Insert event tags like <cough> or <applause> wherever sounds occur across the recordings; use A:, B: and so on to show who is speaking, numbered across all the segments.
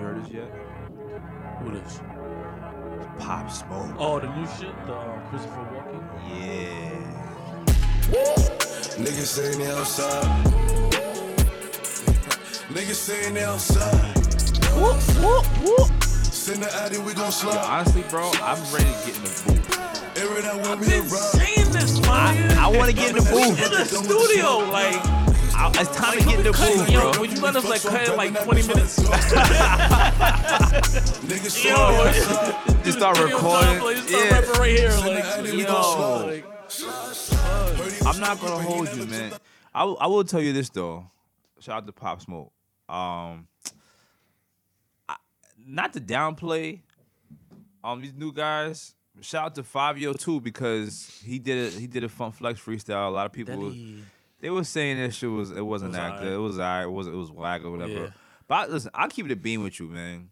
A: heard this yet?
B: Who this?
A: Pop Smoke.
B: Oh, the new shit, the um, Christopher Walken.
A: Yeah.
C: Niggas saying they outside. Niggas saying they outside.
B: Whoop whoop whoop.
C: Send the addy, we gon'
A: Yo,
C: slide.
A: honestly, bro, I'm ready to get in the booth.
C: Every night when we
D: Been
C: arrive.
D: saying this, man.
A: I want to get in the
D: in
A: booth.
D: the studio, like,
A: I- it's time to get in the
D: cut
A: booth,
D: it, yo,
A: bro.
D: would you let us like cut it like 20 minutes?
C: Niggas
D: Yo,
C: saying they
D: <laughs>
C: outside.
A: Just start
D: Yo, stop,
A: recording.
D: like, stop
A: Yeah.
D: rapping right here,
C: Send the
D: like,
C: addy, we gon' slide.
A: Yo, I'm not gonna hold you, man. I, w- I will tell you this though. Shout out to Pop Smoke. Um, I- not to downplay um these new guys. Shout out to Five Yo too because he did a, he did a fun flex freestyle. A lot of people was- they were saying that shit was it wasn't
B: was
A: that
B: alright.
A: good. It was alright. It was it was whack or whatever.
B: Yeah.
A: But I, listen, I'll keep it a beam with you, man.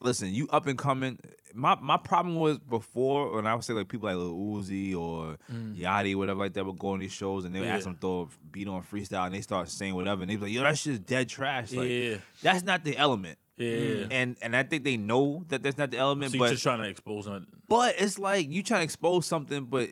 A: Listen, you up and coming. My my problem was before when I would say like people like Lil Uzi or Yachty, whatever like that, would go on these shows and they would ask
B: Mm. Yeah.
A: them to throw a beat on freestyle and they start saying whatever and they be like, yo, that shit's dead trash. Like
B: Yeah.
A: that's not the element. Mm.
B: Yeah.
A: And and I think they know that that's not the element,
B: So you're
A: but
B: just trying to expose him.
A: but it's like you trying to expose something, but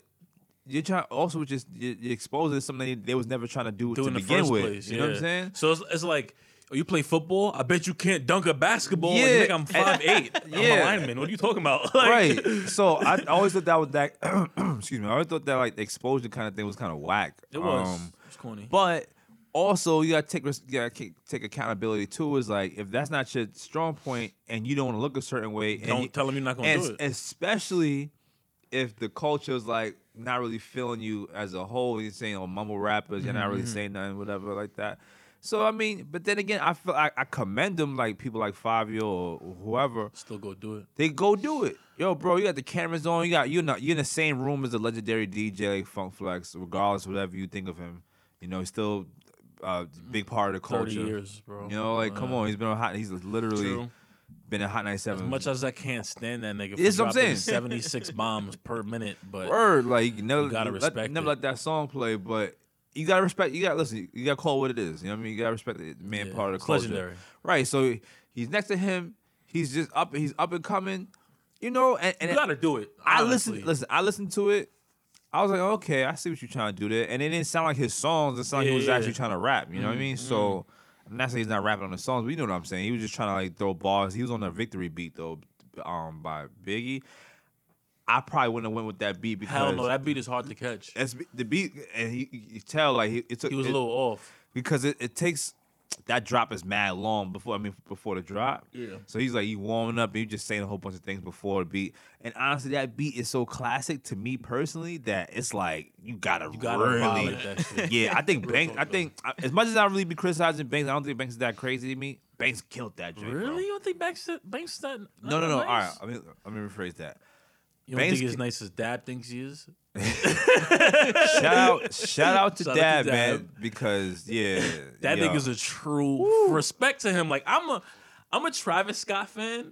A: you're trying also just you're, you're exposing something they, they was never trying to do
B: do
A: to
B: in the
A: begin
B: first
A: with.
B: place.
A: You know what
B: yeah.
A: I'm saying?
B: So it's, it's like, oh, you play football. I bet you can't dunk a basketball. Yeah,
A: Yeah,
B: you think
A: <laughs>
B: I'm five eight. I'm
A: yeah.
B: a lineman. What are you talking about? <laughs> Like,
A: right. So I always thought that was that. <clears throat> excuse me. I always thought that like the exposure kind of thing was kind of whack.
B: It was.
A: Um,
B: it's corny.
A: but also you gotta take res- you gotta ca- take accountability too. Is like if that's not your strong point and you don't want to look a certain way, and
B: Don't
A: you-
B: tell 'em you're not gonna
A: and
B: do
A: s-
B: it.
A: Especially if the culture is like not really feeling you as a whole. You're saying oh mumble rappers, you're not
B: Mm-hmm,
A: really saying nothing, whatever like that. So I mean, but then again, I feel I, I commend them like people like Fabio or whoever
B: Still go do it.
A: they go do it. Yo, bro, you got the cameras on. You got you not you're in the same room as the legendary DJ Funk Flex, regardless of whatever you think of him. You know, he's still a big part of the culture.
B: Thirty years, bro.
A: You know, like come on, he's been on hot. He's literally
B: True.
A: been a hot 97.
B: As much as I can't stand that nigga
A: That's
B: for
A: what I'm saying.
B: seventy
A: <laughs>
B: six bombs per minute, but
A: word, like you never
B: gotta
A: let,
B: respect
A: never
B: it.
A: let that song play, but. You gotta respect. You gotta listen. You gotta call it what it is. You know what I mean. You gotta respect the man
B: Yeah,
A: part of the
B: it's
A: culture.
B: legendary.
A: Right. So he's next to him. He's just up. He's up and coming. You know. And, and
B: you gotta do it.
A: I
B: honestly.
A: listened. Listen, I listened to it. I was like, okay, I see what you're trying to do there, and it didn't sound like his songs. It sounded like
B: Yeah,
A: he was
B: yeah, Mm-hmm.
A: actually
B: yeah.
A: trying to rap. You know what I mean? So I'm not saying he's not rapping on the songs, but you know what I'm saying. He was just trying to like throw bars. He was on the victory beat though, um, by Biggie. I probably wouldn't have went with that beat because
B: Hell no, that beat is hard to catch.
A: that's the beat, and he you tell like he it took
B: He was
A: it-
B: a little off.
A: because it, it takes that drop is mad long before I mean before the drop.
B: Yeah.
A: So he's like you warming up and you just saying a whole bunch of things before the beat. And honestly, that beat is so classic to me personally that it's like you gotta,
B: gotta
A: really.
B: violate that shit.
A: <laughs> yeah, I
B: <laughs>
A: think Banks.
B: talk,
A: I think I- as much as I really be criticizing Banks, I don't think Banks is that crazy to me. Banks killed that. Joint, bro.
B: Really? You don't think Banks Banks that
A: No, no, no.
B: Nice?
A: All right, I mean, let me rephrase that.
B: You don't
A: Banks
B: think he's
A: ca-
B: nice as Dad thinks
A: <laughs>
B: he is? <laughs>
A: Shout out, shout out to
B: Shout out to
A: Dad, man,
B: Dab.
A: because yeah,
B: <laughs> That
A: yo.
B: nigga's a true respect to him. Like I'm a I'm a Travis
A: <laughs>
B: Scott fan,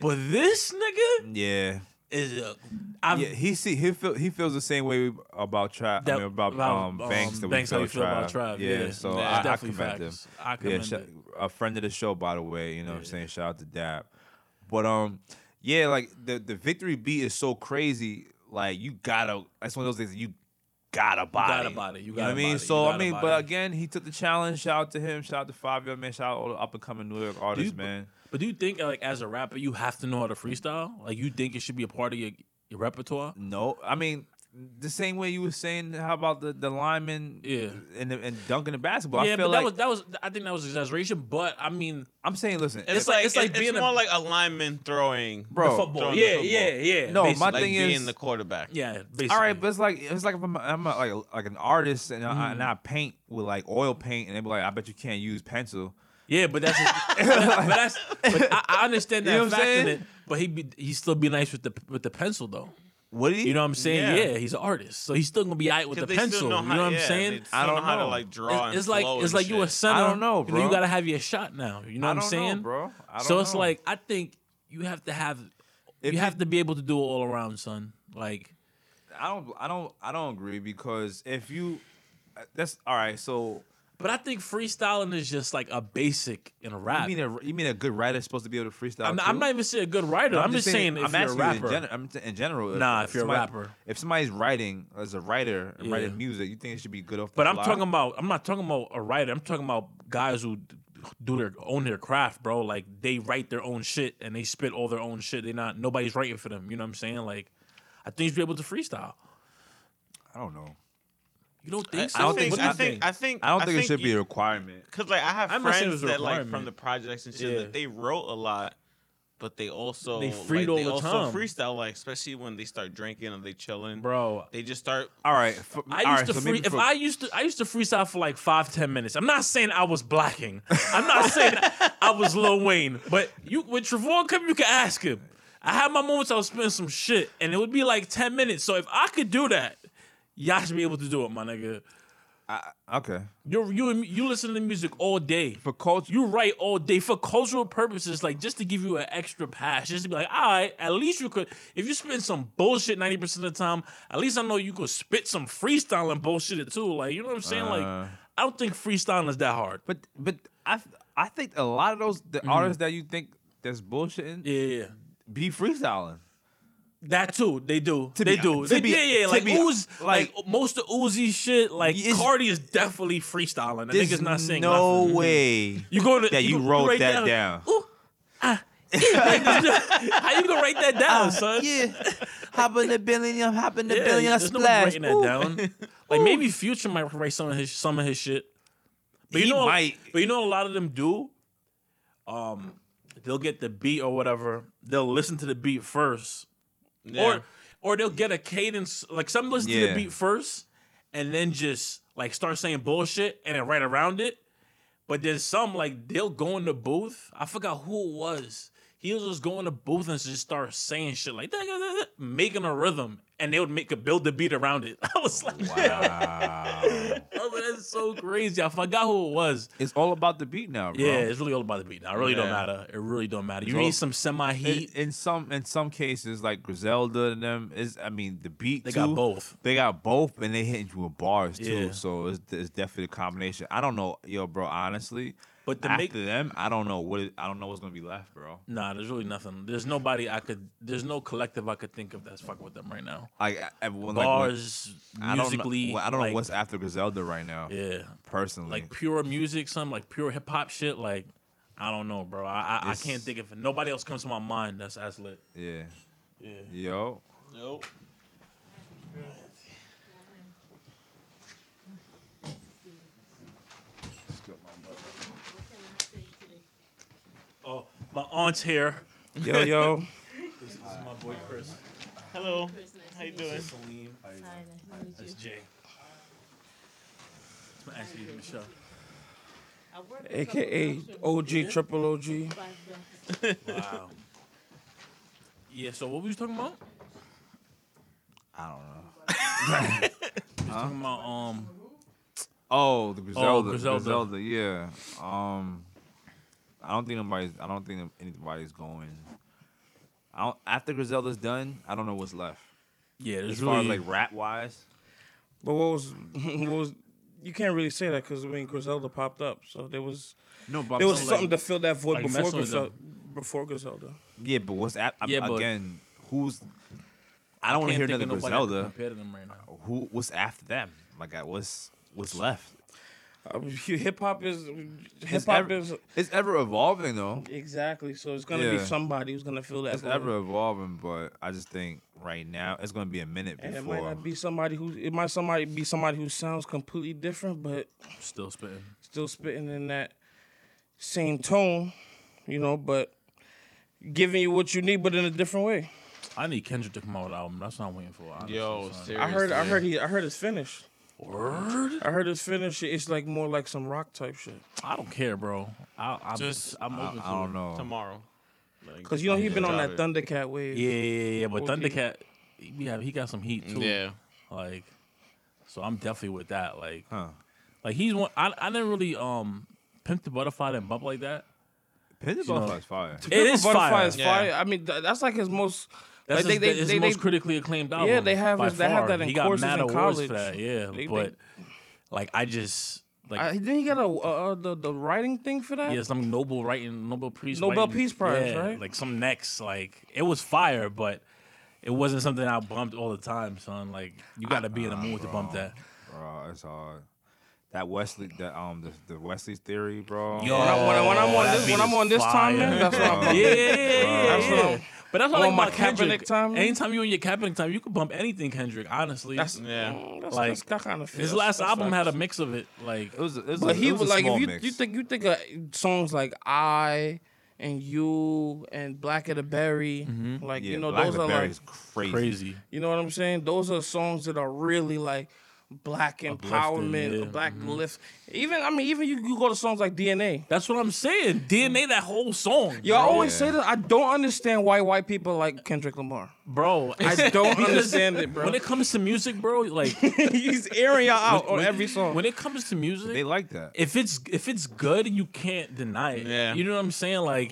B: but this nigga
A: yeah.
B: is a I've
A: Yeah, he see he feel he feels the same way we- about Trav. I
B: That-
A: mean, about,
B: about,
A: um, Banks that
B: um,
A: we
B: Banks,
A: feel,
B: how we feel about
A: Trav.
B: Trav,
A: Yeah,
B: yeah.
A: so
B: Yeah,
A: I, I
B: definitely
A: commend him.
B: facts. I commend
A: yeah,
B: it.
A: a friend of the show, by the way. You know, what I'm saying shout out to Dab. But um, yeah, like the the victory beat is so crazy. Like you gotta, that's one of those things that you gotta body.
B: body, you
A: know
B: gotta
A: what I mean?
B: body, you
A: So I
B: gotta
A: mean, but
B: body.
A: again, he took the challenge. Shout out to him. Shout out to Five Year Man. Shout out to all the up and coming New York
B: do you-
A: artists, man.
B: But do you think like as a rapper you have to know how to freestyle? Like you think it should be a part of your, your repertoire?
A: No, I mean the same way you were saying. How about the the lineman?
B: Yeah.
A: and the, and dunking the basketball. I
B: yeah,
A: feel
B: but
A: like
B: that was that was I think that was exaggeration. But I mean,
A: I'm saying. Listen,
B: It's like- it's like being a-
D: more like a lineman throwing.
A: bro.
B: the football.
D: throwing
B: Yeah,
D: the football.
B: yeah, yeah.
A: No, my
B: basically.
D: Like
A: thing
D: being
A: is-
D: the quarterback.
B: yeah, basically.
A: All right, but it's like it's like if I'm, I'm a, like like an artist and I,
B: Mm.
A: and I paint with like oil paint and they be like, I bet you can't use pencil.
B: Yeah, but that's
A: <laughs>
B: <laughs> but that's but I, I understand that
A: You know what I'm
B: fact in
A: saying?
B: it. But he be, he still be nice with the with the pencil though.
A: Would he?
B: You know what I'm saying?
D: Yeah.
B: Yeah, he's an artist, so he's still gonna be out with the
D: 'Cause they
B: pencil.
D: still know
B: you
D: how-
B: know what I'm
D: yeah,
B: saying?
D: they
B: It's,
D: still
A: I
D: know
A: don't
D: how to
A: know.
D: like draw and
B: it's like
D: flow
B: it's
D: and
B: like you a
D: shit.
B: center.
A: don't know,
B: You, know,
A: bro.
B: you gotta have your shot now. You know
A: I
B: what I'm
A: don't
B: saying,
A: know, bro. I don't
B: so it's
A: know.
B: like I think you have to have
A: If
B: you have to be able to do it all around, son. Like
A: I don't I don't I don't agree because if you that's all right. So
B: But I think freestyling is just like a basic in rap.
A: You mean a you mean a good writer is supposed to be able to freestyle?
B: I'm, not, I'm
A: too?
B: not even saying a good writer.
A: No,
B: I'm, just saying, if
A: I'm
B: you're a
A: asking you
B: rapper.
A: In, gen- I'm t- in general, if-
B: Nah, if you're a
A: somebody-
B: rapper.
A: if somebody's writing as a writer, and
B: Yeah.
A: writing music, you think it should be good off. the
B: but I'm
A: fly?
B: talking about. I'm not talking about a writer. I'm talking about guys who do their own their craft, bro. Like they write their own shit and they spit all their own shit. They not nobody's writing for them. You know what I'm saying? Like, I think you should be able to freestyle.
A: I don't know.
B: You don't think so?
D: I don't think.
B: What do
D: I
B: you
D: think. I think.
A: I don't think, it should be a requirement.
D: Because like I have
B: I'm not saying
D: friends
B: it was a
D: that like from
B: requirement.
D: the projects and shit
B: Yeah.
D: that they wrote a lot, but they also
B: They
D: they,
B: freed
D: like,
B: all
D: they
B: the
D: also
B: time.
D: freestyle like especially when they start drinking and they chilling,
B: bro.
D: They just start.
A: All right. For,
B: I used
A: all right,
B: to
A: so
B: free,
A: maybe
B: if
A: for-
B: I used to I used to freestyle for like five ten minutes. I'm not saying I was blacking.
A: <laughs>
B: I'm not saying I was Lil Wayne, but you when Travon come, you can ask him. I had my moments I was spitting some shit, and it would be like ten minutes. So if I could do that, y'all should be able to do it, my nigga.
A: okay
B: You you you listen to music all day.
A: for culture,
B: You write all day for cultural purposes, like just to give you an extra pass, just to be like, all right, at least you could. If you spend some bullshit ninety percent of the time, at least I know you could spit some freestyling bullshit too. Like you know what I'm saying? like
A: Uh.
B: I don't think freestyling is that hard.
A: but but I I think a lot of those the artists that you think that's bullshitting
B: Mm-hmm. Yeah, yeah, yeah.
A: be freestyling.
B: that too. They do.
A: To
B: they
A: be-
B: do.
A: to
B: They-
A: be-
B: yeah, yeah.
A: to
B: Like
A: be-
B: Uzi, like,
A: like-
B: most of Uzi shit. Like
A: It's-
B: Cardi is definitely freestyling. The
A: There's
B: nigga's not saying
A: no
B: nothing. Mm-hmm. <laughs>
A: way.
B: You go to
A: that you
B: go-
A: wrote
B: write
A: that down.
B: Ooh, ah, yeah. <laughs> How you gonna write that
A: <laughs>
B: down, son?
A: hop in the billion, hop in the
B: Yeah, there's nobody writing that down. Like maybe Future might write some of his some of his shit. But you
A: He
B: know,
A: might.
B: but you know, what a lot of them do. Um, they'll get the beat or whatever. They'll listen to the beat first,
D: Yeah.
B: or or they'll get a cadence. Like some listen to the
A: Yeah.
B: beat first, and then just like start saying bullshit and then right around it. But then some like they'll go in the booth. I forgot who it was. He was just going in the booth and just start saying shit like that, making a rhythm, and they would make a build the beat around it. <laughs> I was like, oh, that's so crazy. I forgot who it was.
A: It's all about the beat now, bro.
B: Yeah, it's really all about the beat. Now it really don't
D: Yeah.
B: matter. It really don't matter. You
A: all-
B: need some semi
A: in,
B: heat.
A: in some in some cases, like Griselda and them is, I mean, the beat.
B: They got
A: too,
B: both.
A: They got both, and they hitting you with bars too.
B: Yeah.
A: So it's, it's definitely a combination. I don't know, yo, bro. Honestly,
B: But to
A: after
B: make-
A: them, I don't know what it, I don't know what's gonna be left, bro.
B: Nah, there's really nothing. There's nobody I could. There's no collective I could think of that's fucking with them right now.
A: Like I- everyone, like, when-
B: Bars,
A: I don't
B: musically,
A: know. I don't
B: like,
A: know what's Mm. after Griselda right now.
B: yeah,
A: personally,
B: like pure music, some like pure hip hop shit. Like I don't know, bro. I I, I
A: It's-
B: can't think of nobody else comes to my mind that's as lit.
A: yeah, yo,
D: Nope.
B: Oh, my aunt's here.
A: yo, <laughs> yo.
B: This is my boy Chris.
D: Hello. How you doing?
B: Salim. It's Jay. It's my auntie Michelle.
E: AKA OG Triple OG.
B: Wow. Um, yeah. So what were you talking about?
A: I don't know.
B: Talking about um.
A: Oh, the Griselda,
B: Griselda.
A: Griselda, yeah. Um, I don't think nobody's. I don't think anybody's going. I don't, after Griselda's done, I don't know what's left
B: Yeah, there's
A: as far as
B: really-
A: like rap wise.
E: But what was what was you can't really say that because I mean Griselda popped up, so there was
A: No, but
E: there
A: I'm
E: was
A: saying,
E: something to fill that void
B: like
E: before
B: messing with them.
E: Griselda. Before Griselda,
A: like, yeah, but what's at,
B: Yeah,
A: yeah,
B: but-
A: again? Who's? I don't want to hear
B: Can't
A: another
B: think of nobody I could
A: Griselda.
B: Compare to them right now.
A: Who? What's after them? Like, I- what's what's left?
E: uh, <laughs> hip hop is hip
A: It's
E: hop
A: ever,
E: is
A: it's ever evolving though.
E: exactly. So it's gonna be
A: Yeah.
E: somebody who's gonna fill that.
A: It's
E: void.
A: ever evolving, but I just think right now it's gonna be a minute
E: And it
A: before.
E: might not be somebody who it might somebody be somebody who sounds completely different, but
B: Still spitting.
E: still spitting in that same tone, you know, but giving you what you need, but in a different way.
B: I need Kendrick to come out with an album. That's what I'm waiting for. Honestly,
D: Yo,
B: son.
D: seriously.
E: I heard, I heard he, I heard it's finished.
B: word.
E: I heard it's finished. It's like more like some rock type shit.
B: I don't care, bro. I, I'm
D: Just-
B: I'm
A: I,
B: open
A: I
B: to
A: don't
B: it.
A: know.
D: tomorrow.
E: Cause you know he been on
D: Drop
E: that
D: it.
E: Thundercat wave.
B: Yeah, yeah, yeah. yeah, But
E: Okay.
B: Thundercat, yeah, he got some heat too.
D: Yeah.
B: Like, so I'm definitely with that. Like,
A: Huh.
B: like he's one. I I didn't really um pimp the butterfly and bump like that.
A: Pimp
B: know.
A: Butterfly's fire.
B: It is
E: Butterfly
B: fire.
E: is
D: Yeah.
E: fire. I mean, th- that's like his most.
B: That's
E: like
B: his, his most critically acclaimed album.
E: they have
B: by
E: his- they have
B: far.
E: that in
B: He got
E: courses
B: mad
E: in
B: awards for
E: college.
B: that. Yeah,
E: They-
B: but
E: they-
B: like I just Like,
E: I, didn't he get a uh, the the writing thing for that?
B: yeah, some Nobel writing, Nobel Peace,
E: Nobel
B: writing-
E: Peace Prize,
B: yeah,
E: right?
B: Like some next, like it was fire, but it wasn't something I bumped all the time, son. Like you got to be in the mood to bump that.
A: bro. It's hard. That Wesley, that um, the, the Wesley's theory, bro.
B: Yo,
E: When, I, when, I, when I'm on
B: Oh, that
E: this
B: beat
E: when I'm
B: is
E: on this time,
B: fire.
E: man, that's what I'm.
B: yeah, yeah, yeah, yeah,
E: That's what
B: yeah.
E: I'm-
B: But that's what
E: I'm
B: I like
E: on my
B: about Kendrick.
E: Kaepernick time.
B: Anytime you're on your Kaepernick time, you could bump anything Kendrick. Honestly,
E: That's,
D: Yeah.
B: Oh. <laughs>
E: mm, <laughs> that's,
B: Like,
E: that's, that kind of
B: his last album had a mix of it. Like
A: It was. It was
E: But
A: a,
E: he
A: it was,
E: was
A: a
E: like,
A: small
E: if you,
A: mix.
E: you think you think of songs like I and you and Black of the Berry,
B: Mm-hmm.
E: like
A: yeah,
E: you know
A: Black
E: those are
A: Berry
E: like
A: is crazy.
B: crazy.
E: you know what I'm saying. Those are songs that are really like black empowerment,
B: yeah, Mm-hmm.
E: black lift. Even I mean, even you, you go to songs like DNA.
B: That's what I'm saying. DNA that whole song,
E: Yo, I always
A: Yeah.
E: say that I don't understand why white people like Kendrick Lamar.
B: bro. <laughs>
E: I don't understand it, bro.
B: When it comes to music, bro, like
E: <laughs> He's airing y'all out on
B: when-
E: every song.
B: When it comes to music,
A: They like that.
B: if it's if it's good, you can't deny it.
D: Yeah.
B: You know what I'm saying? Like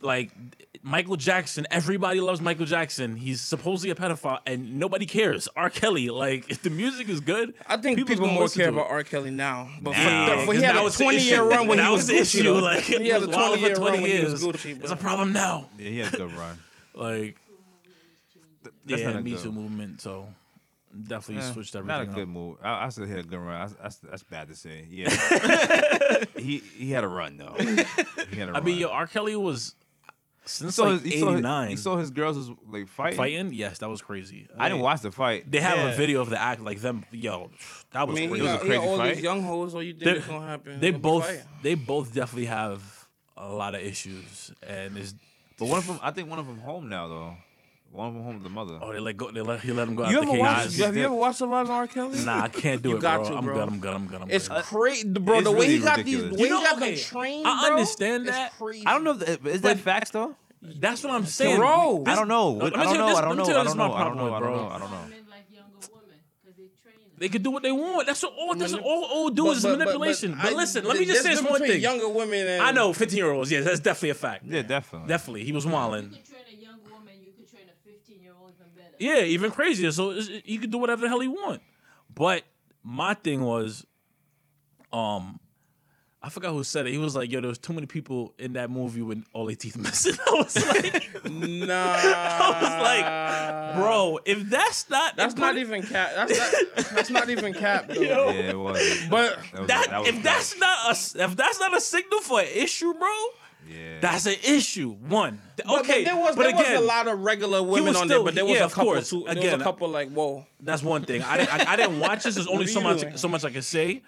B: like Michael Jackson, everybody loves Michael Jackson. He's supposedly a pedophile and nobody cares. R. Kelly, like if the music is good,
E: I think
B: people's
E: people
B: gonna
E: more
B: listen
E: care
B: to it.
E: about R. Kelly now, but for-
B: Now,
E: but he
B: 'cause
E: had
B: now
E: a
B: it's the
E: 20 year
B: issue.
E: run when he
B: Now
E: was
B: it's the
E: Gucci.
B: issue,
E: though.
B: Like, <laughs>
E: he had a
B: wild
E: 20 year
B: for
E: run
B: 20
E: when he was
B: years.
E: Gucci.
B: It's
E: bro.
B: a problem now.
A: Yeah, he had a good run.
B: Like
A: That's
B: yeah,
A: not a
B: Me
A: good-
B: Too movement. So definitely switched everything.
A: <laughs> Not a
B: up.
A: good move. I, I said he had a good run. I, that's, that's bad to say. Yeah, <laughs> he he had a run though. He had a
B: I mean,
A: run.
B: yo, R. Kelly was since
A: saw
B: like
A: his- he saw his-
B: '89.
A: He saw his girls was like fighting.
B: fighting. Yes, that was crazy.
A: I didn't watch the fight.
B: They have a
D: Yeah.
B: video of the act like them. Yo, that
E: I
B: was
E: mean, he
B: crazy.
E: got, he got
A: crazy
E: all
A: fight.
E: these young hoes. All you think
B: They're-
E: is gonna happen?
B: they
E: It's gonna be
B: both
E: fire.
B: they both definitely have a lot of issues, and it's
A: but one of them, I think one of them home now though. One of them home with the mother.
B: oh they let go. They let he let him go.
E: You
B: after
E: ever watched?
B: Chaos.
E: Have you ever watched the lives on R. Kelly?
B: Nah, I can't do
E: You
B: it,
E: got
B: bro.
E: to,
B: I'm
E: bro.
B: good. I'm good. I'm good. I'm
E: Uh, It's
B: good.
E: crazy, bro.
A: It's
E: the way he
A: really
E: got
A: ridiculous.
E: these, the way
B: You know,
E: he got
B: okay,
E: the train.
B: I
E: bro,
B: understand
E: is
B: that.
E: crazy.
A: I don't know. If that, is that facts though?
B: That's what I'm saying.
E: Bro.
A: I don't know.
B: Let me
A: I
B: tell
A: don't
B: you
A: know.
B: this-
A: I don't
B: let me
A: know.
B: tell you
A: I
B: this
A: don't
B: is my
A: know. I don't
B: problem,
A: know. I don't
B: bro.
A: know. I don't know.
F: Men like younger women because they train them.
B: They could do what they want. That's what all. That's what all. All do
E: But-
B: is
E: but- but- but
B: manipulation. But,
E: I-
B: listen, let
E: the-
B: me just
E: there's
B: say this
E: difference
B: one
E: between
B: thing.
E: Younger women
B: <laughs>
E: and
B: I know 15 year olds. Yes, that's definitely a fact.
A: Yeah, definitely.
B: Definitely, he was
F: You
B: wilding.
F: could train a young woman, you could train a 15 year old even better.
B: Yeah, even crazier. So it's- you could do whatever the hell you want. But my thing was, um, I forgot who said it. He was like, "Yo, there was too many people in that movie with all their teeth <laughs> missing." I was like,
E: Nah,
B: <laughs>
E: <laughs>
B: I was like, "Bro, if that's not
E: that's not even cap. That's not, that's not even cap. Though.
A: Yeah, it
B: <laughs>
A: was.
E: But
A: was-
B: that,
A: was
B: if that's not a if that's not a signal for an issue, bro,
A: yeah.
B: that's an issue. One,
E: But-
B: okay,
E: but there was,
B: but
E: there
B: again,
E: was a lot of regular women
B: was
E: on
B: still-
E: there, but there was
B: yeah,
E: a
B: of
E: couple.
B: course.
E: Too, there
B: Again,
E: was a couple like whoa.
B: That's one thing. I didn't, I, I didn't watch this. There's only
E: are
B: so
E: you
B: much
E: doing?
B: so much I can say,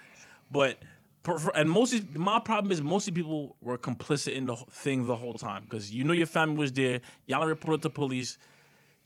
B: but per- for- and most of- my problem is most of the people were complicit in the wh- thing the whole time because you know your family was there. Y'all reported to police.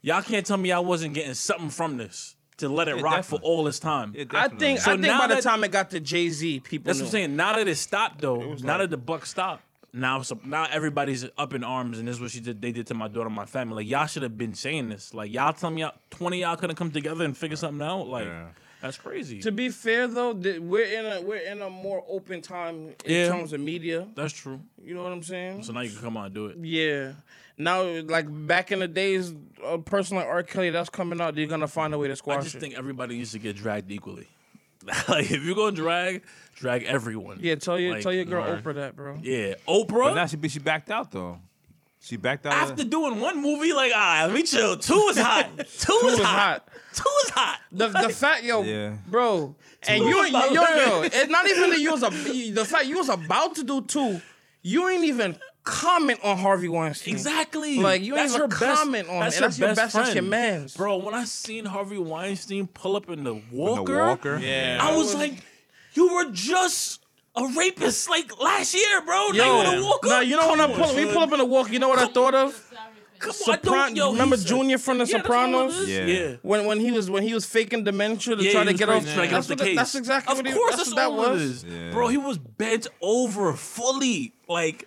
B: Y'all can't tell me I wasn't getting something from this to let it
A: Yeah,
B: rock for
A: definitely.
B: all this time.
A: Yeah,
E: I
A: definitely.
E: think
B: So
E: I think
B: now
E: by the
B: that-
E: time it got to Jay Z, people.
B: That's
E: knew.
B: what I'm saying. Now that it stopped though, now that the buck stopped, now so, now everybody's up in arms and this is what she did. They did to my daughter, and my family. Like y'all should have been saying this. Like y'all tell me y'all, twenty y'all couldn't come together and figure something out. Like
A: Yeah.
B: that's crazy.
E: To be fair though, th- we're in a we're in a more open time in
B: Yeah.
E: terms of media.
B: that's true.
E: You know what I'm saying?
B: So now you can come on and do it.
E: yeah. Now, like back in the days, a person like R. Kelly that's coming out, you're gonna find a way to
B: I
E: squash
B: just
E: it.
B: think everybody needs to get dragged equally. <laughs> like if you're gonna drag, drag everyone.
E: yeah, tell your
B: Like,
E: tell your girl
B: word.
E: Oprah that, bro.
B: Yeah,
A: But now
B: Oprah.
A: she be- she backed out though. She backed
E: uh,
A: out. of-
B: After doing one movie, like, all right, let me chill. Two is
E: <laughs>
B: hot. Two is <laughs>
E: is
B: hot.
E: hot.
B: Two is hot.
E: The <laughs> the fact, yo,
A: Yeah.
E: bro, and you, yo,
B: <laughs>
E: yo, yo, it's not even that you was a the fact you was about to do two, you ain't even comment on Harvey Weinstein.
B: Exactly.
E: Like, you ain't
B: That's
E: even
B: her best-
E: comment on
B: that's
E: it.
B: her
E: That's your best- that's your
B: friend.
E: mans.
B: Bro, when I seen Harvey Weinstein pull up in the
A: the
B: Walker,
A: Walker.
D: Yeah.
B: I was like, you were just a rapist like last year, bro. Now you
E: Yo,
B: wanna walk
E: now
B: up?
E: you know when I
B: Come
E: pull,
B: on,
E: we
B: son.
E: pull up in the walk. You know what I thought of?
F: Sorry for
B: Come on, I don't-
E: Sopran-
B: yo,
E: remember
B: he's a-
E: Junior from The
B: Yeah, that's what it
E: Sopranos?
B: is.
A: Yeah.
B: yeah.
E: When when he was when he was faking dementia to
B: Yeah,
E: try
B: he
E: to
B: was
E: get
B: trying
E: off,
B: to try to get
E: that's,
B: off the
E: what-
B: case.
E: that's exactly
B: Of
E: what he,
B: course,
E: that's
B: that's,
E: what that
B: all it
E: was.
B: is.
A: Yeah.
B: Bro, he was bent over fully, like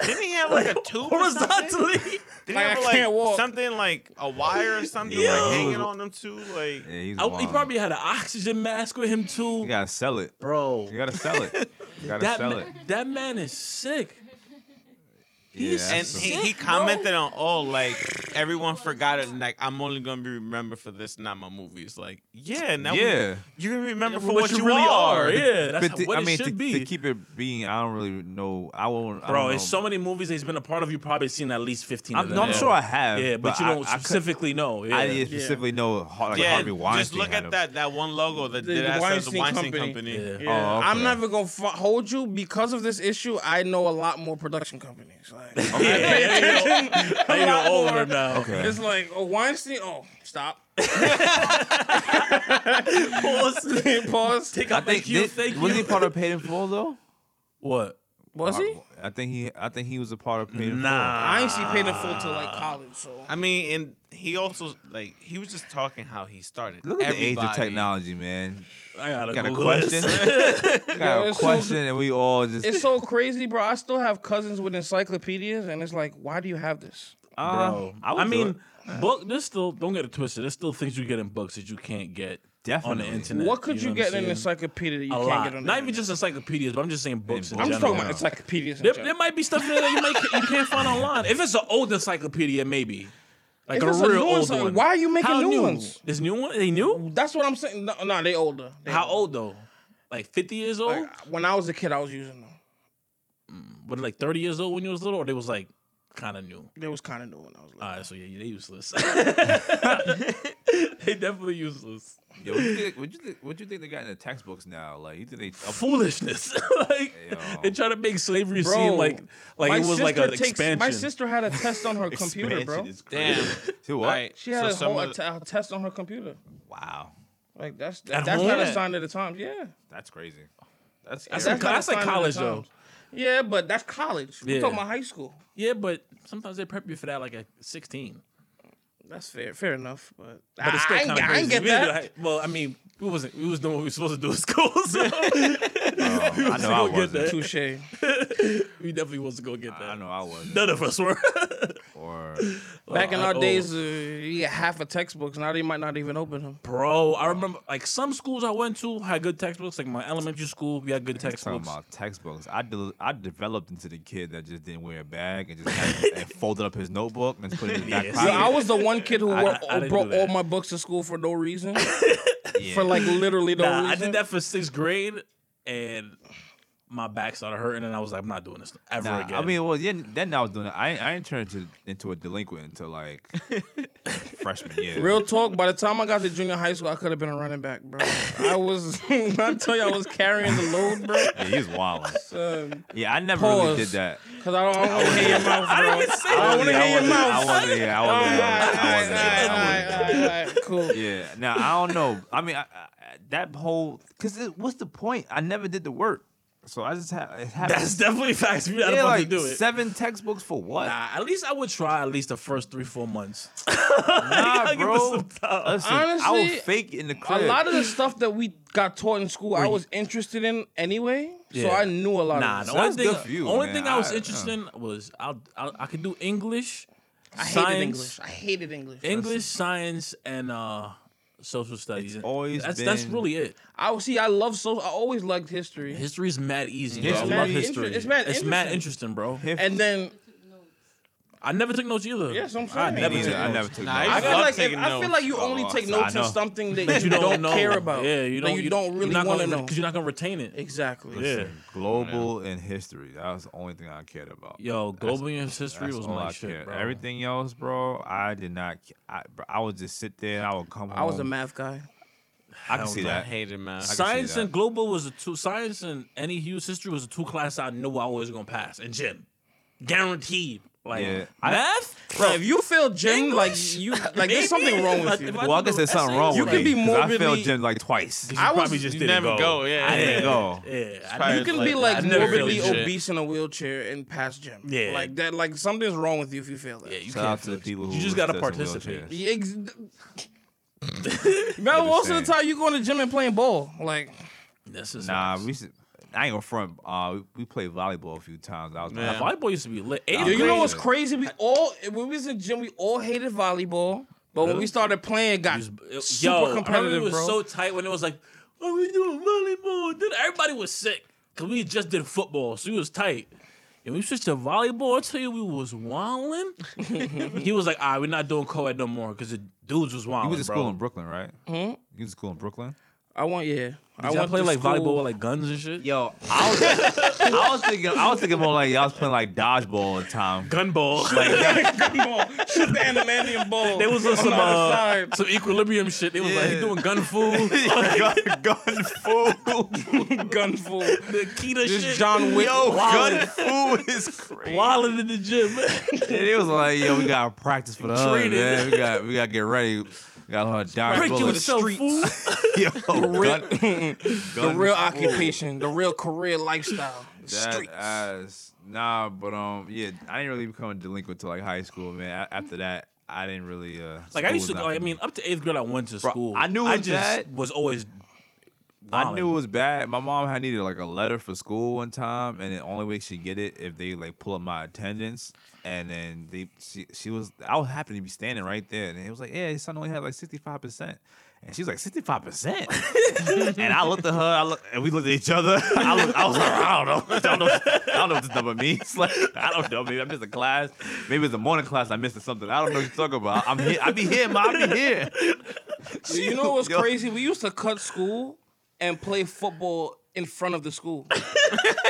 D: Didn't he have like
B: <laughs>
D: a tube or something?
B: horizontally.
D: Didn't
E: Like,
D: he
E: I
D: have,
E: can't walk.
D: Something like a wire or something
B: Yo.
D: like hanging on them too. Like
A: Yeah, he's
B: I- he
A: wild.
B: probably had an oxygen mask with him too,
A: You gotta sell it.
B: bro.
A: You gotta sell
B: <laughs>
A: it. You gotta
B: That
A: sell
B: ma-
A: it.
B: that man is sick.
A: Yeah,
B: he's-
A: that's
D: and
A: some-
D: he, he
B: Sick, bro.
D: commented on all like everyone forgot it. And like, I'm only gonna be remembered for this, not my movies. Like, yeah, now we-
A: Yeah.
D: you're gonna remember
B: Yeah,
D: for what, you really are.
B: Yeah,
A: <laughs>
B: that's
A: But to-
B: what
A: I
B: it
A: mean,
B: should
A: to,
B: be.
A: to keep it being, I don't really know. I won't. I
B: Bro,
A: don't
B: it's
A: know.
B: so many movies that's been a part of. You probably seen at least fifteen.
A: I'm,
B: of them.
A: no, I'm
B: Yeah.
A: sure I have.
B: Yeah, but, you
A: I-
B: don't
A: I, couldn't-
B: specifically know. Yeah.
A: I didn't
B: <laughs>
A: specifically know Har- like
D: yeah,
A: Harvey Weinstein.
D: just look
A: had
D: at
A: a-
D: that that one logo that
E: The
D: did that says
E: Weinstein
D: Weinstein Company.
E: Company.
B: Yeah.
E: Yeah.
A: Oh, okay.
E: I'm never gonna f- hold you because of this issue. I know a lot more production companies. Like,
B: Yeah, yeah, yeah.
E: a
B: I
A: <laughs>
E: lot
B: know all of
E: more.
B: them now.
A: Okay.
E: It's like oh, Weinstein. Oh, stop.
B: <laughs>
A: <laughs>
B: Pause. <laughs>
E: Pause.
B: Take
A: I think
B: out thank you.
A: did-
B: Thank you.
A: wasn't he part of Paid
B: <laughs>
A: in Full though?
B: what? <laughs>
E: Was he?
A: I think he. I think he was a part of Paid in Full.
B: Nah.
E: I ain't see paid in full till like college. So
B: Ah.
D: I mean, and he also like he was just talking how he started.
A: Look at the age of
D: Everybody-
A: technology, man.
B: I gotta
A: Got a
B: Google <laughs> this.
A: We got
E: Yo,
A: a
E: it's so-
A: question, and we all just.
E: it's so crazy, bro. I still have cousins with encyclopedias, and it's like, why do you have this?
A: uh,
B: Bro,
A: I, would
B: I
A: do it.
B: mean, book. There's still don't get it twisted. There's still things you get in books that you can't get
A: Definitely.
B: on the internet.
E: What could you,
B: know
E: get
B: what I'm
E: in an
B: saying?
E: encyclopedia that you
B: A
E: can't
B: lot.
E: get on? the
B: Not even
E: internet?
B: just encyclopedias, but I'm just saying books. In
A: books.
E: I'm just
B: general.
E: talking about encyclopedias. in
B: There,
E: general.
B: there might be stuff in there that you, might, you can't find online. If it's an old encyclopedia, maybe. Like
E: If
B: a
E: it's
B: real
E: a new
B: old
E: encycl-
B: one.
E: Why are you making
B: How
E: new
B: new?
E: ones?
B: This new one? They new?
E: That's what I'm saying. No, no, they older. They
B: How old though? Like 50 years old?
E: Like, when I was a kid, I was using them.
B: but like 30 years old when you was little? Or they was like kind of new?
E: They was kind of new when I was little.
B: All right, so yeah, they
E: <laughs>
B: useless. <laughs> they definitely useless.
A: Yo, what, you think, what, you think, what you think they got in the textbooks now? Like, you think they?
B: Foolishness. <laughs> like
A: Yo.
B: they try to make slavery
E: Bro,
B: seem like like
E: My
B: it was like
E: sister
B: an
E: takes-
B: expansion.
E: My sister had a test
B: <laughs>
E: on her <laughs> computer, bro.
A: Expansion is crazy.
D: Damn.
A: To what?
D: Right.
E: She had
D: so
E: a
D: some
E: whole
D: of
E: a te- a test on her computer.
A: Wow,
E: Like that's
B: At
E: that's
B: home?
E: not a sign of the times. Yeah,
A: that's crazy. That's
E: that's,
A: scary.
E: not a
B: that's like
E: sign of the
B: college, though.
E: times. Yeah, but that's college. We're
B: Yeah.
E: talking about high school.
B: yeah, but sometimes they prep you for that like at 16.
E: That's fair. Fair enough. But,
B: But it's still
E: I, I,
B: kind of
E: ain't- I
B: crazy.
E: ain't get
B: We didn't do
E: that.
B: high- well, I mean, we wasn't. We was doing what we were supposed to do at school. <laughs> So
E: <laughs>
A: I know I
B: <laughs> We'll get
A: wasn't.
B: that.
E: Touche. Back
B: we definitely wasn't gonna get that.
A: I know I wasn't.
B: None of us were. <laughs>
A: Or
E: in
B: Oh,
E: our
B: oh.
E: days, uh, you get half of textbooks. Now they might not even open them.
B: Bro, I remember like some schools I went to had good textbooks. Like my elementary school, we had good
A: talking
B: textbooks.
A: about textbooks, I de- I developed into the kid that just didn't wear a bag and just
E: <laughs>
A: had, and folded up his notebook and put it in his back
B: Yes.
E: Yo,
A: pocket.
E: I was the one kid who
B: I-
E: wore,
B: I didn't
E: brought
B: do that.
E: all my books to school for no <laughs> reason.
A: Yeah.
E: For like literally no
B: Nah,
E: reason.
B: I did that for sixth grade, and my back started hurting, and I was like, I'm not doing this ever
A: Nah,
B: again.
A: I mean, well, yeah, then I was doing it. I ain't- I ain't turned to, into a delinquent until like
E: <laughs>
A: freshman year.
E: Real talk, by the time I got to junior high school, I could have been a running back, bro. I was, <laughs> when I tell you, I was carrying the load, bro.
A: Yeah, he was wild.
E: Son.
A: Yeah, I never
E: Pause.
A: really did that.
E: Cause I don't, I don't want to hear your mouth, bro. I
B: didn't even say that.
E: want to
A: Yeah,
E: hear
A: I wasn't- I wasn't. Yeah,
E: your mouth.
A: I
E: All
A: wasn't.
E: right,
A: I
E: all
A: wasn't.
E: right, all
A: I
E: right,
A: wasn't.
E: all right, all right, cool.
A: Yeah. Now I don't know. I mean, I, I, that whole because what's the point? I never did the work, so I just had. It happened.
B: <laughs> that's definitely facts. You're not
A: yeah,
B: about
A: like
B: to do it.
A: seven textbooks for what?
B: Nah, <laughs> at least I would try at least the first three, four months.
A: Nah,
B: I'll give it
A: bro.
B: some time.
A: Listen, I
E: Honestly,
A: will fake in the
E: A
A: crib.
E: lot of the stuff that we got taught in school, I was interested in anyway, so
B: Yeah.
E: I knew a lot
B: Nah,
E: of
B: the
E: this.
A: Oh, Sounds
B: only thing,
A: good for you,
B: only
A: man.
B: thing I was
A: I- uh,
B: interested in was I'll, I'll, I could do English,
E: I hated
B: science,
E: English. I hated English.
B: English, science, and uh, social studies.
A: always
B: that's that's
A: been-
B: really it.
E: I was- see. I love so. I always liked history.
B: History's mad easy.
A: It's
B: bro. I
A: mad
B: love
A: inter-
B: history.
E: it's mad
B: it's mad
E: interesting.
B: interesting, bro.
A: Hip-
E: and then
B: I never took notes either.
E: Yes, I'm
B: I
E: saying.
A: Me
B: never
A: neither.
B: took
A: I
B: notes.
A: never took
D: Nah,
A: notes.
E: I
D: I
E: feel
D: love
E: like if,
D: taking
E: I feel like you
A: notes.
E: only
A: Oh,
E: take
A: I
E: notes
A: know.
E: of something that, you, don't,
B: know.
E: care about.
B: Yeah, you don't.
E: That you don't really
B: you're not
E: want to
B: gonna-
E: know.
B: because you're not gonna retain it.
E: Exactly.
B: Yeah.
A: Global and history. That was the only thing I cared about.
B: Yo, global Union's history
A: That's
B: was
A: all
B: my
A: I
B: shit,
A: cared.
B: bro.
A: Everything else, bro, I did not. ca- I, bro, I would just sit there and I would come home.
E: I was a math guy.
A: I can see
D: the- I
A: that.
D: hated math.
B: Science
A: that.
B: and global was a two. Science and any Hughes history was a two class I knew I was gonna pass. And gym, guaranteed. Like
A: Yeah. I-
B: math,
E: Bro, if you feel gym, like
B: English?
E: you, like there's something wrong with you.
A: Well, I guess there's something wrong
E: You
A: with
E: could
A: me.
E: be
A: 'cause I
E: morbidly-
A: failed gym like
B: <laughs>
A: twice.
B: I
E: I
B: probably
E: was-
B: just
D: You
B: didn't
D: never
B: go.
D: go, yeah,
B: I
D: yeah.
B: didn't go. Yeah, I
E: You
B: didn't-
E: can
D: like
E: be
D: that.
E: like
B: I've never
E: morbidly
B: felt
D: shit.
E: obese in a wheelchair and pass gym.
B: Yeah.
E: like that. Like something's wrong with you if you feel that.
B: yeah, you
A: Shout out
B: can't
A: to the
B: feel-
A: people who
B: You just
A: was
B: gotta
A: just in
B: participate.
A: wheelchairs.
E: You ex- <laughs> Remember, most of
A: saying.
E: the time you going to gym and playing ball. Like
B: This is
A: Nah, we. s- I ain't gonna front. Uh, we- we played volleyball a few times. I was
D: Man.
A: yeah.
B: volleyball used to be lit. Eighth
A: Yo,
E: Yo, you know
B: grade-
E: what's crazy? We all when we was in gym, we all hated volleyball. But when we started playing, it got
B: was- it-
E: super
B: yo, I remember it
E: competitive,
B: was
E: bro.
B: so tight when it was like, "Oh, "What we doing volleyball?" Then everybody was sick because we just did football, so we was tight. And we switched to volleyball. I tell you, we was wilding. <laughs> he was like, "All right, we're not doing co-ed no more because the dudes was wilding."
A: You went to
B: bro.
A: school in Brooklyn, right? You went to school in Brooklyn.
E: I want yeah. I
B: Did y'all
E: want
B: play like volleyball with
E: Like
B: like guns and shit?
A: Yo, I was, <laughs> I was thinking, I was thinking more like y'all was playing like dodgeball at the time.
B: Gunball.
E: gumball, shoot the Animanium ball.
B: <laughs> they
E: <laughs>
B: was on some
E: the
B: uh,
E: other side.
B: some equilibrium shit. They was like
A: Yeah.
B: they doing
A: <laughs>
B: gun food,
A: gun, gun fool.
E: gun fool.
B: the Keita shit.
E: This John
A: <laughs>
E: Wick.
A: Yo,
E: Wildin'.
A: gun fool is crazy.
B: wilding in the gym.
A: And it was like, yo, we gotta practice for the hood,
B: Training.
A: man. We got we gotta get ready. We gotta learn to dodge
B: Break
A: bullets.
B: yourself, fool.
A: <laughs> Yo,
E: real-
A: gun,
E: <laughs> the real occupation, the real career lifestyle, the streets.
A: ass. Nah, but um, yeah, I didn't really become a delinquent till like high school, man. A- After that, I didn't really uh.
B: Like I
A: school
B: used
A: was
B: to.
A: not
B: Like, I
A: for me.
B: mean, up to eighth grade, I went to school.
A: I knew it
B: I
A: was
B: just
A: bad.
B: was always.
A: I
B: wildin'.
A: knew it was bad. My mom had needed like a letter for school one time, and the only way she'd get it if they like pull up my attendance. And then they, she, she was, I was happy to be standing right there, and it was like, yeah, his son only had like sixty five percent, and she was like sixty five percent, <laughs> and I looked at her, I look, and we looked at each other. <laughs> I, looked, I was like, I don't know, <laughs> I don't know, I don't know what this number means. <laughs> Like, I don't know, maybe I missed a class, maybe it's a morning class, I missed something. I don't know what you're talking about. I'm here, I be here, ma, I be here.
E: <laughs> You know what's
A: Yo.
E: crazy? We used to cut school and play football in front of the school. <laughs>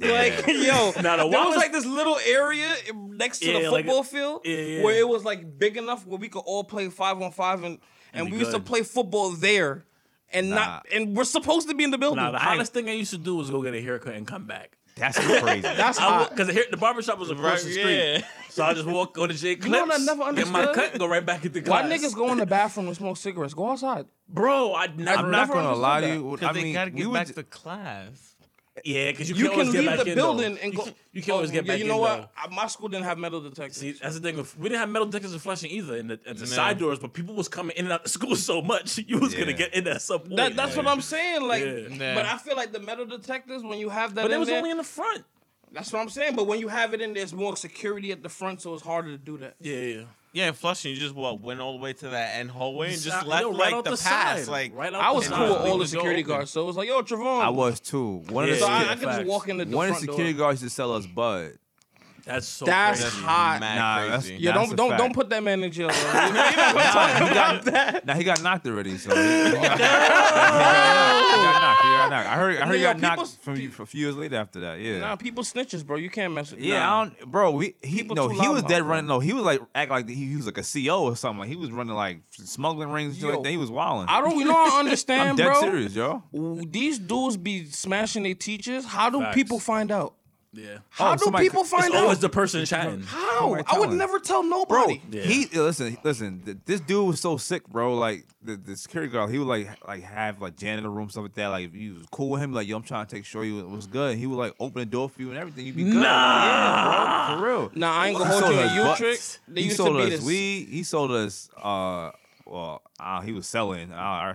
E: Like yo,
B: Now, the
E: there
B: wildest-
E: was like this little area next to the
B: Yeah, like- uh,
E: football field
B: Yeah, yeah.
E: where it was like big enough where we could all play five on five, and and
B: be
E: we used to
B: good.
E: play football there, and not and we're supposed to be in the building.
B: Nah, the
E: I-
B: hottest thing I used to do was go get a haircut and come back.
A: That's crazy.
E: That's
B: I
E: hot.
B: because the, hair- the barbershop was across the street,
D: yeah.
B: so I just walk go to J Clips,
E: know what I never
B: get my
E: understood?
B: cut, and go right back into
E: Why
B: class.
E: niggas go in the bathroom and smoke cigarettes? Go outside.
B: bro? I never,
A: I'm not
E: never
A: gonna lie to
E: understood
A: you.
D: Because
A: I
D: they
A: mean,
D: gotta
A: we
D: get
A: were
D: back
A: j-
D: to class.
B: yeah, because you,
E: You
B: can always
E: can
B: get
E: leave
B: back
E: the
B: in, though.
E: building and
B: You
E: go.
B: can- You can always
E: Oh,
B: get
E: yeah,
B: back.
E: You
B: in,
E: know
B: though.
E: what? I- My school didn't have metal detectors.
B: See, that's the thing. If we didn't have metal detectors in Flushing either, and the, and the
D: No.
B: side doors, but people was coming in and out the <laughs> school so much, you was gonna
A: Yeah.
B: get in at some point.
E: That, that's what I'm saying. Like,
B: Yeah.
D: Yeah.
E: but I feel like the metal detectors when you have that
B: But it
E: in
B: was
E: there,
B: only in the front.
E: that's what I'm saying. But when you have it in, there's more security at the front, so it's harder to do that.
B: Yeah, yeah.
D: Yeah, in Flushing, you just what went all the way to that end hallway and
B: Yo,
D: just left
B: right
D: like
B: out
D: the,
B: the
D: pass.
B: side.
D: Like
B: Right out
E: I was
B: the
E: cool with
B: side.
E: all the
D: Leave the door
E: security
D: open.
E: guards, so it was like, "Yo, Trevon."
A: I was too. One
B: Yeah,
A: of
E: So
A: the,
E: I, I
B: yeah,
E: could just
B: facts.
E: walk in the
A: one of
E: front
A: the security
E: door.
A: guards used to sell us
E: <laughs>
A: bud.
B: That's so.
E: That's
B: crazy.
E: hot.
D: mad
A: Nah,
D: crazy.
A: that's-
E: Yeah,
A: a
E: don't don't
A: fact.
E: don't put that man in
A: <laughs>
E: jail. bro. You know,
A: Nah, he got, nah, he got knocked already. So he, he got,
E: <laughs>
A: he got knocked. He got knocked. I heard. I heard he
E: Nigga,
A: got knocked
E: people-
A: from you for a few years later after that. Yeah.
E: nah, people snitches, bro. You can't mess with.
A: yeah,
E: nah.
A: I don't, bro. We, he
E: People
A: no,
E: too
A: he was
E: loudmouth,
A: dead
E: bro.
A: running. No, he was like act like he, he was like a CO or something. Like he was running like smuggling rings. and shit
E: Yo,
A: like that. He was wilding.
E: I don't. You know,
A: <laughs>
E: I
A: I'm
E: understand,
A: dead
E: bro.
A: serious, yo.
E: These dudes be smashing their teachers. How do
B: Facts.
E: people find out?
B: Yeah.
A: Oh,
E: How do
A: somebody-
E: people find
B: It's
E: out?
B: always the person chatting.
E: How?
A: Somebody
E: I would
A: telling.
E: never tell
A: bro.
E: nobody.
B: Yeah.
A: He yo, listen, listen. th- This dude was so sick, bro. Like the, the security guard, he would like ha- like have like janitor room stuff like that. Like if you was cool with him, like yo, I'm trying to take sure you was good. He would like open the door for you and everything. You'd be good. Like, yeah, bro, for real.
E: Nah, I ain't gonna
A: He
E: hold
A: sold
E: you
A: us
E: a you
A: butt-
E: trick. They
A: he
E: used
A: sold
E: to be
A: us
E: this.
A: weed. He sold us. Uh, well, uh, he was selling. Uh, I, I,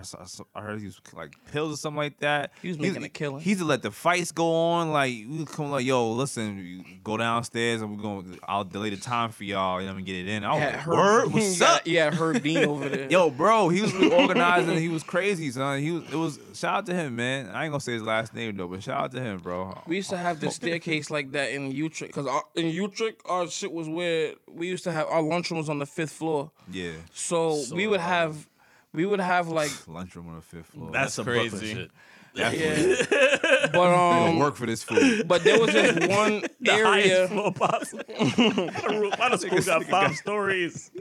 A: I heard he was like pills or something like that.
E: He was making a killing.
A: He used to let the fights go on. Like we would come like, yo, listen, you go downstairs and we're gonna. I'll delay the time for y'all. You know, and get it in. I was
E: Had
A: like,
E: Herb-
A: word, what's
E: Yeah,
A: up?
E: Yeah,
A: <laughs>
E: Herb Dean over there.
A: Yo, bro, he was really organizing. He was crazy, son. He was. It was. Shout out to him, man. I ain't gonna say his last name though, but shout out to him, bro.
E: we used to have this staircase like that in Utrecht, cause our, in Utrecht our shit was where we used to have our lunchroom was on the fifth floor,
A: Yeah,
E: so, we would have, we would have
A: <laughs>
E: like,
A: lunchroom on the fifth floor.
B: That's some crazy
D: crazy.
B: shit.
E: yeah, but
A: gonna
E: um,
A: work for this food.
E: but there was this one
B: The highest
E: area.
B: floor
E: <laughs>
B: possible. The roof- Why the school got five stories?
A: <laughs>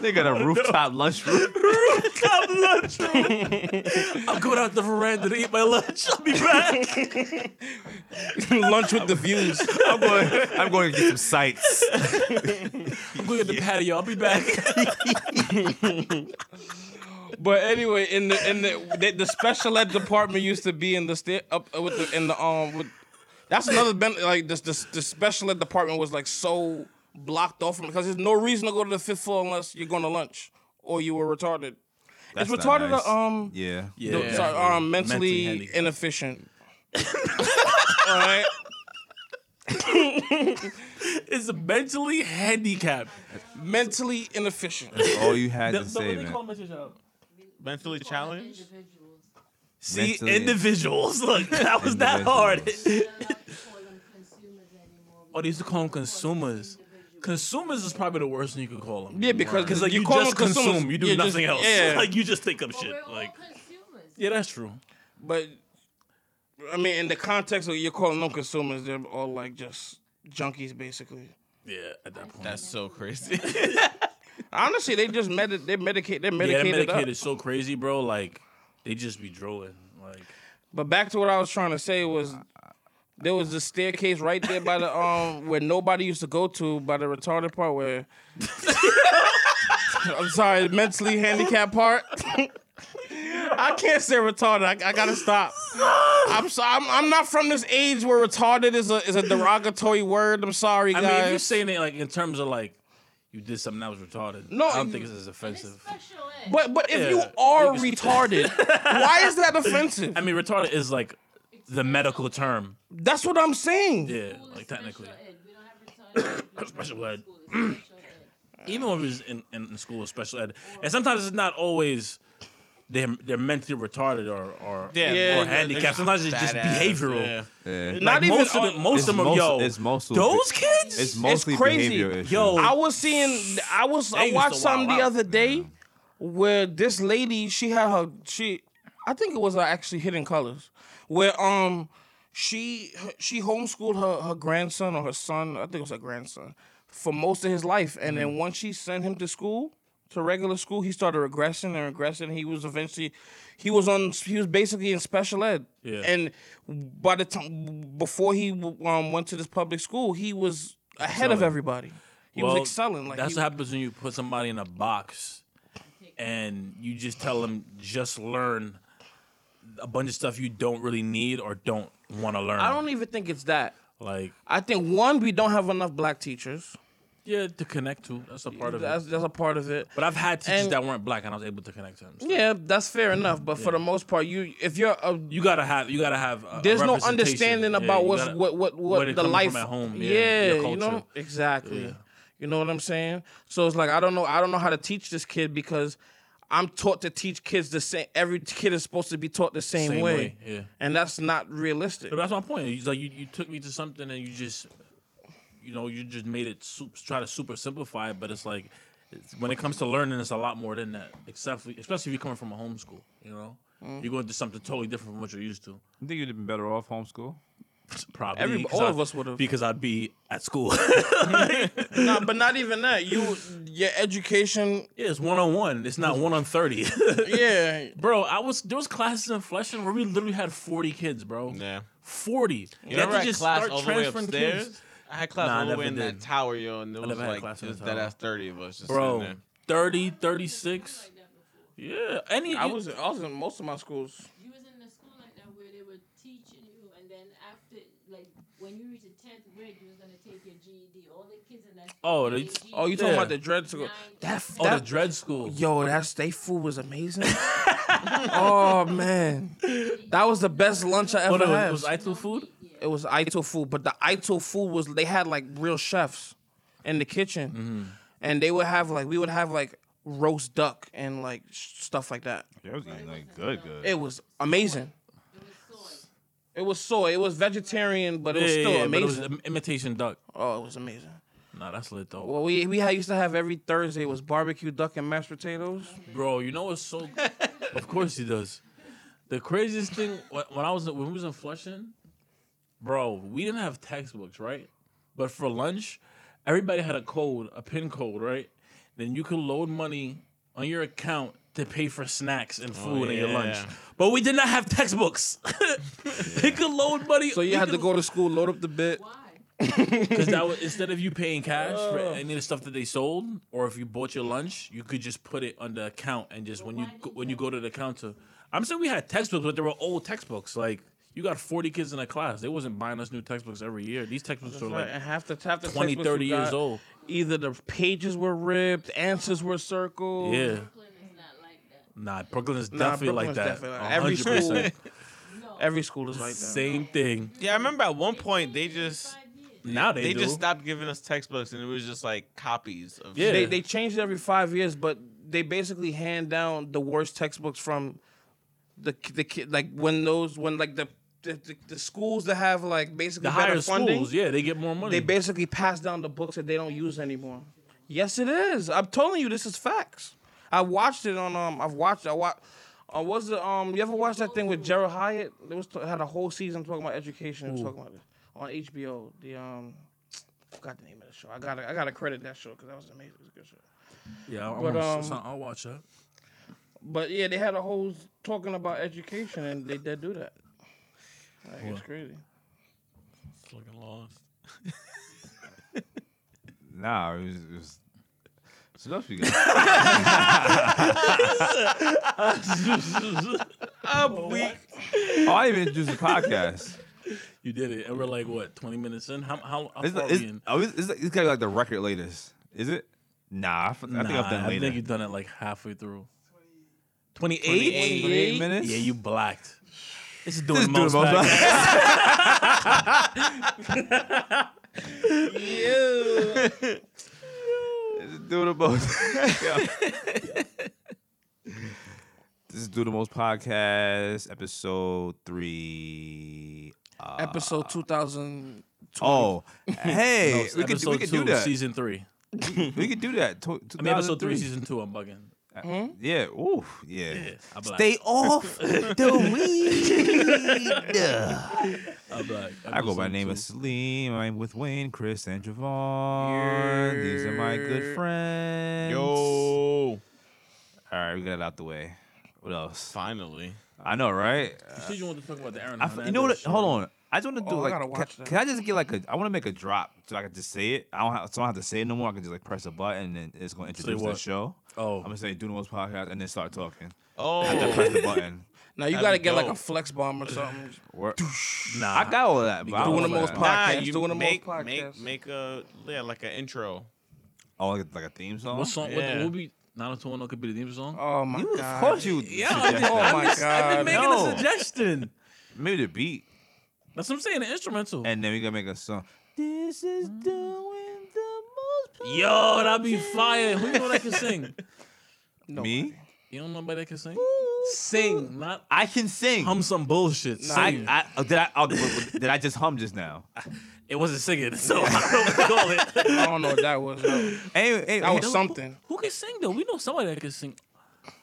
A: They got a rooftop lunchroom.
B: Rooftop
E: <laughs>
B: lunchroom. I'm going out the veranda to eat my lunch. I'll be
E: <laughs>
B: back.
E: lunch with the views.
A: I'm going. I'm going to get some sights.
B: I'm going to the patio. I'll be back. <laughs>
E: But anyway, in the in the the, the special ed department used to be in the stair up uh, with the in the um with that's another ben, like this this the special ed department was like so blocked off from because there's no reason to go to the fifth floor unless you're going to lunch or you were retarded.
A: That's
E: it's
A: not
E: retarded.
A: nice.
E: Or, um,
A: Yeah.
E: the-
B: Yeah.
E: sorry, um, mentally,
B: handicapped.
E: inefficient. All right.
B: It's mentally handicapped.
E: Mentally inefficient.
A: All you had to
B: That's what
A: say,
B: they
A: man.
B: call mental health.
D: mentally challenged.
F: Individuals.
B: See,
A: Mentally-
B: individuals. <laughs> Look, that was that hard.
A: Individuals.
B: <laughs>
F: They're allowed to call them consumers anymore.
B: Oh, they used to call them consumers. Consumers is probably the worst thing you could call them.
E: Yeah, because
B: Because like you,
E: call
B: just
E: them consumers.
B: consume, you do
E: Yeah, just-
B: nothing else.
E: Yeah,
B: <laughs> like you just think up
F: But
B: shit.
F: we're all
B: Like
F: consumers.
B: yeah, that's true.
E: but I mean, in the context of you're calling them consumers, they're all like just junkies, basically.
B: Yeah, at that point.
D: That's so <laughs> crazy.
E: Honestly, they just medi- they medicate they're
B: yeah, that
E: medicated,
B: Medicaid
E: up.
B: is so crazy, bro. Like they just be drooling. Like
E: But back to what I was trying to say was there was a staircase right there by the um where nobody used to go to by the retarded part where <laughs> I'm sorry, mentally handicapped part. <laughs> I can't say retarded. I, I gotta stop. I'm so I'm, I'm not from this age where retarded is a is a derogatory word. I'm sorry,
B: I
E: guys.
B: mean, if you're saying it like in terms of like you did something that was retarded,
E: No,
B: I don't
E: you-
B: think it's as
F: It's
B: offensive.
F: special ed.
E: But but if you
B: Yeah.
E: are retarded, why is that offensive?
B: <laughs> I mean, retarded is like the medical term.
E: That's what I'm saying.
B: Yeah,
F: School is
B: like
F: special
B: technically.
F: ed. We don't have
B: <coughs>
F: retarded.
B: Special ed.
F: School is special ed.
B: even when we was in, in, in school with special ed, and sometimes it's not always they're they're mentally retarded or or,
E: Yeah,
B: or handicapped. Sometimes it's just behavioral.
A: Yeah.
E: Not
B: Like,
E: even
B: most of
E: all-
B: the, most
A: It's
B: of them,
A: most-
B: yo,
A: it's mostly-
B: those kids.
A: It's mostly
E: crazy.
A: behavior issues.
B: Yo,
E: I was seeing. I was.
B: Oh. They
E: I
B: used to
E: watched something
B: wild
E: the
B: out,
E: other day where this lady. She had her. She. I think it was uh, actually Hidden Colors, where um, she she homeschooled her her grandson or her son. I think it was her grandson for most of his life, and
B: Mm-hmm.
E: then once she sent him to school. To regular school, he started regressing and regressing. He was eventually, he was on, he was basically in special ed.
B: Yeah.
E: And by the time before he um, went to this public school, he was ahead of
B: Excelling.
E: everybody. He was
B: Well,
E: excelling. Like
B: that's
E: he,
B: what happens when you put somebody in a box, and you just tell them just learn a bunch of stuff you don't really need or don't want to learn.
E: I don't e-, even think it's that.
B: like.
E: I think one, we don't have enough black teachers.
B: Yeah, to connect to that's a part of
E: That's
B: it.
E: that's a part of it.
B: But I've had teachers
E: and-
B: that weren't black, and I was able to connect to them. so.
E: Yeah, that's fair enough. But for the most part, you if you're a
B: You gotta have. You gotta have. A, a
E: there's no
B: representation.
E: understanding
B: Yeah,
E: about
B: you
E: what's
B: gotta-
E: what what
B: where they
E: what the
B: coming
E: life
B: from at home. Yeah,
E: Yeah,
B: your
E: you
B: culture.
E: know exactly. You know what I'm saying? So it's like I don't know. I don't know how to teach this kid because I'm taught to teach kids the same. Every kid is supposed to be taught the same,
B: Same
E: way,
B: way, yeah.
E: and that's not realistic.
B: But that's my point. It's like you, you took me to something, and you just, you know, you just made it su- try to super simplify it. But it's like, it's, when it comes to learning, it's a lot more than that. Except for, especially if you're coming from a homeschool. You know,
D: Mm.
B: you're going to something totally different from what you're used to. <laughs>
A: You think you'd have been better off homeschool?
B: Probably
E: Every-
B: 'cause
E: all
B: I-
E: of us would've.
B: because I'd be at school. <laughs>
E: no, but not even that. <laughs> You your education.
B: yeah, it's one on one. It's
D: Mm.
B: not one on thirty. <laughs>
E: Yeah,
B: Bro, I was there was classes in Flushing where we literally had forty kids, bro.
D: Yeah.
B: 40.
D: You ever had class all the way upstairs? I had class
B: Nah, I
D: all the way
B: never
D: in
B: did.
D: that tower, yo, and there was
B: never had
D: like
B: class in
D: just
B: the
D: that
B: tower.
D: ass thirty of us just
B: Bro,
D: sitting
B: 30, 36. Yeah, any
E: I was I was in most of my schools.
F: You was in a school like that where they were teaching you, and then after, like, when you reach the tenth grade, you was gonna take your GED. All the kids in that. school
B: Oh,
F: took
B: they-
F: their
E: Oh, you
F: GED.
E: talking
B: Yeah.
E: about the dread school?
F: Nine-
E: That,
B: oh
E: that
B: the dread school.
E: <laughs> Yo, that steak food was amazing. <laughs> oh man, that was the best lunch I
B: What uh,
E: ever
B: it
E: had.
B: was, was ITIL food?
E: It was Aito food, but the Aito food was they had like real chefs in the kitchen, and they would have like we would have like roast duck and like sh- stuff like that.
A: Yeah, it was eating like good, good.
E: It was amazing.
F: It was soy.
E: It was soy. It was vegetarian, but it
B: Yeah,
E: was
B: yeah,
E: still
B: yeah, but it
E: amazing.
B: was im- imitation duck.
E: oh, it was amazing.
B: Nah, that's lit though.
E: Well, we we had, used to have every Thursday was barbecue duck and mashed potatoes.
B: Bro, you know what's so? of course he does. The craziest thing wh- when I was when we was in Flushing, bro, we didn't have textbooks, right? But for lunch, everybody had a code, a pin code, right? Then you could load money on your account to pay for snacks and food and your lunch.
D: yeah.
B: But we did not have textbooks. <laughs> You could load money.
E: So you had to go to school, load up the bit.
F: Why?
B: because
E: <laughs>
B: that was, instead of you paying cash for any of the stuff that they sold, or if you bought your lunch, you could just put it on the account and just when you go- when you go to the counter. I'm saying we had textbooks, but they were old textbooks. Like you got 40 kids in a class. They wasn't buying us new textbooks every year. These textbooks were
E: Right,
B: like
E: and half the half the
B: 20,
E: textbooks
B: 30
E: you
B: years
E: got,
B: old.
E: Either the pages were ripped, answers were circled.
B: Yeah,
F: Brooklyn is not like that.
B: nah, Brooklyn is
E: Nah,
B: definitely
E: Brooklyn's
B: like that.
E: definitely like- every
B: Every
E: school.
B: school,
F: No.
E: Every school is like that.
B: same thing.
D: there. Yeah, I remember at one point they just
F: Five years.
B: Now they,
D: they
B: do.
D: just stopped giving us textbooks, and it was just like copies of
B: Yeah.
E: They they change it every five years, but they basically hand down the worst textbooks from the the kid like when those when like the the, the, the schools that have like basically
B: The
E: better
B: higher
E: funding,
B: schools, yeah, they get more money.
E: they basically pass down the books that they don't use anymore. Yes, it is. I'm telling you, this is facts. I watched it on um. I've watched. I watched. Uh, was the um? You ever watched that thing with Gerald Hyatt? It was had a whole season talking about education. It was talking about it on HBO. The um, forgot the name of the show. I gotta I gotta credit that show because that was amazing. It was a good show.
B: yeah, I'm
E: but,
B: gonna-
E: um,
B: son, I'll watch that.
E: But yeah, they had a whole s- talking about education, and they did do that. Like, it's crazy.
D: Fucking lost.
A: Nah, it was, it was it's enough you guys. Oh, I didn't even introduce the podcast.
B: You did it, and we're like what, 20 minutes in? How how, how
A: It's,
B: far
A: it's,
B: are we in?
A: oh, it's, it's, it's gotta be like the record latest. Is it? Nah, I, f- I think I've done
B: Nah, I
A: later.
B: think you've done it like halfway through. 28?
A: 28 minutes?
B: Yeah, you blacked. This is doing
A: This
B: the
A: dude
B: most.
A: most
B: back.
A: <laughs>
B: <laughs>
A: back.
E: Yeah.
A: This dude the most. <laughs> This is Do the Most Podcast, episode three.
E: Episode two thousand.
A: Oh,
B: <laughs>
A: hey, we could
B: episode
A: do- we could
B: two,
A: do that. <laughs>
B: season three.
A: We could do that. Tw-
B: I mean, episode
A: 2003.
B: three, season two. I'm bugging.
A: Yeah. Oof. Yeah.
B: I blacked.
A: Stay off
B: <laughs>
A: the weed.
B: I blacked.
A: I go by
B: Episode
A: name
B: two.
A: of Salim. I'm with Wayne, Chris, and Javon. These are my good friends. All
D: Yo.
A: right, we got it out the way. What else?
D: Finally.
A: I know, right?
B: You said you wanted to talk about the Aaron.
A: I f- you know what? Hold on. I just want to do
E: Oh, I
A: like.
E: gotta
A: ca-
E: watch
A: can,
E: that.
A: I just get like a? I want to make a drop so I can just say it. I don't have. So I don't have to say it no more. I can just like press a button and it's gonna introduce the
B: what?
A: show.
B: Oh.
A: I'm gonna say do the most podcast and then start talking. I
D: Oh.
A: press the
E: <laughs>
A: button.
E: Now you
D: That'd
E: gotta
D: be
E: get like a
D: dope.
E: flex bomb
D: <clears throat>
E: or something.
A: Work.
B: Nah,
A: I got all that. But I
E: Doing
A: don't
E: the
A: know
E: most
A: that.
E: podcast,
D: you
E: doing the most
D: make,
E: podcast.
D: Make, make a yeah, like an intro.
A: Oh, like a- like a theme song.
B: What song?
D: Yeah.
B: What, what be? Nine two one could be the theme song.
E: Oh my
A: You, of
E: god.
A: course you. suggested
E: Oh
A: that.
E: my god.
B: making
A: no.
B: a suggestion.
A: Maybe the beat,
B: That's what I'm saying. The instrumental.
A: and then we gonna make a song. This is doing the most.
B: Yo, that'd be fire. Who you know that can sing?
E: No.
A: Me,
B: You don't know nobody that can sing. Sing, not
A: I can sing.
B: hum some bullshit.
A: I,
B: Sing.
A: I, oh, did I oh, did I just hum just now?
B: it wasn't singing, so I don't know what to call it. <laughs>
E: I don't know what
A: <laughs>
E: that was. though.
A: Anyway,
E: That
A: anyway,
E: was something.
B: Who can sing though? We know somebody that can sing.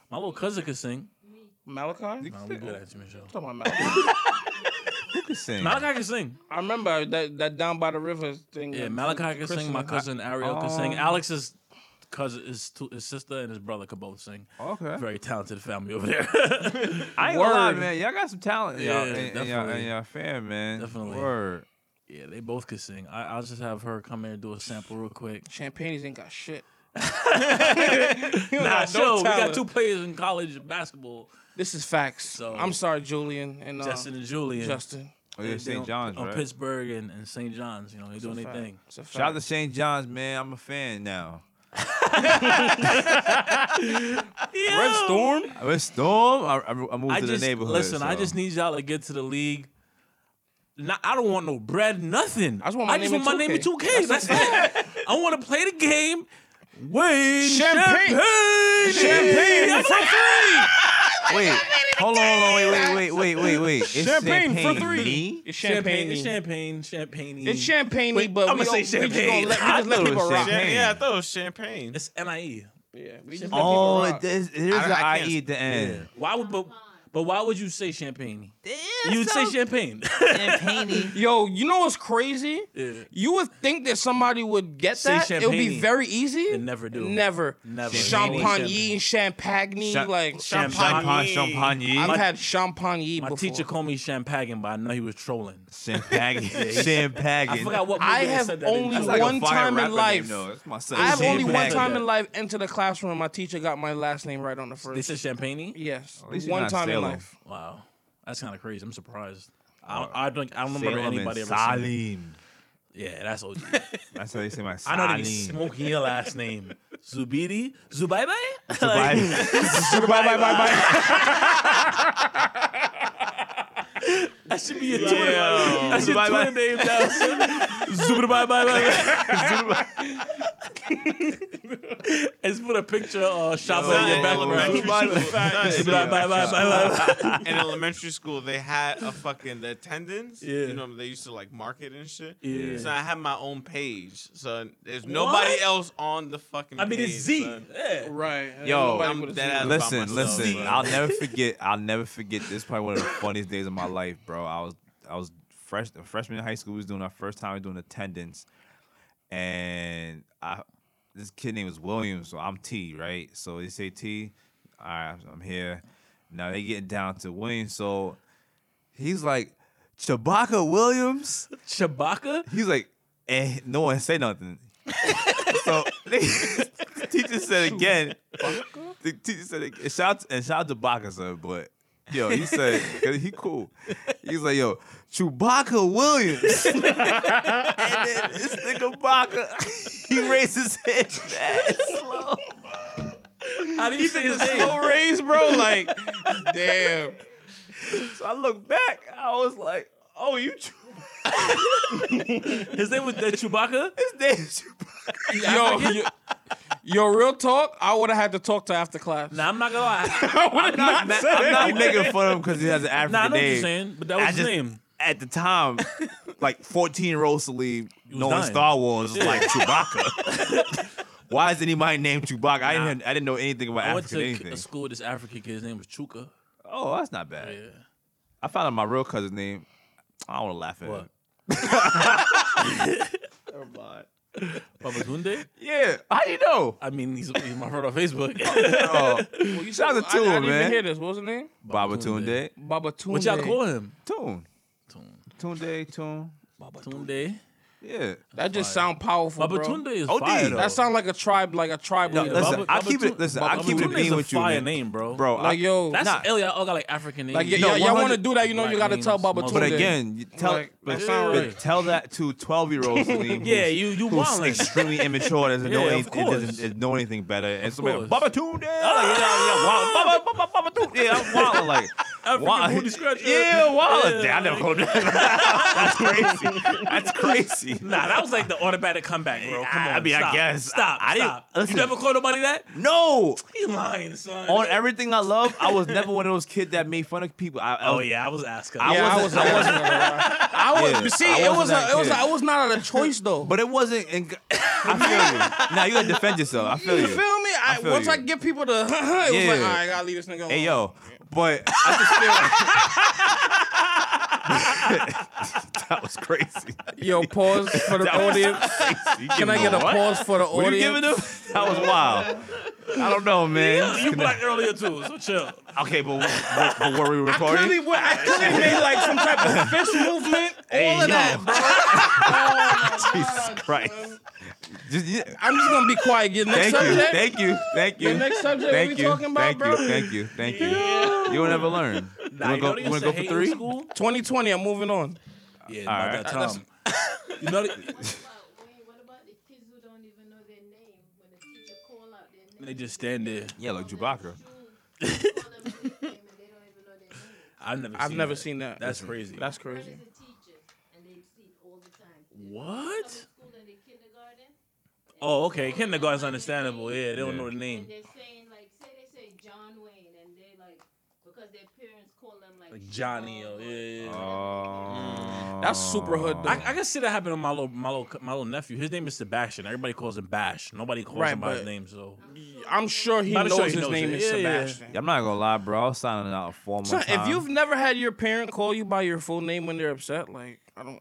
B: My little cousin can sing.
E: Malachi?
B: Nah, we good at you, Michelle.
E: Talking about Malachi.
A: who can sing?
B: Malachi can sing.
E: I remember that that down by the river thing.
B: Yeah,
E: that-
B: Malachi can
E: Kristen-
B: sing. My cousin Ariel can sing. Alex's cousin, his, two, his sister, and his brother could both sing.
A: Okay.
B: Very talented family over <laughs> there.
A: I ain't gonna lie,
E: Word.
A: man. Y'all got some talent, in y'all,
B: Yeah,
A: and, and y'all,
B: definitely.
A: and y'all fan, man.
B: Definitely.
A: Word.
B: yeah, they both could sing. I, I'll just have her come here and do a sample real quick.
E: Champagne's ain't got shit.
B: <laughs>
E: <laughs>
B: Nah,
E: no
B: so we got
E: talent.
B: two players in college basketball,
E: This is facts.
B: So-
E: I'm sorry, Julian and uh,
B: Justin and Julian.
E: Justin.
A: Oh, yeah,
B: They- they
A: St.
B: on-
A: John's,
B: on
A: right?
B: Pittsburgh and, and St. John's. You know, they're doing
E: It's a
B: their
E: fact.
B: thing.
E: It's a
A: Shout out
E: fact.
A: to St. John's, man. I'm a fan now.
B: Red Storm.
A: I was Storm. I, I I moved
B: I
A: to
B: just
A: the neighborhood.
B: listen. I
A: so.
B: just need y'all to get to the league. Not, I don't want no bread, nothing. I
E: just want my
B: just
E: name
B: want my
E: in
B: name in
E: 2K.
B: 2K. That's it. I want to play the game. Wayne
E: Champagne.
B: champagne.
E: Champagne
B: That's
E: for
B: it.
A: Wait, hold on, hold on, wait, wait, wait, wait, wait, wait. It's
E: Champagne
A: champagne,
E: for three.
A: me?
E: It's
B: Champagne,
E: champagne.
B: it's champagne, champagne.
E: It's champagne, but
B: I'ma
E: we
B: say
E: don't- we just
B: champagne.
E: gonna let, we
A: I
E: just
B: <laughs>
E: let
A: thought it
E: people
A: was
E: rock.
A: champagne.
D: Yeah, I thought it was champagne.
B: It's E. NIE.
E: Yeah, we just let people
A: Oh,
E: rock.
A: it is, it is I,
D: I- I
A: an
D: can't-
A: IE at the end.
B: Why would but, but why would you say champagne? You'd say champagne.
A: champagne.
E: Yo, you know what's crazy?
B: Yeah.
E: You would think that somebody would get
B: Say
E: that. It would be
B: champagne.
E: very easy.
B: They never do.
E: Never.
B: Never. Champagne.
E: Champagne, champagne,
A: Cha-
E: like
A: Champagne. Champagne.
E: I've had champagne
B: My
E: before.
B: teacher called me champagne, but I know he was trolling.
A: Champagne. <laughs> Champagne.
B: I forgot what movie
E: I
B: they
E: have
B: said that
E: only
B: in.
A: That's like a
E: one
A: fire
E: time in
A: rapper name,
E: life.
A: though. That's my son.
E: I have only one
B: Champagne.
E: time in life entered the classroom. and My teacher got my last name right on the
B: They
E: first.
B: said champagne.
E: yes,
B: Oh,
A: least you're
E: one
A: not
E: time in
A: Salem.
B: <laughs>
E: life.
B: Wow, that's kind of crazy. I'm surprised. I don't, I don't, I don't remember
A: Salem and
B: anybody ever. Saying,
A: Salim.
B: yeah, that's OG.
A: That's how they say my
B: <laughs> I
A: Salim.
B: know they be smoking your last name, Zubidi, Zubaibai.
E: <laughs>
A: Bye.
B: <laughs> Like,
A: bye bye bye bye.
B: that should be your Twitter. That's your
A: Zubaibai.
B: Twitter name now. Zubidi, bye bye bye. <laughs> It's put a picture uh, shop
D: Nah,
B: on your
D: in
B: background.
D: elementary school- nah, in
B: Bye, bye, bye, bye, bye.
D: in elementary school, they had a fucking the attendance.
B: Yeah.
D: You know, they used to like market and shit.
B: Yeah.
D: So I had my own page. So there's nobody
B: What?
D: else on the fucking
B: I mean, it's
D: page,
B: Z.
D: son.
B: Yeah.
E: Right. Ain't
A: Yo,
E: nobody
D: I'm
E: would've
D: dead
E: seen
D: ass-
E: it.
A: Listen,
D: myself,
A: listen.
D: but-
A: I'll never forget. I'll never forget. This is probably one of the funniest days of my life, bro. I was I was fresh a freshman in high school. We was doing our first time we was doing attendance, and I this kid name was Williams. So I'm T, right? So they say T. All right, I'm here. Now they getting down to Williams. So he's like Chewbacca Williams.
B: Chewbacca?
A: He's like, eh, no one say nothing. <laughs> so <laughs> the teacher said again. The teacher said again. Shout and shout out to Baka son, but yo, he said <laughs> 'cause he cool. He's like, yo, Chewbacca Williams. <laughs> and then this nigga Baka, <laughs> he raises his head slow.
B: How do you say his name?
E: Slow raise, bro. Like, damn.
A: So I look back, I was like, oh, you <laughs> Chew-
B: His name was that Chewbacca?
A: his name is Chewbacca.
E: Yo, yo, yo, real talk. I would have had to talk to after class.
B: Nah, I'm not gonna lie.
A: I'm not, ma- I'm not making fun of him because he has an African
B: Nah, I know what
A: name.
B: you're saying, but that was
A: I
B: his
A: just-
B: name.
A: at the
B: <laughs>
A: time, like 14 year old Salib knowing
B: dying.
A: Star Wars was like Chewbacca.
B: <laughs>
A: Why is anybody named Chewbacca? I didn't. I didn't know anything about
B: I went
A: African
B: to
A: anything.
B: a school with this African kid. His name was Chuka.
A: Oh, that's not bad.
B: Yeah.
A: I found out my real cousin's name. I don't want to laugh at
B: What?
E: <laughs>
B: <laughs>
A: it.
B: Papa Tunde?
A: Yeah, how do you
B: <laughs>
A: know?
B: I mean, he's, he's my friend on
E: <laughs>
B: Facebook.
A: Oh,
E: you
A: shout out to
E: I, I
A: Tune,
E: didn't
A: man.
E: even hear this. What was his name?
A: Baba Tunde.
B: Tunde.
E: Baba Tune.
B: what y'all call him?
A: Tune.
B: Tun-
A: Tunde. Tune.
B: Tunde.
A: Yeah.
E: That just sound powerful,
B: Baba
E: bro.
B: Tunde is
A: OD.
B: fire. though.
E: That sound like a tribe, like a tribe.
B: Yo,
E: leader.
A: Listen,
B: Baba-
A: I
B: Baba
A: keep it.
B: Tun-
A: Listen, I
B: Baba
A: keep it
B: Tunde is
A: being
B: a
A: with you,
B: fire
A: man.
B: name, bro.
A: bro. I-
E: like yo,
B: That's
A: Nah.
B: ill. Y'all all got like African names.
E: like y-
A: No,
E: y'all, y'all want to
A: 100
E: do that? You know,
B: black
E: you got to
B: names,
E: tell Baba Tunde.
A: but again, you tell
E: Like,
A: but,
E: that sound
A: but
E: right.
A: tell that to 12 year
B: <laughs>
A: olds.
B: yeah, you you
A: who's
B: wildin'.
A: extremely immature doesn't know
B: <laughs> Yeah, of
A: anything
B: course.
A: doesn't doesn't know anything better. And so like,
B: course. Oh,
A: Baba Tunde,
B: yeah, yeah,
A: yeah, Baba Baba Baba Tunde, yeah, I'm wild like.
B: <laughs> African
A: wild-
B: booty scratcher.
A: Yeah, wild.
B: Yeah,
A: I never called that. <laughs> That's crazy. That's crazy.
B: Nah, that was like the automatic comeback, bro. Come on.
A: I mean, I
B: stop.
A: guess.
B: Stop.
A: I- I didn't-
B: stop.
A: listen.
B: You never called nobody that?
A: No,
B: He lying, son.
A: on everything I love, I was never one of those kids that made fun of people. I, I
B: oh,
A: was-
B: yeah, I was asking.
A: I
E: yeah, I
A: wasn't-
E: was. I wasn't. I was.
A: Yeah,
E: see,
A: I
E: it
A: wasn't
E: was.
A: that
E: A, it was.
A: kid.
E: A, it was not a choice though.
A: but it wasn't. In, <laughs> I feel you. Now you gotta defend yourself. I feel
E: you
A: you.
E: feel me? I,
A: feel
E: once
A: you.
E: I get people to, <laughs> it was like,
A: Yeah.
E: all right, I gotta leave this nigga alone.
A: Hey yo, but Oh, I just feel <laughs> that was crazy.
E: Yo, pause for
A: <laughs>
E: the
A: That was
E: audience.
A: crazy. You
E: Can
A: give
E: I
A: me
E: get a
A: what?
E: pause for the
A: Were you
E: audience?
A: giving them? <laughs> That was wild. I don't know, man. <laughs>
B: you <laughs> black earlier, too, so chill.
A: okay, but, but, but were we recording?
E: Clearly, what- I clearly made like some
A: <laughs>
E: type of fist movement. all of that, bro.
A: Jesus Christ. Just, yeah.
E: I'm just gonna be quiet. Get next
A: Thank you,
E: subject.
A: thank you, thank you.
E: The next subject
A: thank
E: we
A: you,
E: talking about,
A: thank
E: bro?
A: you, thank you, thank you. You will never learn.
B: Nah,
A: you
B: you know
A: want
B: they
A: to go,
B: used
A: wanna
B: to
A: go
B: hate
A: for
B: in
A: three?
B: School?
E: 2020. I'm moving on.
B: Yeah,
A: about that
B: about that
E: <laughs>
B: time. you know, they,
F: What about, wait, what about the kids who don't even know their name when the teacher call out their name?
B: they just stand there.
A: Yeah, like Chewbacca.
B: I've never.
E: I've
B: seen
E: never
B: that.
E: seen that.
B: That's <laughs> crazy.
E: That's
F: That
E: crazy.
F: is a teacher, and they see it all the time. They come
B: what?
F: in school and they kindergarten,
B: Oh, okay. Kindergarten's understandable. Yeah, they don't know the
F: and
B: name.
F: they're saying like, say they say John Wayne, and they like because their parents call them like,
B: Like Johnny. Oh, yeah,
F: Sean or-
B: yeah.
A: Uh,
B: yeah.
A: Oh.
E: That's super hood. Though.
B: I, I can see that happening to my little, my little, my little nephew. His name is Sebastian. Everybody calls him Bash. Nobody calls
E: Right,
B: him by his
E: but-
B: name. So
E: I'm sure he
B: Not
E: knows
B: sure he
E: his
B: knows
E: name
B: it.
E: is
B: Yeah, yeah.
E: Sebastian.
A: Yeah, I'm not gonna lie, bro. I was signing out for one more
E: Son,
A: time.
E: if you've never had your parent call you by your full name when they're upset, like I don't,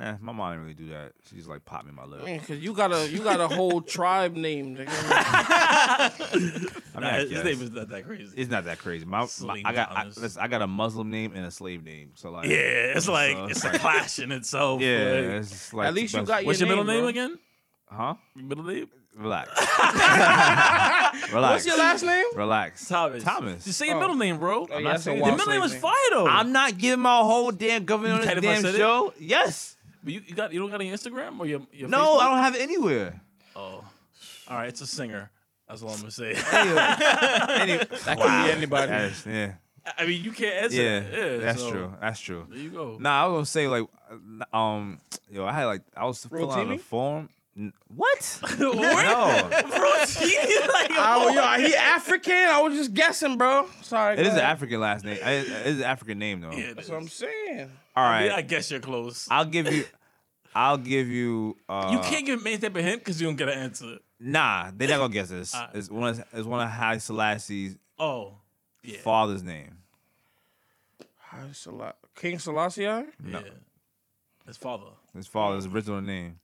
A: eh, my mom didn't really do that. She's like popped me in my lip.
E: man, cause you got a you got
A: <laughs>
E: a whole tribe name. nigga.
A: I mean,
B: nah,
A: I
B: his
A: guess.
B: name is not that crazy.
A: It's not that crazy. My, my
B: Selena
A: I got I,
B: Gomez.
A: listen, I got a Muslim name and a slave name. So like
B: yeah, it's
A: so
B: like it's a clash in itself.
A: yeah.
B: like-
A: It's just like
E: At least you
A: but-
E: got your
B: what's your middle
E: name,
B: name
E: bro.
B: again?
A: huh?
B: Your Middle name?
E: <laughs>
A: Relax. <laughs> Relax.
E: What's your last name?
A: Relax.
B: Thomas.
A: Thomas.
B: Just say your
E: Oh.
B: middle name, bro.
E: Oh,
A: not
E: yeah, that's a
A: saying-
B: Your
E: wild
B: middle name
E: slave
B: is
E: name.
B: fire though.
A: I'm not giving my whole damn government
B: You
A: on
B: tight
A: this
B: if I
A: damn
B: said it?
A: show. Yes.
B: But you, you got you don't got any Instagram or your, your
A: No,
B: Facebook?
A: I don't have it
E: <laughs>
A: anywhere.
B: Oh, all right. It's a singer. That's all I'm gonna say.
A: Any, that
E: could be anybody.
A: yeah.
B: I mean, you can't answer.
A: Yeah.
B: that.
A: that's
B: so
A: true. That's true.
B: There you go.
A: uh, Nah, I was gonna say like, um, yo, I had like I was filling out a
E: Rotimi?
A: form.
B: <laughs>
A: What? <laughs>
B: What?
A: No,
B: <laughs> Bro, <laughs> he like,
E: I, Oh, yo, he African? I was just guessing, bro. Sorry.
A: it
E: go
A: is an
E: ahead.
A: African last name. It is it is an African name though.
B: Yeah,
E: That's what I'm saying.
A: All
B: I,
A: right,
B: mean, I guess you're close.
A: I'll give you. I'll give you. Uh,
B: you can't give main type a hint because you don't get an answer.
A: Nah, they're not gonna guess this.
B: All right.
A: It's one. Of, it's one of Haile Selassie's
B: Oh, yeah.
A: father's name.
E: Haile Sela- King Selassie? I
A: No.
B: Yeah. His father.
A: His father's original name.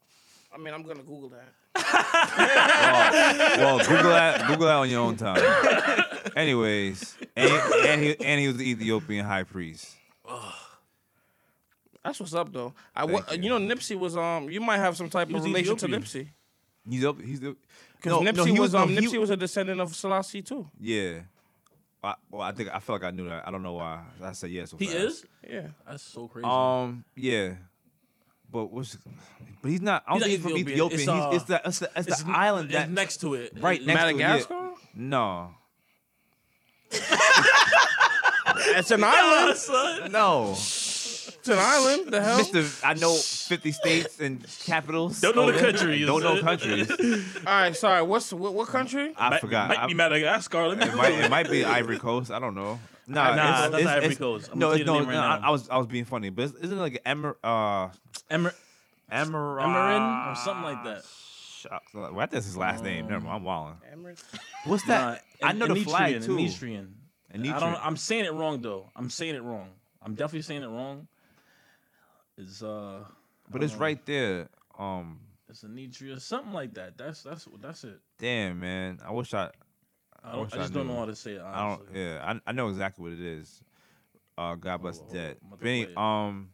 E: mean, I'm gonna Google that.
A: Well, Google that. Google that on your own
B: <laughs>
A: time. Anyways, and, and he and he was the Ethiopian high priest.
E: That's what's up, though. I wa-
A: Thank
E: you.
A: you.
E: know Nipsey was um. You might have some type of
B: was
E: relation
B: Ethiopian.
E: to Nipsey
A: He's up. He's the.
E: because Nipsey
A: he
E: was,
A: no,
E: um.
A: he-
E: Nipsey was a descendant of Selassie too.
A: Yeah. I, well, I think I feel like I knew that. I don't know why I said yes. so
B: He
A: fast.
B: is?
E: Yeah.
B: That's so crazy.
A: Um. Yeah. But what's? But he's not. I don't
B: He's not
A: think he's from
B: Ethiopian.
A: Ethiopia.
B: It's,
A: He's,
B: uh,
A: it's the it's the, it's
B: it's
A: the
B: n-
A: island
B: it's
A: that
B: next to it.
A: right next to it.
E: Madagascar.
A: No.
E: It's an
B: Ah,
E: island.
B: son. <laughs>
A: No.
E: It's an island. The hell.
A: Mr. I know 50 states and capitals.
B: Don't know the countries.
A: Don't know countries. <laughs>
E: All right. Sorry. What's what, what country?
A: I
B: Might-
A: forgot.
B: Might
A: I-
B: be Madagascar. Let me
A: it, might, it might be Ivory Coast. I don't know. Nah,
B: Nah,
A: it's-
B: that's
A: it's-
B: not Ivory
A: it's-
B: Coast. I'm
A: no,
B: gonna
A: it's,
B: tell
A: no,
B: you
A: no.
B: the name right
A: I,
B: now.
A: I was I was being funny, but it's- isn't it like emer uh
B: Emer-
A: emerald
B: Emerin or something like that.
A: Well, that's his last name. Never mind. I'm wilding.
E: Emirates.
A: What's that?
B: Nah,
A: I know the flag
B: Emetrian,
A: too.
B: Emetrian.
A: Emetrian.
B: I don't. I'm saying it wrong though. I'm saying it wrong. I'm definitely saying it wrong. It's uh,
A: But it's right there. Um,
B: it's Anitria, something like that. That's that's that's it.
A: damn man, I wish I.
B: I, don't,
A: wish
B: I
A: I
B: just don't
A: knew.
B: know how to say it.
A: I don't.
B: Honestly.
A: Yeah, I, I know exactly what it is. Uh, God bless the
B: on, hold on.
A: dead.
B: I'm about to
A: Benny,
B: play it.
A: um,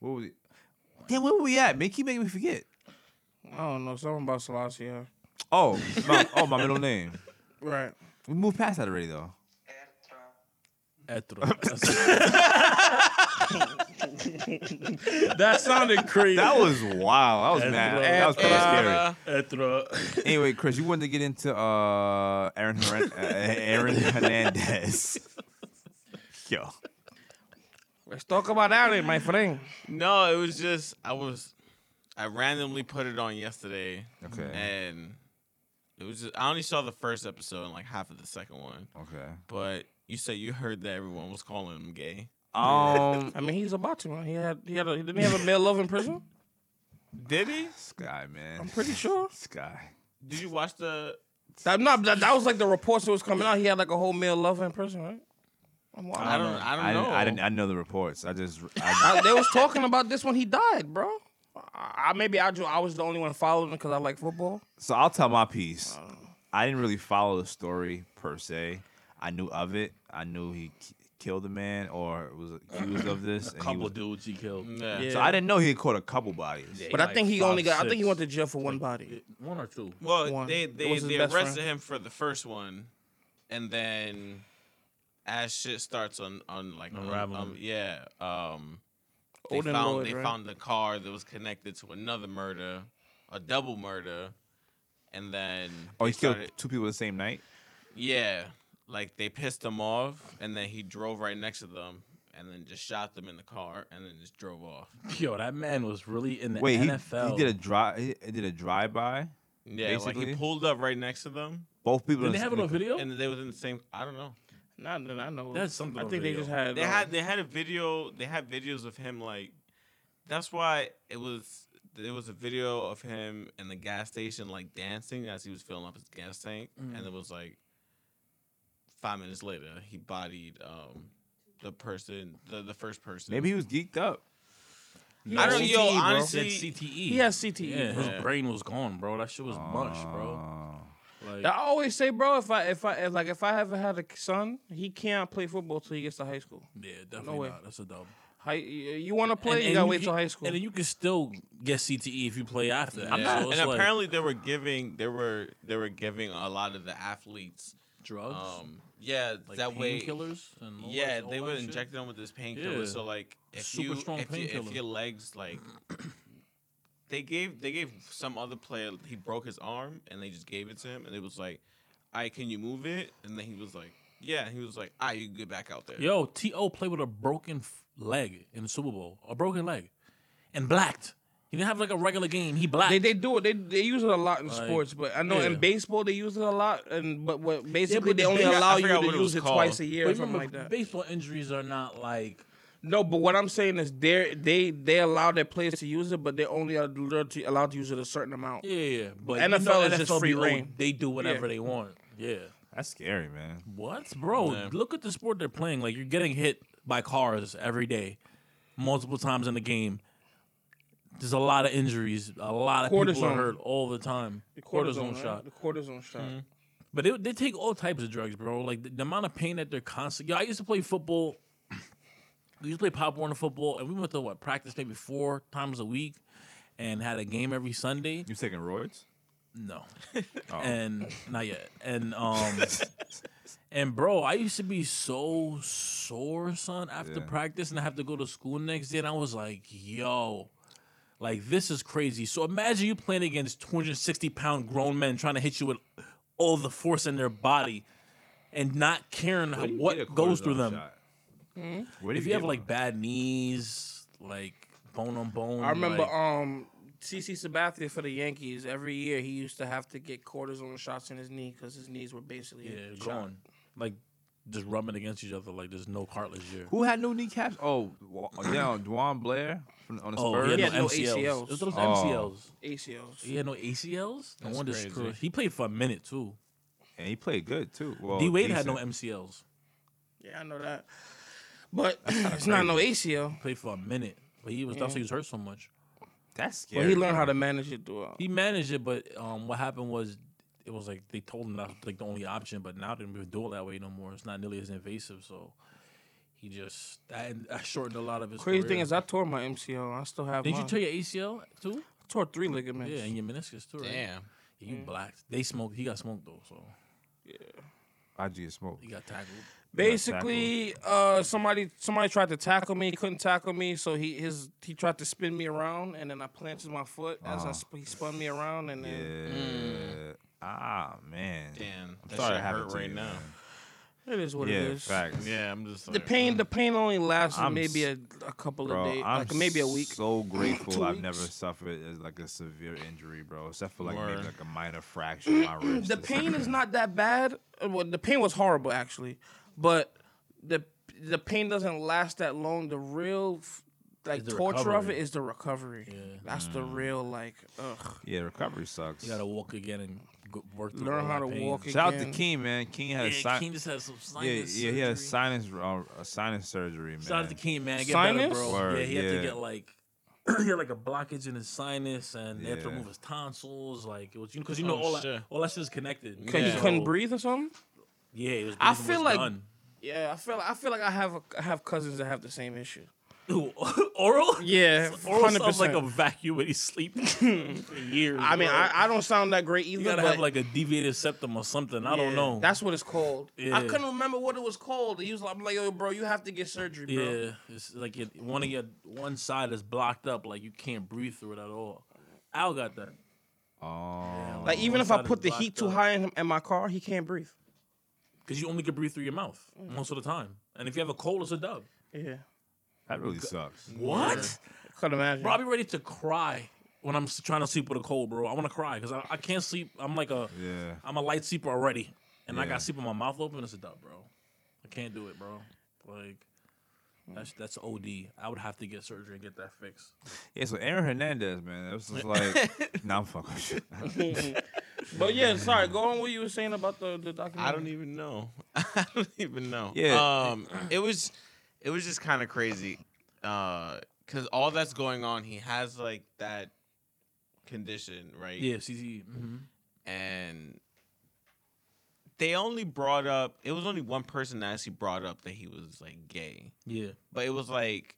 A: what was it? Damn, where were we at? Make you make me forget.
E: I don't know. Something about Selassie. yeah.
A: Oh, my, oh, my middle name.
E: Right.
A: We moved past that already though.
B: Etro.
A: <laughs>
B: <laughs> that sounded crazy.
A: That was wow. That was mad. That was pretty scary.
B: Etro.
A: Anyway, Chris, you wanted to get into uh Aaron Hern- uh,
B: <laughs>
A: Aaron Hernandez. <laughs> Yo,
E: Let's talk about Aaron, my friend.
D: No, it was just I was I randomly put it on yesterday.
A: Okay.
D: And it was just, I only saw the first episode and like half of the second one.
A: okay.
D: But you said you heard that everyone was calling him gay.
A: Um,
E: I mean, he's about to. man. He had he had a, didn't he have a male love in prison?
D: Did he?
A: Sky man.
E: I'm pretty sure.
A: Sky.
D: Did you watch the
E: That, no, that, that was like the reports that was coming out. He had like a whole male love in prison, right? I'm wild.
D: I don't I don't
A: I
D: know.
A: didn't, I didn't. I know the reports. I just. I,
E: I- they was talking about this when he died, bro. I, I maybe I, ju- I was the only one following because I like football.
A: so I'll tell my piece. I didn't really follow the story per se. I knew of it. I knew he k- killed a man or was accused of this. and he
B: Couple
A: was-
B: dudes he killed.
D: Yeah.
A: So I didn't know he had caught a couple bodies.
E: But I
B: like
E: think he
B: five,
E: only got. I
B: six.
E: think he went to jail for one body.
B: One or two.
D: Well,
E: One.
D: they
E: It
D: they,
E: was his
D: they
E: best
D: arrested
E: friend.
D: him for the first one, and then as shit starts on on like un-
B: Unraveling.
D: um, yeah, um, they
E: Odin
D: found
E: Lloyd,
D: they
E: right?
D: found the car that was connected to another murder, a double murder, and then
A: Oh,
D: they
A: he killed
D: started-
A: two people the same night.
D: yeah, like they pissed him off, and then he drove right next to them. And then just shot them in the car, and then just drove off.
B: <laughs> Yo, that man was really in the
A: Wait, he,
B: NFL.
A: he did a drive. He he did a drive by.
D: Yeah, like
A: Basically.
D: he pulled up right next to them,
A: Both people.
B: Did
A: in
B: they
A: the-
B: have it on video?
D: and they was in the same. I don't know.
E: Nah, nah, I know.
B: That's something
E: I
B: on
E: think they
B: video.
E: just had.
D: They
E: um,
D: had they had a video. They had videos of him like. That's why it was. There was a video of him in the gas station like dancing as he was filling up his gas tank, and it was like. Five minutes later, he bodied um, the person, the, the first person.
A: Maybe he was geeked up.
D: I don't.
E: CTE,
D: Yo,
E: E, bro.
B: Said
D: honestly,
B: CTE.
E: He has
D: E,
E: CTE.
B: E. Yeah,
E: bro.
B: his brain was gone, bro. That shit was much, bro.
A: Oh.
B: Like,
E: I always say, bro, if I if I if, like if I ever had a son, he can't play football till he gets to high school.
B: yeah, definitely
E: way.
B: not. That's a dub.
E: High, you you want to play,
B: And-
E: you
B: and
E: gotta wait
B: can-
E: till high school.
B: And then you can still get CTE if you play after. that.
D: yeah.
B: So
D: and
B: it's like
D: apparently they were giving they were they were giving a lot of the athletes.
B: drugs,
D: Um, yeah,
B: like
D: that way
B: painkillers, and all
D: Yeah,
B: that- all
D: they
B: that
D: would
B: shit.
D: inject them with this painkiller.
B: Yeah.
D: So like, if
B: Super
D: you
B: strong
D: if, you, if
B: painkiller.
D: your legs
B: <clears throat>
D: like, they gave they gave some other player he broke his arm and they just gave it to him and it was like, "I can you move it?" And then he was like, "Yeah." And he was like, "Ah, you can get back out there."
B: Yo, T.O. played with a broken f- leg in the Super Bowl, a broken leg, and blacked. He didn't have like a regular game. He black.
E: They they do it. They they use it a lot in
B: Like,
E: sports, but I know
B: yeah.
E: in baseball they use it a lot. And but what basically
B: but
E: they
B: the
E: only
B: big- I
E: allow you
D: forgot what
E: to
D: it was
E: use it
D: called.
E: twice a year or
B: but
E: something
B: remember,
E: like that.
B: baseball injuries are not like
E: No, but what I'm saying is they they they allow their players to use it, but they only are allowed to allowed to use it a certain amount.
B: yeah, yeah. But
E: NFL
B: you know,
E: is just
B: NFL
E: free
B: be, oh,
E: reign.
B: They do whatever
E: Yeah.
B: they want. Yeah.
A: That's scary, man.
B: What, bro?
D: Yeah.
B: Look at the sport they're playing. Like you're getting hit by cars every day, multiple times in the game. There's a lot of injuries. A lot of people
E: Cortisone.
B: are hurt all the time.
E: The
B: cortisone
E: right?
B: shot. Mm-hmm.
E: The cortisone shot.
B: But they, they take all types of drugs, bro. Like the, the amount of pain that they're constantly. Yo, I used to play football. <clears throat> We used to play pop Warner football, and we went to what practice maybe four times a week, and had a game every Sunday.
A: You taking roids?
B: <laughs> No,
D: Uh-uh.
B: and not yet. And um, <laughs> and bro, I used to be so sore, son, after
A: Yeah.
B: practice, and I have to go to school next day, and I was like, yo. Like this is crazy. So imagine you playing against 260 pound grown men trying to hit you with all the force in their body, and not caring
D: Where do you get a
B: what goes through
D: cortisone
B: them.
D: shot?
A: What
B: If you have like bad knees, like bone on bone,
E: I remember
B: like,
E: um CC Sabathia for the Yankees. Every year he used to have to get cortisone shots in his knee because his knees were basically
B: yeah,
E: shot.
B: gone, like just rubbing against each other, like there's no cartilage here.
A: who had no kneecaps? Oh, <clears throat> wa- down Dwan Blair from, on the
B: Oh,
A: Spurs.
B: he
E: Yeah,
B: had no,
E: no
B: ACLs.
E: ACLs.
B: It was those
A: Oh.
B: MCLs.
E: ACLs.
B: He had no ACLs. No
D: That's
B: wonder
D: crazy.
B: screw- He played for a minute too.
A: and he played good too. Well,
B: D Wade had no
A: decent.
B: MCLs.
E: Yeah, I know that. But <laughs> it's not no ACL.
B: Played for a minute, but he was that's why he was hurt so much.
A: That's
E: But
A: scary.
E: he learned how to manage it throughout.
B: He managed it, but um, what happened was it was like they told him that was like the only option. But now they don't even do it that way no more. It's not nearly as invasive, so he just that, that shortened a lot of his.
E: Crazy
B: career.
E: thing is, I tore my MCL. I still have.
B: Did you
E: mine.
B: tear your ACL too?
E: I tore three ligaments.
B: Yeah, and your meniscus too, right?
D: Damn.
B: You
E: Mm.
B: blacked. They smoked. He got smoked though, so
A: I just smoked.
B: he got tackled.
E: Basically, uh, somebody somebody tried to tackle me. He couldn't tackle me, so he his he tried to spin me around, and then I planted my foot as I sp- he spun me around, and
A: Yeah.
E: then Mm.
A: Ah man.
D: Damn.
A: I'm
D: that
A: sorry
D: shit
A: it happened
D: hurt
A: to
D: right
A: you,
D: now.
A: man.
E: it is what
A: yeah,
E: it is.
A: facts.
D: Yeah, I'm just like, <laughs>
E: The pain the pain only lasted
A: I'm
E: maybe a,
A: s-
E: a couple
A: Bro,
E: of days,
A: I'm
E: like maybe a week. <clears throat>
A: so
E: Two
A: grateful I've never
E: weeks.
A: suffered as like a severe injury, bro. Except for like
D: Word.
A: maybe like a minor fracture
E: <clears throat>
A: in my wrist.
E: the
A: or
E: pain
A: something.
E: is not that bad. Uh, Well, the pain was horrible actually, but the the pain doesn't last that long. The real f- like
B: Is the
E: torture of
B: recovery.
E: it is the recovery. That's the real like. Ugh.
A: Yeah, recovery sucks.
B: You gotta walk again and go, work. Through
E: Learn
B: all
E: how
B: that
E: to
B: pain.
E: walk
A: Shout out to
E: again.
A: King, man. King had a
B: Yeah,
A: sin-
B: King just had some
A: yeah,
B: sinus.
A: yeah, he had a
B: surgery.
A: sinus, uh, a sinus surgery, man.
B: Shout out to King, man. Get better,
E: Sinus?
B: bro.
A: Word,
B: yeah, he had
A: yeah.
B: to get like. <clears throat> he had like a blockage in his sinus, and they had to
A: Yeah.
B: remove his tonsils. Like it was, you know, because you know
D: Oh,
B: all that,
D: shit.
B: all that shit is connected.
D: Cause
E: You
D: Yeah.
E: couldn't breathe or something.
B: Yeah, it was.
E: I
B: breathing
E: feel
B: was
E: like-
B: done. <laughs>
E: Yeah, I feel I feel like I have a, I have cousins that have the same issue.
B: oral.
E: Yeah,
B: <laughs> oral
E: hundred
B: sounds like
E: percent.
B: a vacuum when he's
E: <laughs>
B: sleeping for years.
E: I mean,
B: bro.
E: I, I don't sound that great either.
B: you gotta
E: but
B: have like a deviated septum or something. I don't
E: yeah,
B: know.
E: That's what it's called.
B: Yeah.
E: I couldn't remember what it was called. He was like, I'm like, yo, bro, you have to get surgery, bro.
B: Yeah, it's like your, one of your one side is blocked up, like you can't breathe through it at all. Al got that.
A: Oh,
E: Like even
B: One
E: if I
B: side is
E: put the
B: blocked
E: heat too
B: up.
E: high in, him- in my car, he can't breathe.
B: because you only can breathe through your mouth most of the time. And if you have a cold, it's a dub.
E: Yeah,
A: that really sucks.
B: What?
E: could imagine.
B: Bro, I be ready to cry when I'm s- trying to sleep with a cold, bro. I want to cry because I, I can't sleep. I'm like a
A: Yeah.
B: am a light sleeper already, and I
A: Yeah.
B: got sleep with my mouth open. It's a dub, bro. I can't do it, bro. Like. That's that's OD. I would have to get surgery and get that fixed.
A: Yeah, so Aaron Hernandez, man, it was
E: <laughs>
A: just like, nah, I'm fucking with you.
E: but yeah, sorry. Go on what you were saying about the the documentary.
D: I don't even know. <laughs> I don't even know.
A: Yeah.
D: Um, it was, it was just kind of crazy, uh, because all that's going on, he has like that condition, right?
B: Yeah, CZ. Mm-hmm.
D: And they only brought up. It was only one person that actually brought up that he was like gay,
B: Yeah,
D: but it was like,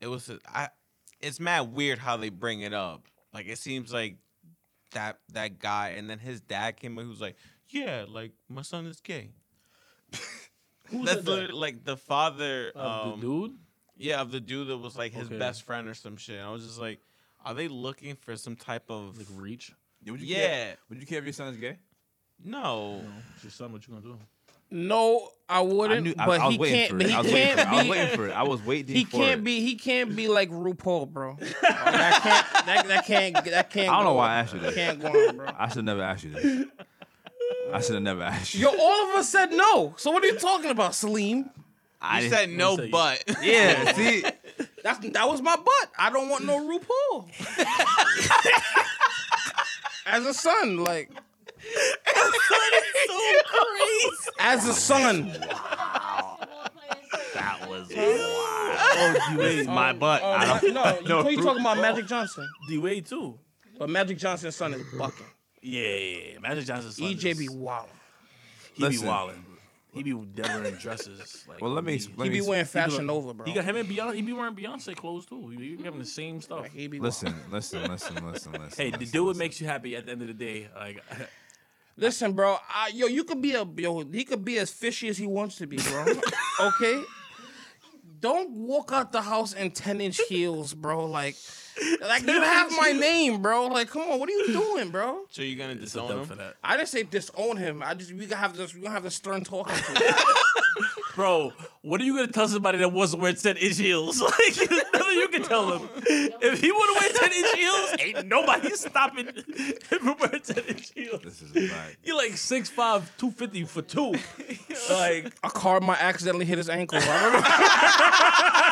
D: it was I. It's mad weird how they bring it up. Like it seems like that that guy, and then his dad came up. He was like, "Yeah, like my son is gay."
B: who's
D: That's literally like the father. um,
B: the dude?
D: yeah, of the dude that was like his
B: Okay.
D: best friend or some shit. I was just like, are they looking for some type of?
B: Like reach?
A: Would you
D: yeah,
A: Care, would you care if your son is gay?
D: no.
B: Oh. It's your son. What you gonna do?
E: No, I
A: I
E: wouldn't.
A: knew. I,
E: but
A: I was
E: he
A: waiting
E: can't.
A: for
E: But
A: it.
E: he
A: I was waiting for it. I was
E: can't be.
A: waiting for it. I was waiting.
E: He
A: for
E: can't
A: it.
E: be. He can't be like RuPaul,
A: <laughs>
E: bro. that can't. That, that can't. That can't.
A: I don't know
E: go
A: why I
E: on.
A: asked you that.
E: Can't go on, bro.
A: I should never ask you this. I should have never asked you.
E: Yo, all of us said no. So what are you talking about, Salim?
A: I
D: You
A: didn't-
D: said no,
B: Let me
D: but
E: <laughs>
A: yeah. See,
E: That's that was my butt. I don't want no RuPaul. <laughs> As a son, like. As a son,
F: Basketball players.
A: that was wild.
B: Oh, D <laughs> Wade,
A: my butt.
E: Oh,
A: I
E: Ma-
A: don't,
E: no, you,
A: no,
E: you talking about Magic Johnson,
B: D Wade too.
E: but Magic Johnson's son is bucking.
B: Yeah, yeah, yeah. Magic Johnson's son
E: EJ
B: is-
E: be wild.
B: he be
A: Listen.
B: wilding. He be devil in dresses. Like,
A: Well, let me.
B: he-
A: Let
E: He
A: me
E: be wearing
B: he be
E: Fashion
B: like-
E: Nova, bro.
B: He got him and Beyonce. He be wearing Beyonce clothes too. He be having the same stuff.
E: Like, he be wild.
A: Listen, listen, listen, listen, listen.
B: Hey,
A: listen,
B: do what
A: listen.
B: makes you happy at the end of the day. Like, <laughs>
E: Listen, bro. I, yo, you could be a yo. He could be as fishy as he wants to be, bro. <laughs> okay. Don't walk out the house in ten inch heels, bro. Like, like you have my name, bro. Like, come on, what are you doing, bro?
D: so you're gonna
B: it's a dub
D: disown
B: for
D: him.
B: that,
E: I didn't say disown him. I just we gonna have this. We gonna have this stern talking. To him.
B: bro. What are you gonna tell somebody that wasn't wearing ten inch heels? <laughs> Like, there's nothing you can tell him. If he would have wear ten inch heels, ain't nobody stopping <laughs> him from wearing ten inch heels.
A: This is a <laughs> fact.
B: You're like 6'5", 250 for two. like, <laughs>
E: A car might accidentally hit his ankle. I don't know.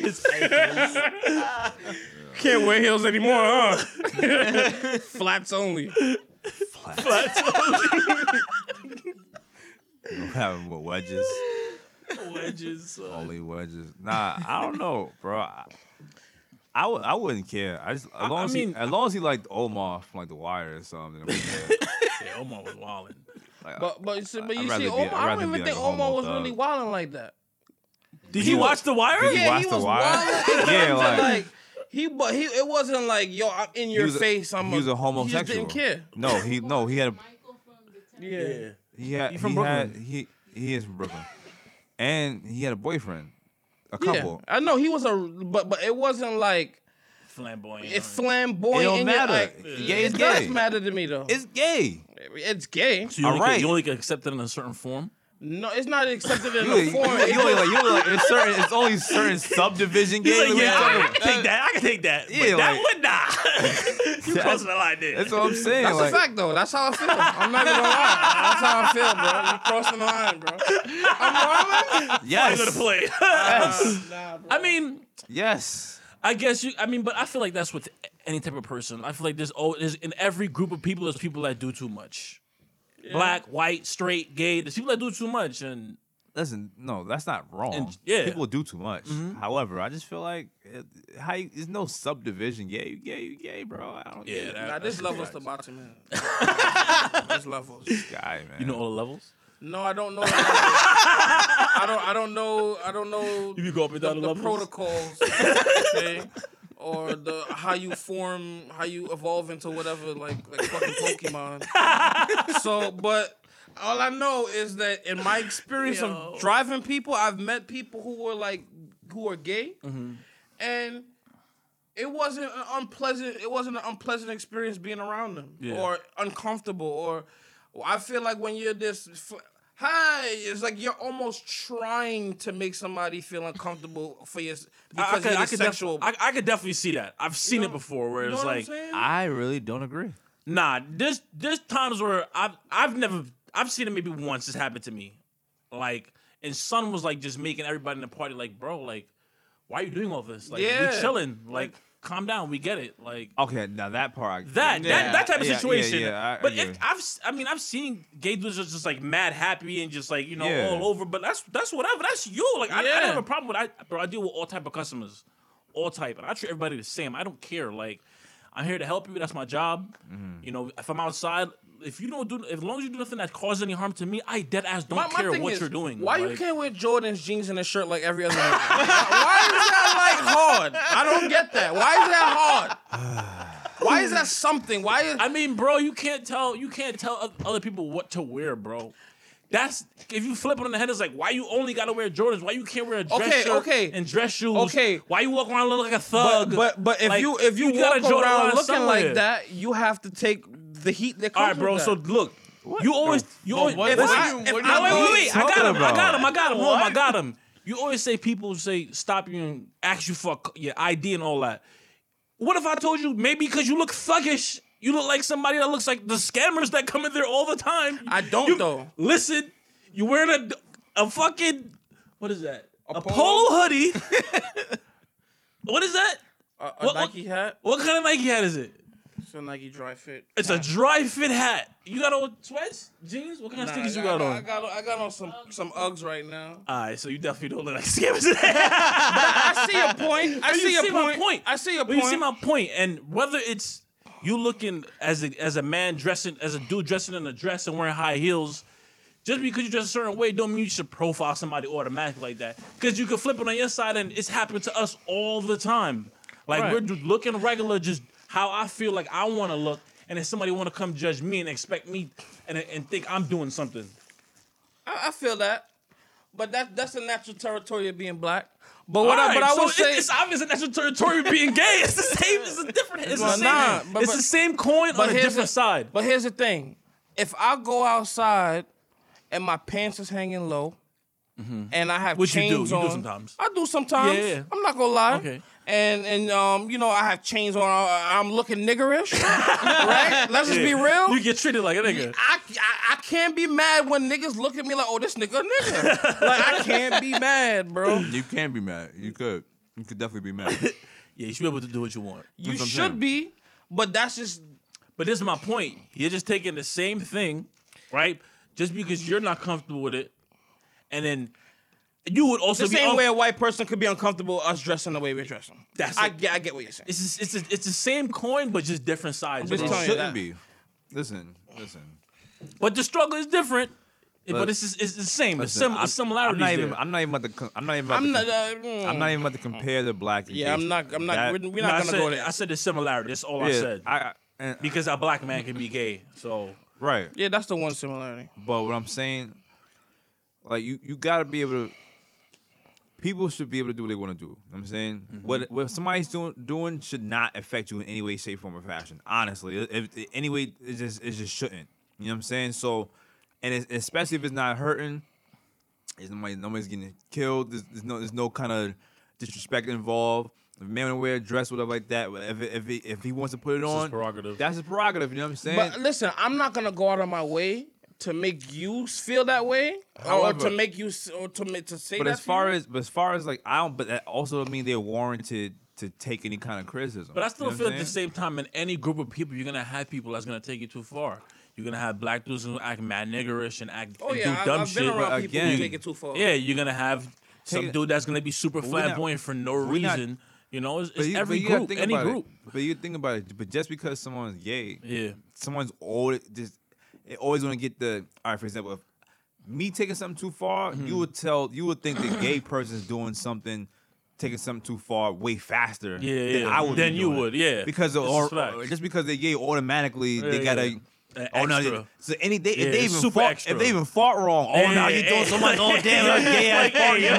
B: his ankles.
E: Can't wear heels anymore, huh? <laughs> Flats only.
A: I'm having what wedges,
B: wedges. uh,
A: only wedges. Nah, I don't know, bro. I, I, w- I wouldn't care. I just as long
B: I
A: as
B: mean-
A: he, as long as he liked Omar from like The Wire or something. I
E: <laughs>
A: wouldn't care.
B: yeah, Omar was wilding.
A: Like,
E: But but you see, but
A: I'd
E: you
A: rather
E: see,
A: be-
E: Omar,
A: I'd
E: I don't
A: rather
E: even
A: be like
E: think
A: a
E: Omar
A: homo
E: was
A: thug.
E: really wilding like that.
B: Did you watch The Wire?
A: Did you
E: yeah,
A: watch
E: he
A: The
E: was
A: Wire? <laughs>
E: wild.
A: Yeah,
E: like,
A: like-
E: he, but he, it wasn't like, yo, I'm in your
A: was a-
E: face. I'm
A: he was a homosexual.
E: He just didn't care.
A: no, he no he had a
F: Michael from the
E: Yeah.
A: He had
B: You from
A: he
B: Brooklyn?
A: had- he he is from Brooklyn, and he had a boyfriend, a
E: Yeah.
A: couple.
E: I know he was a, but but it wasn't like
B: Flamboyant.
E: it's
B: huh?
E: flamboyant.
A: It don't
E: in your-
A: matter.
E: like,
A: Gay is
E: it does
A: gay.
E: matter to me though.
A: It's
E: It's,
A: gay.
E: gay.
B: So you only,
A: All
B: can,
A: right.
B: you only can accept it in a certain form.
E: No, it's not accepted in
A: You,
E: the
A: you,
E: form.
A: you only like you only like it's certain. It's only
E: <laughs>
A: certain subdivision
B: He's
A: gay.
B: like,
A: What are you
B: yeah,
A: talking
B: I,
A: about?
B: can take that. I can take that.
A: Yeah,
B: but that
A: like-
B: would not. <laughs> you
A: That's-
B: crossing the line there.
A: That's what I'm saying.
E: That's
A: like,
E: a fact, though. That's how I feel. I'm not gonna lie. That's how I feel, bro. You crossing the line, bro. I'm wrong.
B: I'm gonna
A: Yes,
B: play.
E: Nah, bro.
B: I mean,
A: yes.
B: I guess you. I mean, but I feel like that's with any type of person. I feel like there's always there's, in every group of people there's people that do too much. Black, white, straight, gay. There's people that do too much, and
A: Listen, no, that's not wrong. Mm-hmm.
B: And- yeah.
A: people do too much. However, I just feel like it, how you, there's no subdivision. Gay, you gay, you gay, bro. I don't. get
E: Nah, this level's the bottom, man.
A: <laughs>
E: this level's.
A: this guy, man.
B: You know all the levels.
E: No, I don't know. I don't. I don't know. I don't know
B: You go up and
E: the,
B: down the,
E: the
B: levels.
E: protocols, okay, or the how you form, how you evolve into whatever, like like fucking Pokemon. so, but all I know is that in my experience
B: Yo.
E: of driving people, I've met people who were like who are gay, and. It wasn't an unpleasant. It wasn't an unpleasant experience being around them,
B: Yeah.
E: or uncomfortable, or I feel like when you're this, f- hi, it's like you're almost trying to make somebody feel uncomfortable for your
B: I, I,
E: because
B: could, I,
E: you're
B: could def-
E: sexual.
B: I, I could definitely see that. I've seen it before, where
E: you know
B: it's
E: what I'm
B: like,
E: saying?
A: I really don't agree.
B: nah, there's there's times where I've I've never I've seen it maybe once. This happened to me, like, and Son was like just making everybody in the party like, bro, like, why are you doing all this? Like, we
E: Yeah.
B: chilling. Like, calm down. We get it. Like.
A: Okay, now that part. I-
B: That,
A: Yeah,
B: that that type of
A: yeah, yeah,
B: situation,
A: yeah, I
B: but
A: agree.
B: it, I've s- I mean I've seen gay dudes just, just like mad happy and just like you know
A: Yeah.
B: all over, but that's that's whatever. That's you. Like I, I don't
E: Yeah.
B: have a problem with I, bro. I deal with all type of customers, all type, and I treat everybody the same. I don't care. Like I'm here to help you. That's my job.
A: Mm-hmm.
B: You know, if I'm outside, if you don't do, if, as long as you do nothing that causes any harm to me, I dead ass don't
E: My- my
B: care
E: thing
B: what
E: is,
B: you're doing.
E: Why you
B: Like,
E: can't wear Jordan's jeans and a shirt like every other man? why is that
A: <laughs>
E: like hard? I don't get that. Why is that hard?
B: <sighs>
E: Why is that something? Why is
B: <laughs> I mean, bro, you can't tell you can't tell oth- other people what to wear, bro. That's if you flip it on the head, it's like why you only gotta wear Jordans, why you can't wear a dress
E: Okay,
B: shirt
E: okay.
B: and dress shoes,
E: Okay.
B: why you walk around looking like a thug?
E: But but if
B: Like,
E: you if you,
B: got a
E: walk
B: Jordan
E: around
B: line
E: looking
B: somewhere.
E: like that, you have to take the heat that
B: All
E: comes
B: right, bro.
E: with
B: So
E: that.
B: look, you always, you always.
D: what-
B: if
D: what
B: I,
D: are you-
B: if
D: what
B: I-
D: are
B: wait,
D: you
B: wait, wait, I got him. I
A: talking
B: got him. I got him. Hold on, I
D: What?
B: got him. You always say people say stop you and ask you for a- your ID and all that. What if I told you maybe because you look thuggish, you look like somebody that looks like the scammers that come in there all the time.
E: I don't
B: You-
E: though.
B: Listen, you wearing a a fucking what is that? A, polo?
E: polo? <laughs>
B: hoodie. what is that?
E: A, a
B: What- what-
E: Nike hat,
B: What kind of Nike hat is it?
E: it's a Nike dry fit.
B: It's a dry fit hat. You got on sweats, jeans. What kind of
E: Nah,
B: sneakers
E: I
B: you got
E: I
B: on?
E: got, I got on some some Uggs right now.
B: All right, so you definitely don't look like <laughs> scammers.
E: I see a <laughs> point. I
B: But you
E: see, a
B: see my
E: point.
B: point.
E: I see a
B: But
E: point.
B: you see my point, and whether it's you looking as a as a man dressing as a dude dressing in a dress and wearing high heels, just because you dress a certain way, don't mean you should profile somebody automatically like that. Because you can flip it on your side, and it's happened to us all the time. Like
E: Right.
B: we're just looking regular, just how I feel like I want to look, and then somebody want to come judge me and expect me and and think I'm doing something.
E: I, I feel that, but that that's the natural territory of being black. But what? I,
B: Alright,
E: but I
B: so
E: would
B: it-
E: say
B: it's obvious that that's your territory of being gay.
E: <laughs>
B: It's the same. It's a different. It's, the,
E: But
B: same,
E: nah, but-
B: it's
E: but-
B: the same coin on a
E: here's
B: different
E: the-
B: side.
E: But here's the thing: if I go outside and my pants is hanging low, and I have
B: Which Mm-hmm. you do.
E: chains
B: You
E: on,
B: do sometimes.
E: I do sometimes.
B: Yeah, yeah.
E: I'm not gonna lie.
B: Okay.
E: And and um, you know, I have chains on. I, I'm looking niggerish, <laughs> right? Let's just be real.
B: You get treated like a nigga.
E: <laughs> I, I, I can't be mad when niggas look at me like, oh, this nigga a
A: <laughs>
E: nigga. like, I can't be mad, bro.
A: You can be mad. You could. You could definitely be
B: <laughs>
A: mad.
B: Yeah, you should be able to do what you want.
E: You
A: what I'm
E: should
A: saying.
E: be, but that's just
B: But this is my point. You're just taking the same thing, right? Just because you're not comfortable with it, and then you would also
E: the
B: be.
E: same
B: un-
E: way a white person could be uncomfortable us dressing the way we're dressing.
B: That's
E: I
B: it.
E: get, I get what you're saying.
B: It's just- it's just- it's the same coin, but just different sides.
E: just
B: bro.
E: telling
A: it
E: you that.
A: shouldn't be. Listen, listen.
B: But the struggle is different. But,
A: But-
B: it's, just- it's the same. The
A: listen,
B: sim-
A: I'm-
B: similarities.
A: I'm not even.
B: there.
A: I'm not even about to. co- I'm not even about
E: I'm
A: to.
E: not.
A: com-
E: Uh, mm.
A: I'm not even about to compare the black. and
E: Yeah, I'm
A: Asian.
E: not. I'm not.
A: That-
E: we're we're
B: No, I
E: not gonna
B: said,
E: go there.
B: I said the similarity. That's all I
A: yeah,
B: said.
A: I, and,
B: because a black man can be gay. So
A: right.
E: yeah, that's the one similarity.
A: But what I'm saying, like you, you gotta be able to. People should be able to do what they want to do. You know what I'm saying what what somebody's doing doing should not affect you in any way, shape, form, or fashion. Honestly, if if- anyway, it just it just shouldn't. You know what I'm saying? So, and it's, especially if it's not hurting, it's nobody nobody's getting killed. There's, there's no there's no kind of disrespect involved. If a man wanna wear a dress, whatever like that, if if he, if he wants to put it on,
B: prerogative.
A: That's his prerogative. You know what I'm saying?
E: But listen, I'm not gonna go out of my way to make you feel that way,
A: However-
E: or to make you, s- or to make to say
A: But
E: that.
A: as far as but as far as like I don't, but that also don't mean they're warranted to take any kind of criticism.
B: But I still
A: You know
B: feel
A: what
B: at
A: I'm
B: the
A: saying?
B: same time, in any group of people, you're gonna have people that's gonna take you too far. You're gonna have black dudes who act mad niggerish and act
E: oh
B: and
E: yeah,
B: do
E: I,
B: dumb
E: I've been
B: shit.
E: around people who
A: again-
E: take it too far.
B: yeah, you're gonna have some
A: uh, Take it-
B: dude that's gonna be super
A: we're not-
B: flamboyant for no
A: we're not-
B: reason. you know, it's,
A: But
B: it's
A: you- but
B: every
A: you gotta
B: group,
A: think
B: any
A: about it.
B: group.
A: But you think about it. But just because someone's gay,
B: Yeah,
A: someone's always just it always gonna get the. All right, for example, if me taking something too far,
B: Mm-hmm.
A: you would tell you would think the gay person's doing something. Taking something too far way faster
B: Yeah,
A: than
B: yeah.
A: I would. be
B: Than you
A: doing it.
B: would, yeah.
A: Because
B: This is
A: or,
B: facts.
A: or just because they gay automatically
B: Yeah,
A: they gotta.
B: yeah. An
A: Oh no!
B: extra.
A: they- So any they,
B: Yeah,
A: if they even
B: super
A: fought,
B: extra.
A: if they even fought wrong, oh no,
B: Yeah,
A: you doing
B: yeah.
A: so much. Oh
B: <laughs>
A: damn, like, gay ass fart you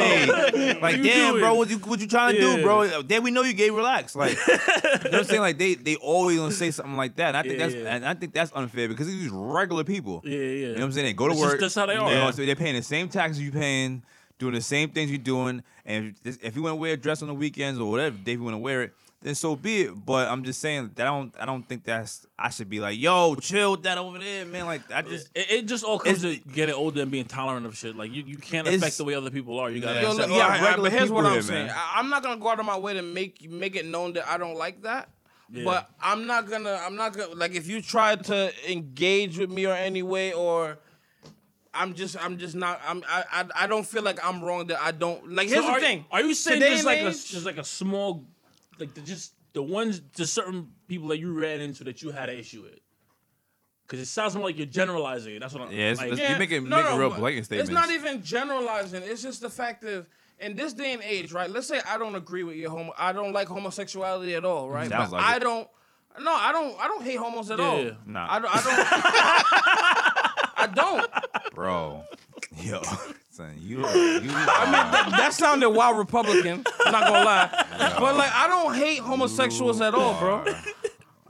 A: made. Like
B: you
A: damn, bro,
B: doing?
A: what you what you trying to
B: Yeah.
A: do, bro? Then we know you gay. Relax,
B: <laughs>
A: like you know what I'm saying. Like they they always gonna say something like that. And I think
B: Yeah,
A: that's
B: yeah.
A: and I think that's unfair because these regular people.
B: yeah, yeah.
A: You know what I'm saying? They go to
B: It's just-
A: work.
B: that's how they
A: you
B: are.
A: know what I'm saying? they're paying the same taxes you paying, doing the same things you're doing. And if, this- if you want to wear a dress on the weekends or whatever, if you want to wear it, then so be it. But I'm just saying that I don't. I don't think that's. I should be like, yo, chill with that over there, man. Like I just.
B: <laughs> It, it just all comes
A: It's-
B: to getting older and being tolerant of shit. Like you, you can't
A: It's-
B: affect the way other people are. You gotta
A: Yeah,
E: Yo, look,
B: accept.
A: we
E: all
A: have
E: right, all right,
A: regular
E: but here's what
A: people
E: I'm
A: here,
E: saying.
A: man.
E: I, I'm not gonna go out of my way to make make it known that I don't like that. But I'm not gonna. I'm not gonna. Like if you try to engage with me or any way, or I'm just. I'm just not. I'm. I. I, I don't feel like I'm wrong that I don't. Like here's
B: So are,
E: the thing.
B: Are you saying
E: Today
B: there's
E: and
B: like a
E: age-
B: there's like a small like the, just the ones the certain people that you ran into that you had an issue with? Because it sounds more like you're generalizing it. That's what I'm.
A: Yeah, it's-
B: like,
A: it's- you make it- make it real blatant
E: It's not
A: statements.
E: even generalizing. It's just the fact that in this day and age, right? Let's say I don't agree with your homo. I don't like homosexuality at all, right?
A: Sounds
E: but
A: like
E: I
A: it.
E: don't. No, I don't. I don't hate homos at
B: Yeah,
E: all.
B: yeah.
A: Nah.
E: I don't. I don't. <laughs> I don't.
A: bro. Yo, <laughs> son,
B: <laughs>
A: you. are- you are-
E: That sounded wild Republican. I'm not
A: <laughs>
E: gonna lie, but like I don't hate homosexuals at all, bro.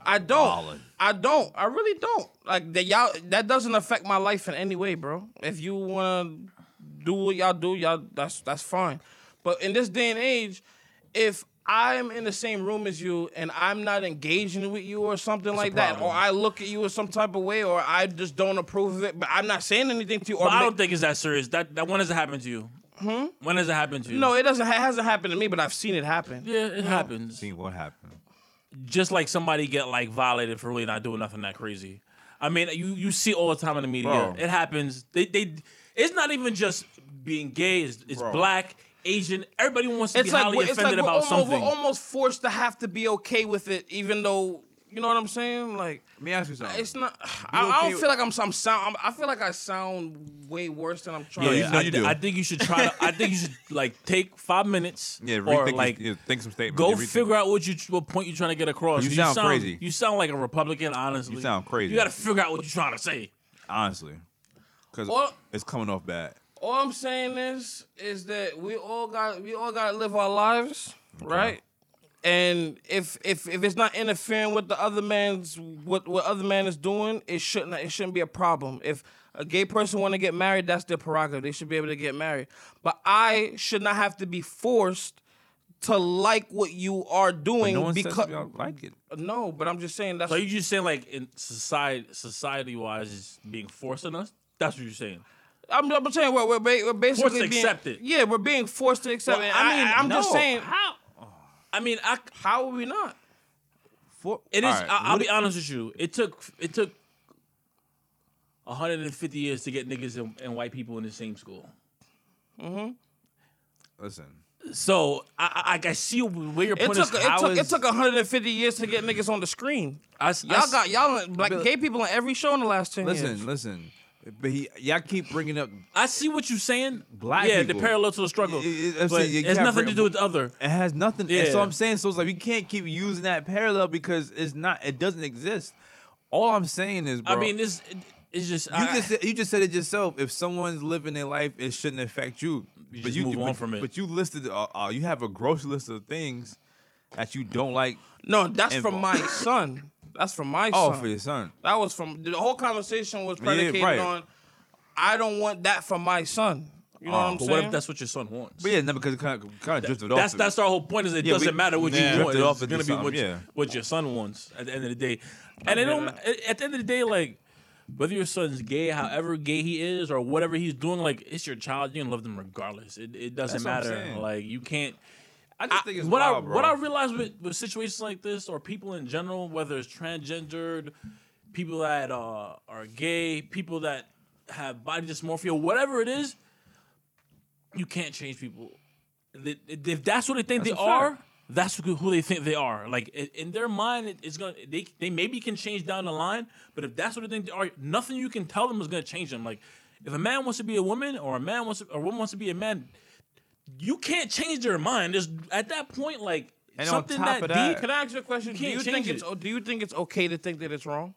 E: I don't.
A: Solid.
E: I don't. I really don't. Like that y'all that doesn't affect my life in any way, bro. If you wanna do what y'all do, y'all that's that's fine. But in this day and age, if I'm in the same room as you and I'm not engaging with you or something like that, or I look at you in some type of way, or I just don't approve of it, but I'm not saying anything to you. Or
B: But I
E: ma-
B: don't think it's that serious. That that when does it happen to you? Hmm? When does it happen to you?
E: no, it doesn't. It hasn't happened to me, but I've seen it happen.
B: yeah, it happens.
A: See what happened.
B: Just like somebody get like violated for really not doing nothing that crazy. I mean, you you see all the time in the media.
A: Bro.
B: It happens. They they. It's not even just being gay. It's, it's black, Asian. Everybody wants to
E: it's
B: be
E: like
B: highly
E: we're, it's like
B: offended
E: we're,
B: about
E: almost, we're
B: something.
E: almost forced to have to be okay with it, even though you know what I'm saying. Like
A: Let me ask you something.
E: it's not. I, I
A: okay
E: don't
A: with-
E: feel like I'm. I'm sound. I'm, I feel like I sound way worse than I'm trying.
B: Oh, Yeah,
A: you-
E: to.
A: no,
B: I,
A: you
B: thi-
A: do.
B: I think you should try. To, I think
A: <laughs>
B: you should like take five minutes.
A: yeah, rethink
B: or
A: your-
B: like
A: yeah, think some statements.
B: go
A: Yeah, rethink.
B: figure out what you what point you're trying to get across.
A: You sound crazy.
B: You sound like a Republican. Honestly,
A: You sound crazy.
B: You got to figure out what you're trying to say.
A: honestly, because
E: Or-
A: it's coming off bad.
E: all I'm saying is, is that we all got. We all got to live our lives, right? And if if if it's not interfering with the other man's what what other man is doing, it shouldn't it shouldn't be a problem. If a gay person want to get married, that's their prerogative. They should be able to get married. But I should not have to be forced to like what you are doing
A: No one
E: because
A: says y'all like it.
E: no. But I'm just saying that's
B: So you just saying like in society society wise is being forced on us. That's what you're saying.
E: I'm, I'm saying we're, we're, ba- we're basically
B: Forced to
E: being,
B: accept it.
E: Yeah, we're being forced to accept
B: Well,
E: it.
B: I
E: I mean,
B: mean,
E: I, am just
B: no.
E: saying,
B: How? I mean, I
E: how are we not?
A: For,
B: it is.
A: all right,
B: I, I'll
A: what
B: be
A: if-
B: honest with you. It took it took 150 years to get niggas and, and white people in the same school.
A: Listen,
B: So I I, I see where your
E: It
B: point
E: took
B: is.
E: it
B: How
E: took
B: is-
E: it took 150 years to get niggas on the screen.
B: I s- I
E: Y'all
B: s-
E: got y'all black gay people in every show in the last ten
A: listen,
E: years.
A: listen. But he, y'all keep bringing up.
B: I see what you're saying.
A: Black
B: yeah,
A: people.
B: the parallel to the struggle,
A: It- it- I'm
B: but
A: saying you
B: it's
A: can't
B: nothing
A: bring-
B: to do with the other.
A: It has nothing. And so
B: Yeah.
A: I'm saying, so it's like we can't keep using that parallel because it's not. It doesn't exist. All I'm saying is, bro,
B: I mean, this it- it's just
A: You
B: I,
A: just said- you just said it yourself. If someone's living their life, it shouldn't affect you.
B: just move
A: do-
B: on
A: but-
B: from it.
A: But you listed, uh, uh, you have a gross list of things that you don't like.
E: No, that's
A: And-
B: <laughs>
E: from my son. That's from my
A: Oh,
E: son.
A: for your son.
E: That was from the whole conversation was predicated
A: right.
E: on. I don't want that from my son. You know
A: Oh,
E: what
B: Uh,
E: I'm
B: but
E: saying?
B: what if that's what your son wants?
A: But yeah, no, because it kind of kind of drifted off.
B: that's
A: to-
B: that's our whole point. Is it
A: Yeah, we-
B: doesn't matter what
A: yeah.
B: you want.
A: Drifted
B: It's
A: off into
B: gonna be what,
A: something, yeah.
B: what your son wants at the end of the day. And it don't at the end of the day, like whether your son's gay, however gay he is, or whatever he's doing, like it's your child. You can love them regardless. It it
A: That's
B: doesn't
A: what I'm
B: matter.
A: saying.
B: Like you can't.
A: I just think it's
B: what
A: wild,
B: I
A: bro.
B: what I realize with, with situations like this or people in general, whether it's transgendered, people that uh, are gay, people that have body dysmorphia, whatever it is, you can't change people. Th- If that's what they think
A: That's
B: they
A: a fact.
B: are, that's who who they think they are. Like i- in their mind, it- it's gonna they they maybe can change down the line, but if that's what they think they are, nothing you can tell them is gonna change them. Like if a man wants to be a woman or a man wants to, or a woman wants to be a man, you can't change their mind. There's at that point like
A: And on
B: something
A: top
B: that,
A: of
B: deep.
A: that-
E: Can I ask you a question? Do
B: can't
E: you
B: change
E: think it's Oh, do you think it's okay to think that it's wrong?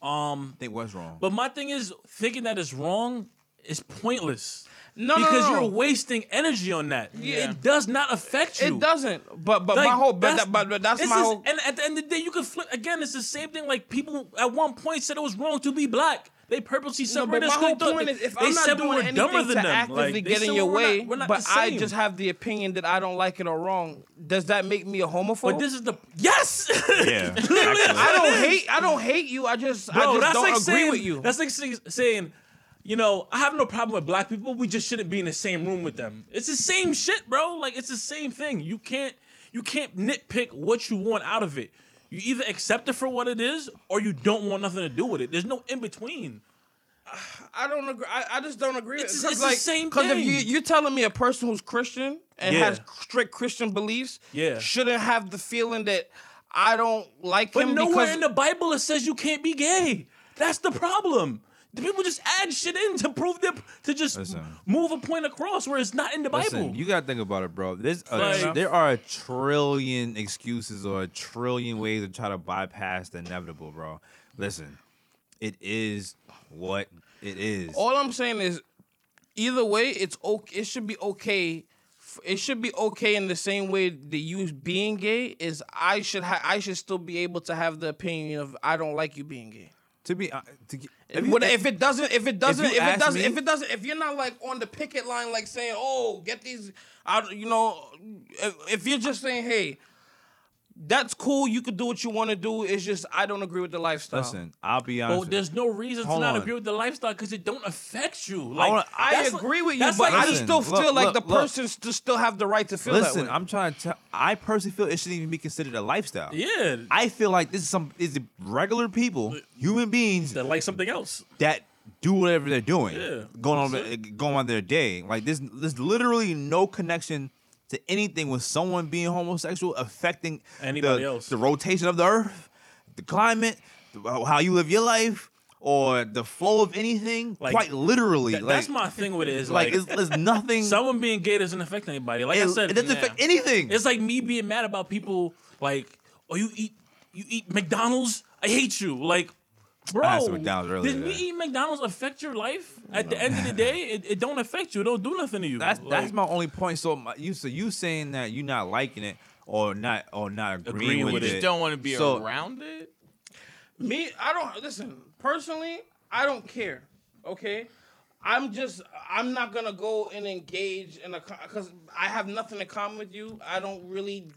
B: Um,
A: think what's wrong.
B: but my thing is thinking that it's wrong is pointless.
E: No, no,
B: because
E: no, no.
B: you're wasting energy on that.
E: Yeah.
B: It does not affect you.
E: It doesn't. But but
B: Like,
E: my whole but, that, but, but that's
B: this
E: my
B: is-
E: whole.
B: And at the end of the day, you can flip again. It's the same thing. Like people at one point said it was wrong to be black. They purposely
E: No, but
B: separated
E: my
B: us. 'cause
E: whole
B: they thought
E: point
B: they-
E: is, if
B: they
E: I'm
B: said
E: not
B: we
E: doing
B: were dumber than
E: anything to
B: them.
E: actively
B: Like, they
E: get
B: said
E: in your
B: we're not-
E: way,
B: we're not
E: but
B: the
E: I
B: same.
E: just have the opinion that I don't like it or wrong, does that make me a homophobe?
B: But this is the yes. <laughs>
A: yeah,
E: I don't hate. I don't hate you. I just
B: Bro,
E: I just
B: that's
E: don't
B: like
E: agree
B: saying,
E: with you.
B: That's like say- saying, you know, I have no problem with black people. We just shouldn't be in the same room with them. It's the same shit, bro. Like it's the same thing. You can't you can't nitpick what you want out of it. You either accept it for what it is, or you don't want nothing to do with it. There's no in between.
E: I don't agree. I, I just don't agree.
B: It's-
E: with 'cause
B: it's the
E: like,
B: same
E: if you
B: thing.
E: you're telling me a person who's Christian and
B: Yeah.
E: has strict Christian beliefs,
B: Yeah.
E: shouldn't have the feeling that I don't like
B: But
E: him
B: nowhere
E: because
B: in the Bible it says you can't be gay. That's the problem. The people just add shit in to prove their to just
A: Listen.
B: move a point across where it's not in the Bible.
A: Listen, you gotta think about it, bro. There's a,
B: Like-
A: there are a trillion excuses or a trillion ways to try to bypass the inevitable, bro. Listen, it is what it is.
E: All I'm saying is, either way, it's okay. It should be okay f- it should be okay in the same way that you being gay is I should ha- I should still be able to have the opinion of I don't like you being gay.
A: To be uh, to, g-
E: If,
A: you-
E: what, if it doesn't, if it doesn't,
A: you
E: if, it
A: ask
E: doesn't,
A: me-
E: if it doesn't, if you're not like on the picket line, like saying, "Oh, get these," out, you know, if, if you're just saying, "Hey, that's cool, you could do what you want to do," it's just I don't agree with the
A: <laughs>
E: lifestyle.
A: listen, I'll be honest.
B: Well,
A: with
B: there's no reason to
A: Hold
B: not
A: on.
B: agree with the lifestyle because it don't affect you. Like,
A: wanna- I
E: I
B: that's like-
E: agree with you,
B: that's
E: but
B: like
E: I
B: me-
E: just still
A: Listen,
E: feel
A: look,
E: like
A: look,
E: the
A: look.
E: person st- still have the right to feel that
A: Listen,
E: way.
A: I'm trying to tell. I personally feel it shouldn't even be considered a lifestyle.
B: Yeah,
A: I feel like this is some is the regular people, human beings
B: that like something else.
A: that do whatever they're doing,
B: Yeah,
A: going on
B: that's
A: going on their day. Like there's there's literally no connection to anything with someone being homosexual affecting
B: Anybody
A: the,
B: else.
A: the rotation of the earth, the climate, the, uh, how you live your life, or the flow of anything.
B: Like,
A: quite literally,
B: Th-
A: like,
B: that's my thing with it. Is
A: like,
B: like,
A: it's, it's
B: <laughs>
A: nothing.
B: someone being gay doesn't affect anybody. Like
A: it,
B: I said,
A: it doesn't
B: yeah.
A: affect anything.
B: It's like me being mad about people like, oh, you eat you eat McDonald's? I hate you. Like, bro,
A: had some McDonald's earlier
B: did me
A: today.
B: eat McDonald's affect your life? At the end of the day, it, it don't affect you. It don't do nothing to you.
A: That's
B: Like,
A: that's my only point. So my, you so you saying that you not liking it or not or not agreeing,
B: Agreeing
A: with,
B: with
A: it.
B: it.
D: just don't want to be
A: So-
D: around it.
E: Me, I don't listen. Personally, I don't care. Okay, I'm just I'm not gonna go and engage in a because I have nothing in common with you. I don't really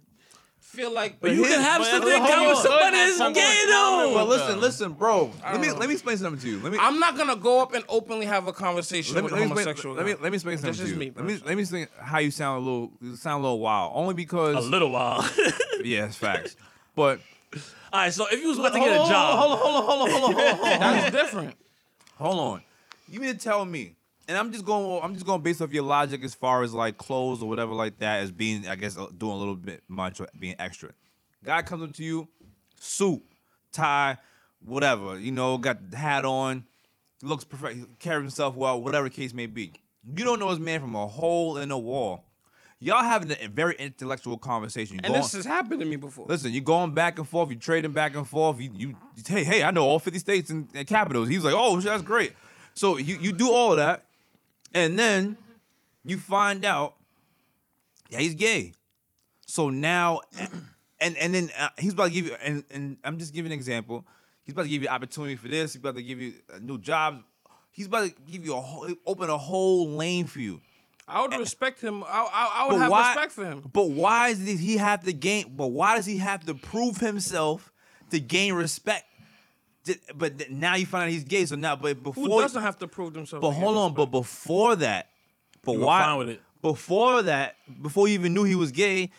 E: feel like.
B: But you can have
D: but
B: something in
D: hold
B: common with
D: on.
B: somebody that's
D: Hold on.
B: gay though.
A: But listen, listen, bro. Let me
E: know.
A: let me explain something to you. Let me
E: I'm not gonna go up and openly have a conversation
A: let me
E: with
A: let me,
E: a
A: explain,
E: homosexual.
A: let me let me explain something
E: just
A: to you.
E: me,
A: let me let me explain how you sound a little you sound a little wild. Only because
B: a little while.
A: yeah,
E: <laughs>
A: it's facts. But
B: All right, so if you was about to get a job,
E: hold on, hold on, hold on, hold on, hold on. That's different.
A: hold on, you mean to tell me? And I'm just going. I'm just going based off your logic as far as like clothes or whatever like that as being, I guess, uh, doing a little bit much, or being extra. Guy comes up to you, suit, tie, whatever. You know, got the hat on, looks perfect, carries himself well, whatever the case may be. You don't know this man from a hole in a wall. Y'all having a very intellectual conversation. You
E: And
A: go
E: this
A: on-
E: has happened to me before.
A: Listen, you going back and forth, you trading back and forth. You, you hey, hey, I know all 50 states and, and capitals. He's like, oh, shit, that's great. So you, you do all that, and then you find out, yeah, he's gay. So now, <clears throat> and and then uh, he's about to give you, and, and I'm just giving an example. He's about to give you opportunity for this. He's about to give you a new job. He's about to give you a whole, open a whole lane for you.
E: I would respect him. I, I, I would have respect for him.
A: But why does he have to gain? But why does he have to prove himself to gain respect? Did- But th- now you find out he's gay. So now, but
E: Who
A: before,
E: doesn't have to prove themselves?
A: but
E: to get
A: hold on.
E: respect?
A: But before that, but
B: were
A: why?
B: fine with it.
A: Before that, before you even knew he was gay,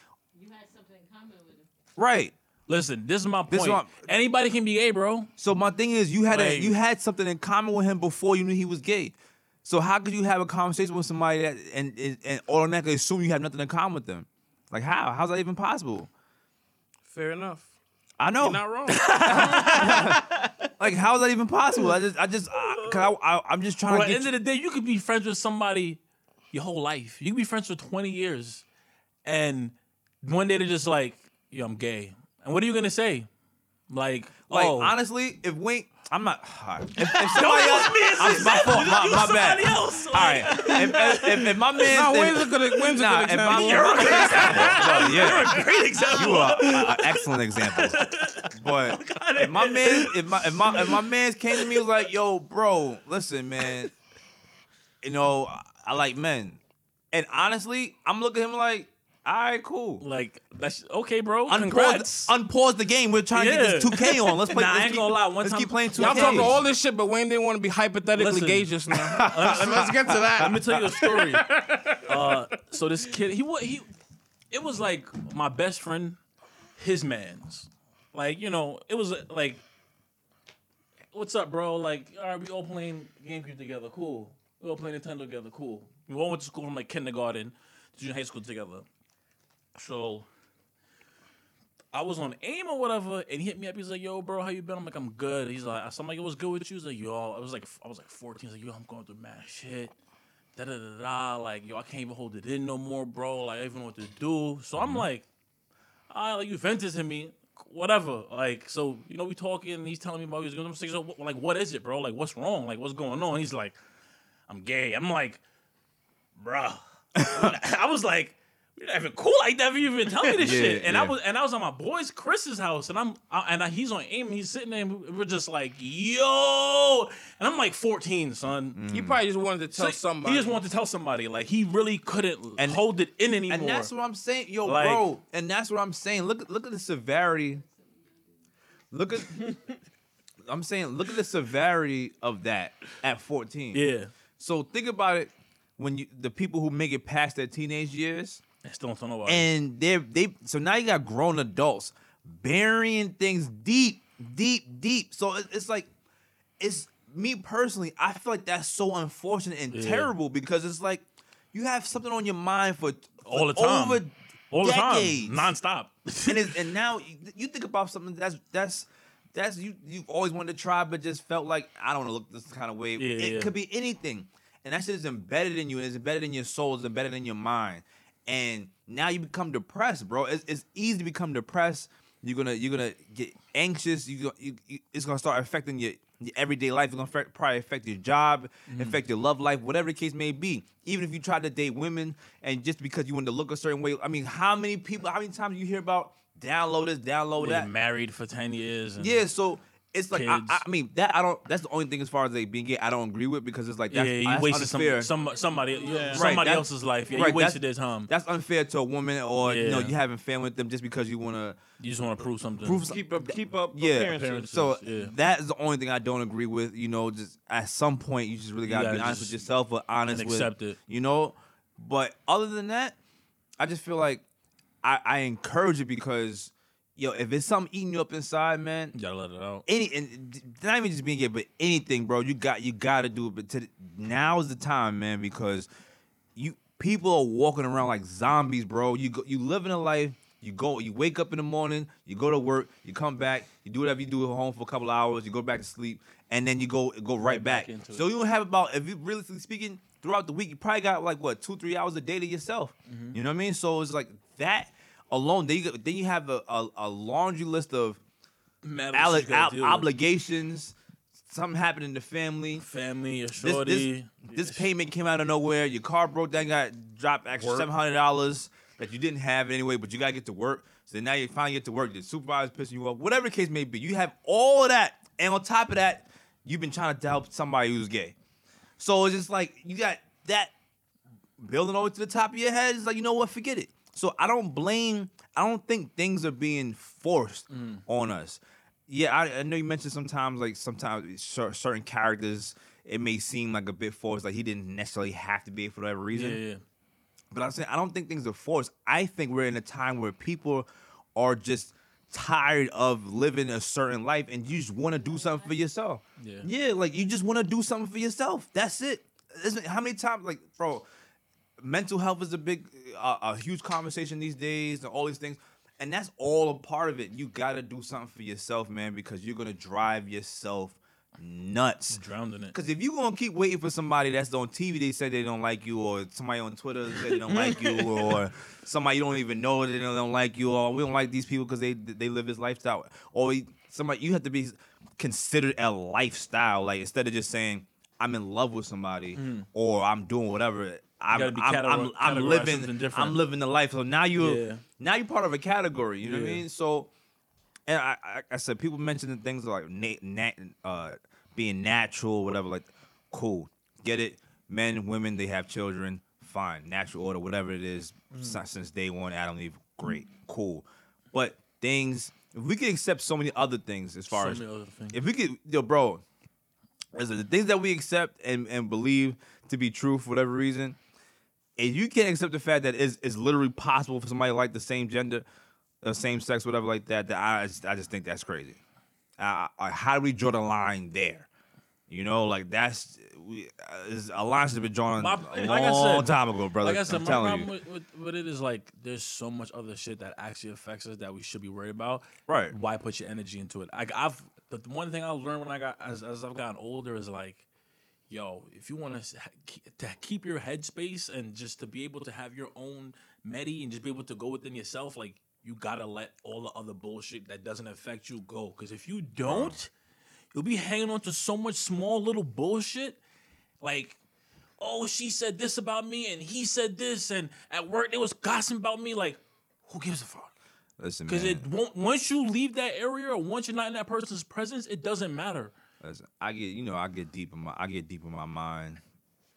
F: You had something in common with him.
A: right?
B: listen, this is my point.
A: This is what-
B: Anybody can be gay, bro.
A: So my thing is, you had a,
B: Like-
A: you had something in common with him before you knew he was gay. So how could you have a conversation with somebody that and and, and automatically assume you have nothing in common with them? Like how? How's that even possible?
E: Fair enough.
A: I know.
E: You're not
A: <laughs>
E: wrong.
A: Like, how is that even possible? I just, I just, I, cause I, I, I'm just trying
B: But at
A: to
B: the
A: get.
B: end of the day, you could be friends with somebody your whole life. You could be friends for 20 years. And one day they're just like, yo, I'm gay. And what are you going to say? Like,
A: like,
B: oh,
A: honestly, if Wink, I'm not. <sighs> If, if somebody else, <laughs> I'm, my fault, my,
B: you
A: my bad.
B: somebody else.
A: All right, if, if, if, if my man,
E: Nah,
A: if,
E: Wayne's a good, Wayne's
A: nah,
E: a
A: if
E: good
A: my
E: example.
A: Well, yeah,
B: Like, great example.
A: you are an excellent example. But if my man, if my if my if my man's came to me and was like, "Yo, bro, listen, man, you know, I, I like men," and honestly, I'm looking at him like, "All right, cool."
B: Like, that's okay, bro.
A: Unpause,
B: Congrats.
A: unpause the game. We're trying to get this 2K on.
B: <laughs>
A: Let's play.
B: Nah, I
A: let's
B: ain't
A: keep,
B: gonna lie. One
A: let's
B: time-
A: keep playing 2K.
E: Y'all talking all this shit, but Wayne didn't want to be hypothetically
B: Listen.
E: gay just now. Uh, Let's get
B: <laughs>
E: to
B: Let
E: that.
B: me tell you a story. uh, so this kid, he wa- he, it was like my best friend, his man's, like you know, it was uh, like, what's up, bro? Like, all right, we all playing GameCube together, cool. We all playing Nintendo together, cool. We all went to school from like kindergarten to junior high school together. So I was on AIM or whatever, and he hit me up. He's like, "Yo, bro, how you been?" I'm like, "I'm good." He's like, "I'm like, it was good with you." He's like, "Yo," I was like, I was like 14. He's like, "Yo, I'm going through mad shit." Da da da da. Like, yo, I can't even hold it in no more, bro. Like, I don't even know what to do.
A: Mm-hmm.
B: So I'm like, ah, like you vented to me, whatever. Like, so you know, we talking. And he's telling me about he's going. I'm like, so, what- like, what is it, bro? Like, what's wrong? Like, what's going
A: <laughs>
B: on? He's like, I'm gay. I'm like, bruh. I was like, You're not even cool like that. if You even tell me
A: <laughs>
B: this
A: Yeah,
B: shit. And I
A: yeah.
B: was and I was at my boy's Chris's house, and I'm I, and I, he's on aim. He's sitting there, and we're just like, yo, and I'm like 14, son.
A: Mm-hmm.
E: He probably just wanted to tell
B: So
E: somebody.
B: Mm. He just wanted to tell somebody. Like he really couldn't
A: And-
B: hold it in anymore.
A: And that's what I'm saying, yo,
B: Like-
A: bro. And that's what I'm saying. Look, look at the severity. Look at, <laughs> I'm saying, look at the severity of that at 14.
B: yeah,
A: So think about it when you the people who make it past their teenage years,
B: I still don't tell nobody.
A: and they they so now you got grown adults burying things deep, deep, deep. So it- it's like it's me personally. I feel like that's so unfortunate and
B: Yeah.
A: terrible because it's like you have something on your mind for
B: all the
A: for
B: time,
A: over
B: all the
A: decades.
B: time, nonstop.
A: and
B: <laughs>
A: it's, and now you, you think about something that's that's that's you you've always wanted to try but just felt like I don't know look this kind of way
B: Yeah,
A: it
B: yeah.
A: could be anything and that shit is embedded in you and it's embedded in your soul it's embedded in your mind and now you become depressed bro it's, it's easy to become depressed you're gonna you're gonna get anxious you, go- you, you it's gonna start affecting your your everyday life, it's gonna affect, probably affect your job, affect your love life, whatever the case may be. Even if you try to date women and just because you want to look a certain way, I mean, how many people, how many times you hear about download this, download
B: Been
A: that?
B: married for 10 years. And
A: Yeah, so it's like I,
B: Kids.
A: I, I mean that I don't. That's the only thing as far as they being gay, I don't agree with because it's like
B: Yeah,
A: that's,
B: you
A: that's
B: wasted
A: unfair.
B: some, some somebody somebody
A: that-
B: else's life. Yeah,
A: right,
B: you wasted their
A: that's-
B: time.
A: that's unfair to a woman, or you know,
B: Yeah.
A: you having fun with them just because you want to
B: You just want to prove something.
A: prove something.
D: keep up, keep up.
A: Yeah,
B: appearances,
A: so
B: yeah.
A: that is the only thing I don't agree with. You know, just at some point, you just really gotta,
B: gotta
A: be honest
B: just-
A: with yourself, but honest
B: and
A: with
B: accept it.
A: You know, but other than that, I just feel like I, I encourage it because yo, if it's something eating you up inside, man,
B: You gotta let it out.
A: any and d- not even just being gay, but anything, bro. You got you got to do it. But to, now is the time, man, because you people are walking around like zombies, bro. You go, you living a life. You go, you wake up in the morning, you go to work, you come back, you do whatever you do at home for a couple hours, you go back to sleep, and then you go go right, back.
B: back into
A: so
B: it.
A: you don't have about if you realistically speaking throughout the week, you probably got like what two three hours a day to yourself.
B: Mm-hmm.
A: You know what I mean? So it's like that alone. Then you, got- then you have a, a, a laundry list of
B: Mad
A: Alec,
B: shit you gotta
A: ob-
B: deal with.
A: obligations. Something happened in the family.
B: family, a
A: This,
B: shorty.
A: this, this payment came out of nowhere. Your car broke down, got dropped extra
B: Work.
A: seven hundred dollars that you didn't have anyway, but you gotta get to work. So now you finally get to work. The supervisor's pissing you off. Whatever the case may be, you have all of that, and on top of that, you've been trying to help somebody who's gay. So it's just like you got that building over to the top of your head. It's like you know what, forget it. So I don't blame. I don't think things are being forced on us. Yeah, I, I know you mentioned sometimes like sometimes cer- certain characters it may seem like a bit forced, like he didn't necessarily have to be for whatever
B: yeah,
A: reason.
B: yeah.
A: But I'm saying I don't think things are forced. I think we're in a time where people are just tired of living a certain life and you just want to do something for yourself.
B: Yeah.
A: like you just want to do something for yourself. That's it. Isn't- how many times like bro, mental health is a big uh, a huge conversation these days and all these things. And that's all a part of it. You got to do something for yourself, man, because you're going to drive yourself nuts.
B: Drowned in it.
A: Because if you gonna keep waiting for somebody that's on TV, they said they don't like you, or somebody on Twitter said they don't like you,
B: <laughs>
A: or somebody you don't even know they don't, don't like you, or we don't like these people because they they live this lifestyle, or you- somebody you have to be considered a lifestyle. Like instead of just saying I'm in love with somebody or I'm doing whatever, I'm
B: Mm. gotta
A: I'm,
B: be
A: I'm,
B: categor-
A: I'm
B: categorized something
A: living
B: different.
A: I'm living the life. So now you
B: Yeah.
A: are now you're part of a category. You know what I
B: Yeah.
A: mean? So and I, I, I said people mentioning things like na- na- uh, being natural, whatever. Like, cool, get it. Men, women, they have children. Fine, natural order, whatever it is.
B: Mm.
A: si- Since day one, Adam and Eve, great, cool. But things, if we could accept so many other things as far
B: So
A: as
B: many other things.
A: if we could, yo, bro, listen, the things that we accept and, and believe to be true for whatever reason, and you can't accept the fact that it's, it's literally possible for somebody like the same gender, the same sex, whatever like that, that I just, I just think that's crazy. Uh, uh, how do we draw the line there? You know, like that's we, uh, is- a line should have been drawn
B: My-
A: a
B: like I said-
A: long time ago, brother.
B: Like I said,
A: I'm
B: my
A: telling
B: problem
A: you.
B: with, with, with it is like there's so much other shit that actually affects us that we should be worried about.
A: Right.
B: Why put your energy into it? Like I've the one thing I learned when I got as, as I've gotten older is like, yo, if you want to to keep your headspace and just to be able to have your own medi and just be able to go within yourself, like you gotta let all the other bullshit that doesn't affect you go. Because if you don't, you'll be hanging on to so much small little bullshit, like oh, she said this about me and he said this, and at work they was gossiping about me. Like, who gives a fuck?
A: Listen,
B: Because it
A: man.
B: won't, once you leave that area or once you're not in that person's presence, it doesn't matter.
A: listen, I get you know I get deep in my I get deep in my mind,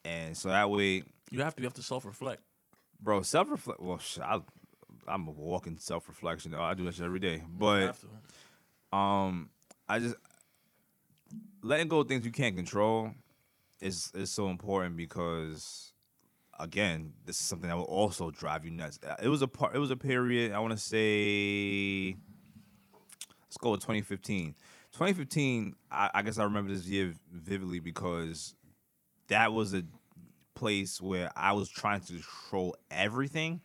A: and so that way,
B: You have to you have to self reflect.
A: bro, self reflect. Well, shit, I, I'm a walking self reflection. I do that shit every day,
B: You
A: but
B: have to.
A: um, I just letting go of things you can't control is is so important because again, this is something that will also drive you nuts. Uh, It was a part. It was a period. I want to say, let's go with 2015. 2015. I, I guess I remember this year vividly because that was a place where I was trying to control everything,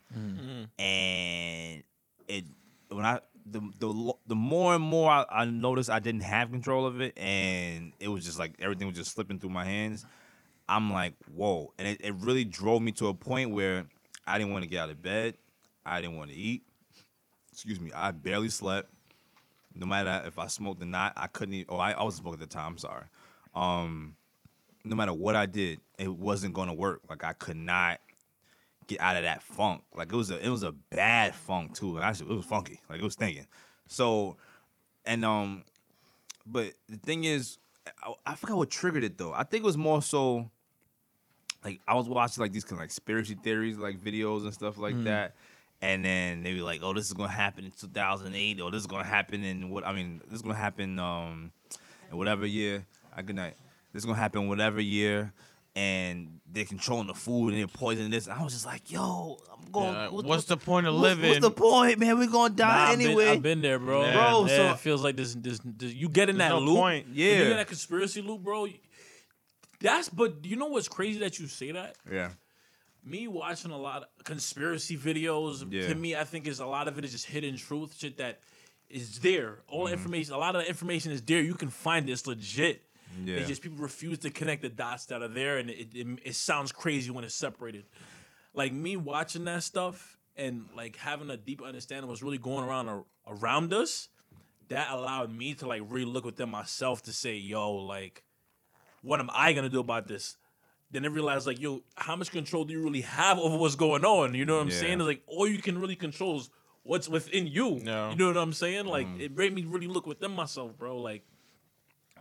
A: and it when I the the lo- the more and more I, I noticed I didn't have control of it, and it was just like everything was just slipping through my hands. I'm like, whoa. And it, it really drove me to a point where I didn't want to get out of bed. I didn't want to eat. Excuse me. I barely slept. No matter if I smoked or not, I couldn't eat. Oh, I, I was smoking at the time. Sorry. Um, no matter what I did, it wasn't going to work. Like, I could not get out of that funk. Like, it was a, it was a bad funk, too. Like, I should, it was funky. Like, it was thinking. So, and, um, but the thing is, I, I forgot what triggered it, though. I think it was more so like I was watching like these kind of like conspiracy theories like videos and stuff
D: Mm-hmm.
A: like that. And then they be like, "Oh, this is gonna happen in 2008, or this is gonna happen in what? I mean, this is gonna happen um, in whatever year. I good night. This is gonna happen whatever year, and they're controlling the food and they're poisoning this. I was just like, "Yo, I'm going.
D: Yeah,
A: what-
D: what's the point of
A: what's-
D: living?
A: What's the point, man? We're gonna
B: Nah,
A: die
B: I've been-
A: anyway."
B: I've been there, bro.
D: Yeah.
A: Bro,
B: Yeah,
A: so-
B: it feels like this, this, this. You get in
D: There's
B: that
D: no
B: loop.
D: point.
B: You get
A: Yeah.
B: in that conspiracy loop, bro. That's but you know what's crazy that you say that.
A: yeah,
B: Me watching a lot of conspiracy videos.
A: Yeah.
B: To me, I think is a lot of it is just hidden truth shit that is there. All
A: Mm-hmm.
B: information, a lot of the information is there. You can find it. It's legit.
A: yeah.
B: It's just people refuse to connect the dots that are there, and it, it, it sounds crazy when it's separated. Like me watching that stuff and like having a deep understanding of what's really going around ar- around us, that allowed me to like really look within myself to say, "Yo, like, what am I gonna do about this?" Then I realized, like, yo, how much control do you really have over what's going on? You know what I'm
A: Yeah.
B: saying? It's like all you can really control is what's within you.
D: Yeah.
B: You know what I'm saying? Like,
A: Mm-hmm.
B: it made me really look within myself, bro. Like,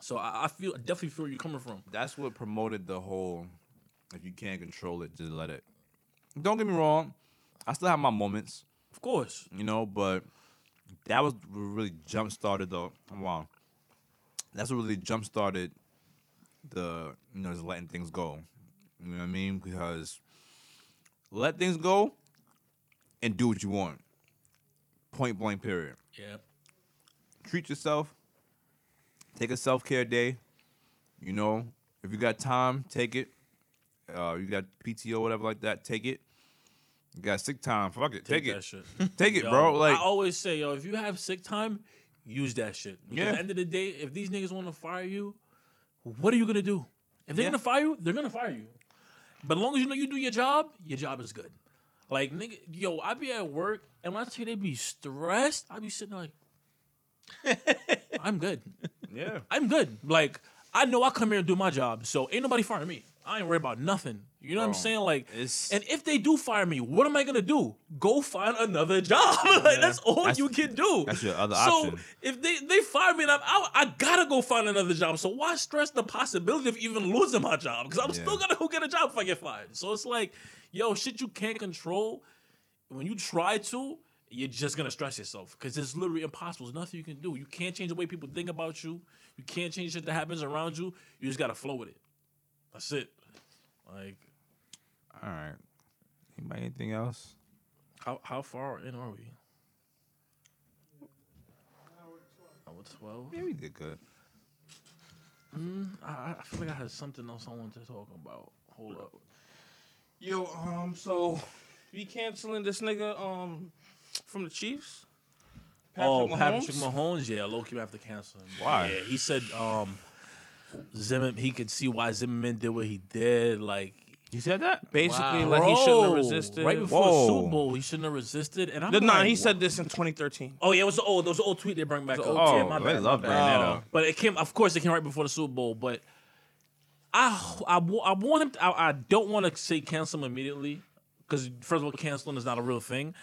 B: so I, I feel I definitely feel where you're coming from.
A: that's what promoted the whole if you can't control it just let it don't get me wrong i still have my moments
B: Of course.
A: you know but that was what really jump started though wow that's what really jump started the you know just letting things go you know what i mean because let things go and do what you want point blank period
B: Yeah.
A: treat yourself. Take a self care day. You know, if you got time, take it. Uh, you got PTO, whatever like that, take it. You got sick time, fuck it, take,
B: Take that
A: it,
B: shit.
A: <laughs> take it,
B: Yo,
A: bro. Like,
B: I always say, yo, if you have sick time, use that shit.
A: Yeah.
B: Because At the end of the day, if these niggas want to fire you, what are you gonna do? If they're
A: Yeah.
B: gonna fire you, they're gonna fire you. But as long as you know you do your job, your job is good. Like nigga, yo, I be at work and when I tell you they be stressed, I be sitting there like,
A: <laughs>
B: I'm good.
A: yeah,
B: I'm good. Like I know I come here and do my job, so ain't nobody firing me. I ain't worried about nothing. You know what I'm
A: Bro,
B: saying? Like,
A: it's-
B: and if they do fire me, what am I gonna do? Go find another <laughs> job. like that's all
A: That's-
B: you can do.
A: that's your other
B: so
A: option.
B: if they they fire me and I'm out, I gotta go find another job. So why stress the possibility of even losing my job? Because I'm
A: Yeah.
B: still gonna go get a job if I get fired. So it's like, yo, shit you can't control. When you try to, you're just gonna stress yourself because it's literally impossible. There's nothing you can do. You can't change the way people think about you. You can't change shit that happens around you. You just gotta flow with it. That's it. Like,
A: all right. Anybody, anything else?
B: how how far in are we? Hour twelve.
A: Yeah, we did good.
B: I, I feel like I had something else I wanted to talk about. Hold up.
E: Yo, um, so we canceling this nigga um from the Chiefs.
B: oh, Patrick Mahomes. Yeah, low key have to cancel him.
A: Why?
B: Yeah, he said um, Zimmerman. He could see why Zimmerman did what he did. Like.
A: You said that?
E: Basically, like he shouldn't have
B: Bro,
E: resisted.
B: Right before
A: Whoa.
B: the Super Bowl, he shouldn't have resisted. And I'm
E: No,
B: like,
E: nah, he said this in 2013.
B: "Oh yeah, it was the old, there was an old tweet they bring back.
E: It
B: up.
E: was an
A: Oh,
B: yeah, my
A: they
B: bad,
A: love
B: my
A: bringing
B: bad.
A: that
E: Oh.
A: up.
B: But it came, of course, it came right before the Super Bowl. But I I, wa- I want him. To, I, I don't want to say cancel him immediately because first of all, canceling is not a real thing.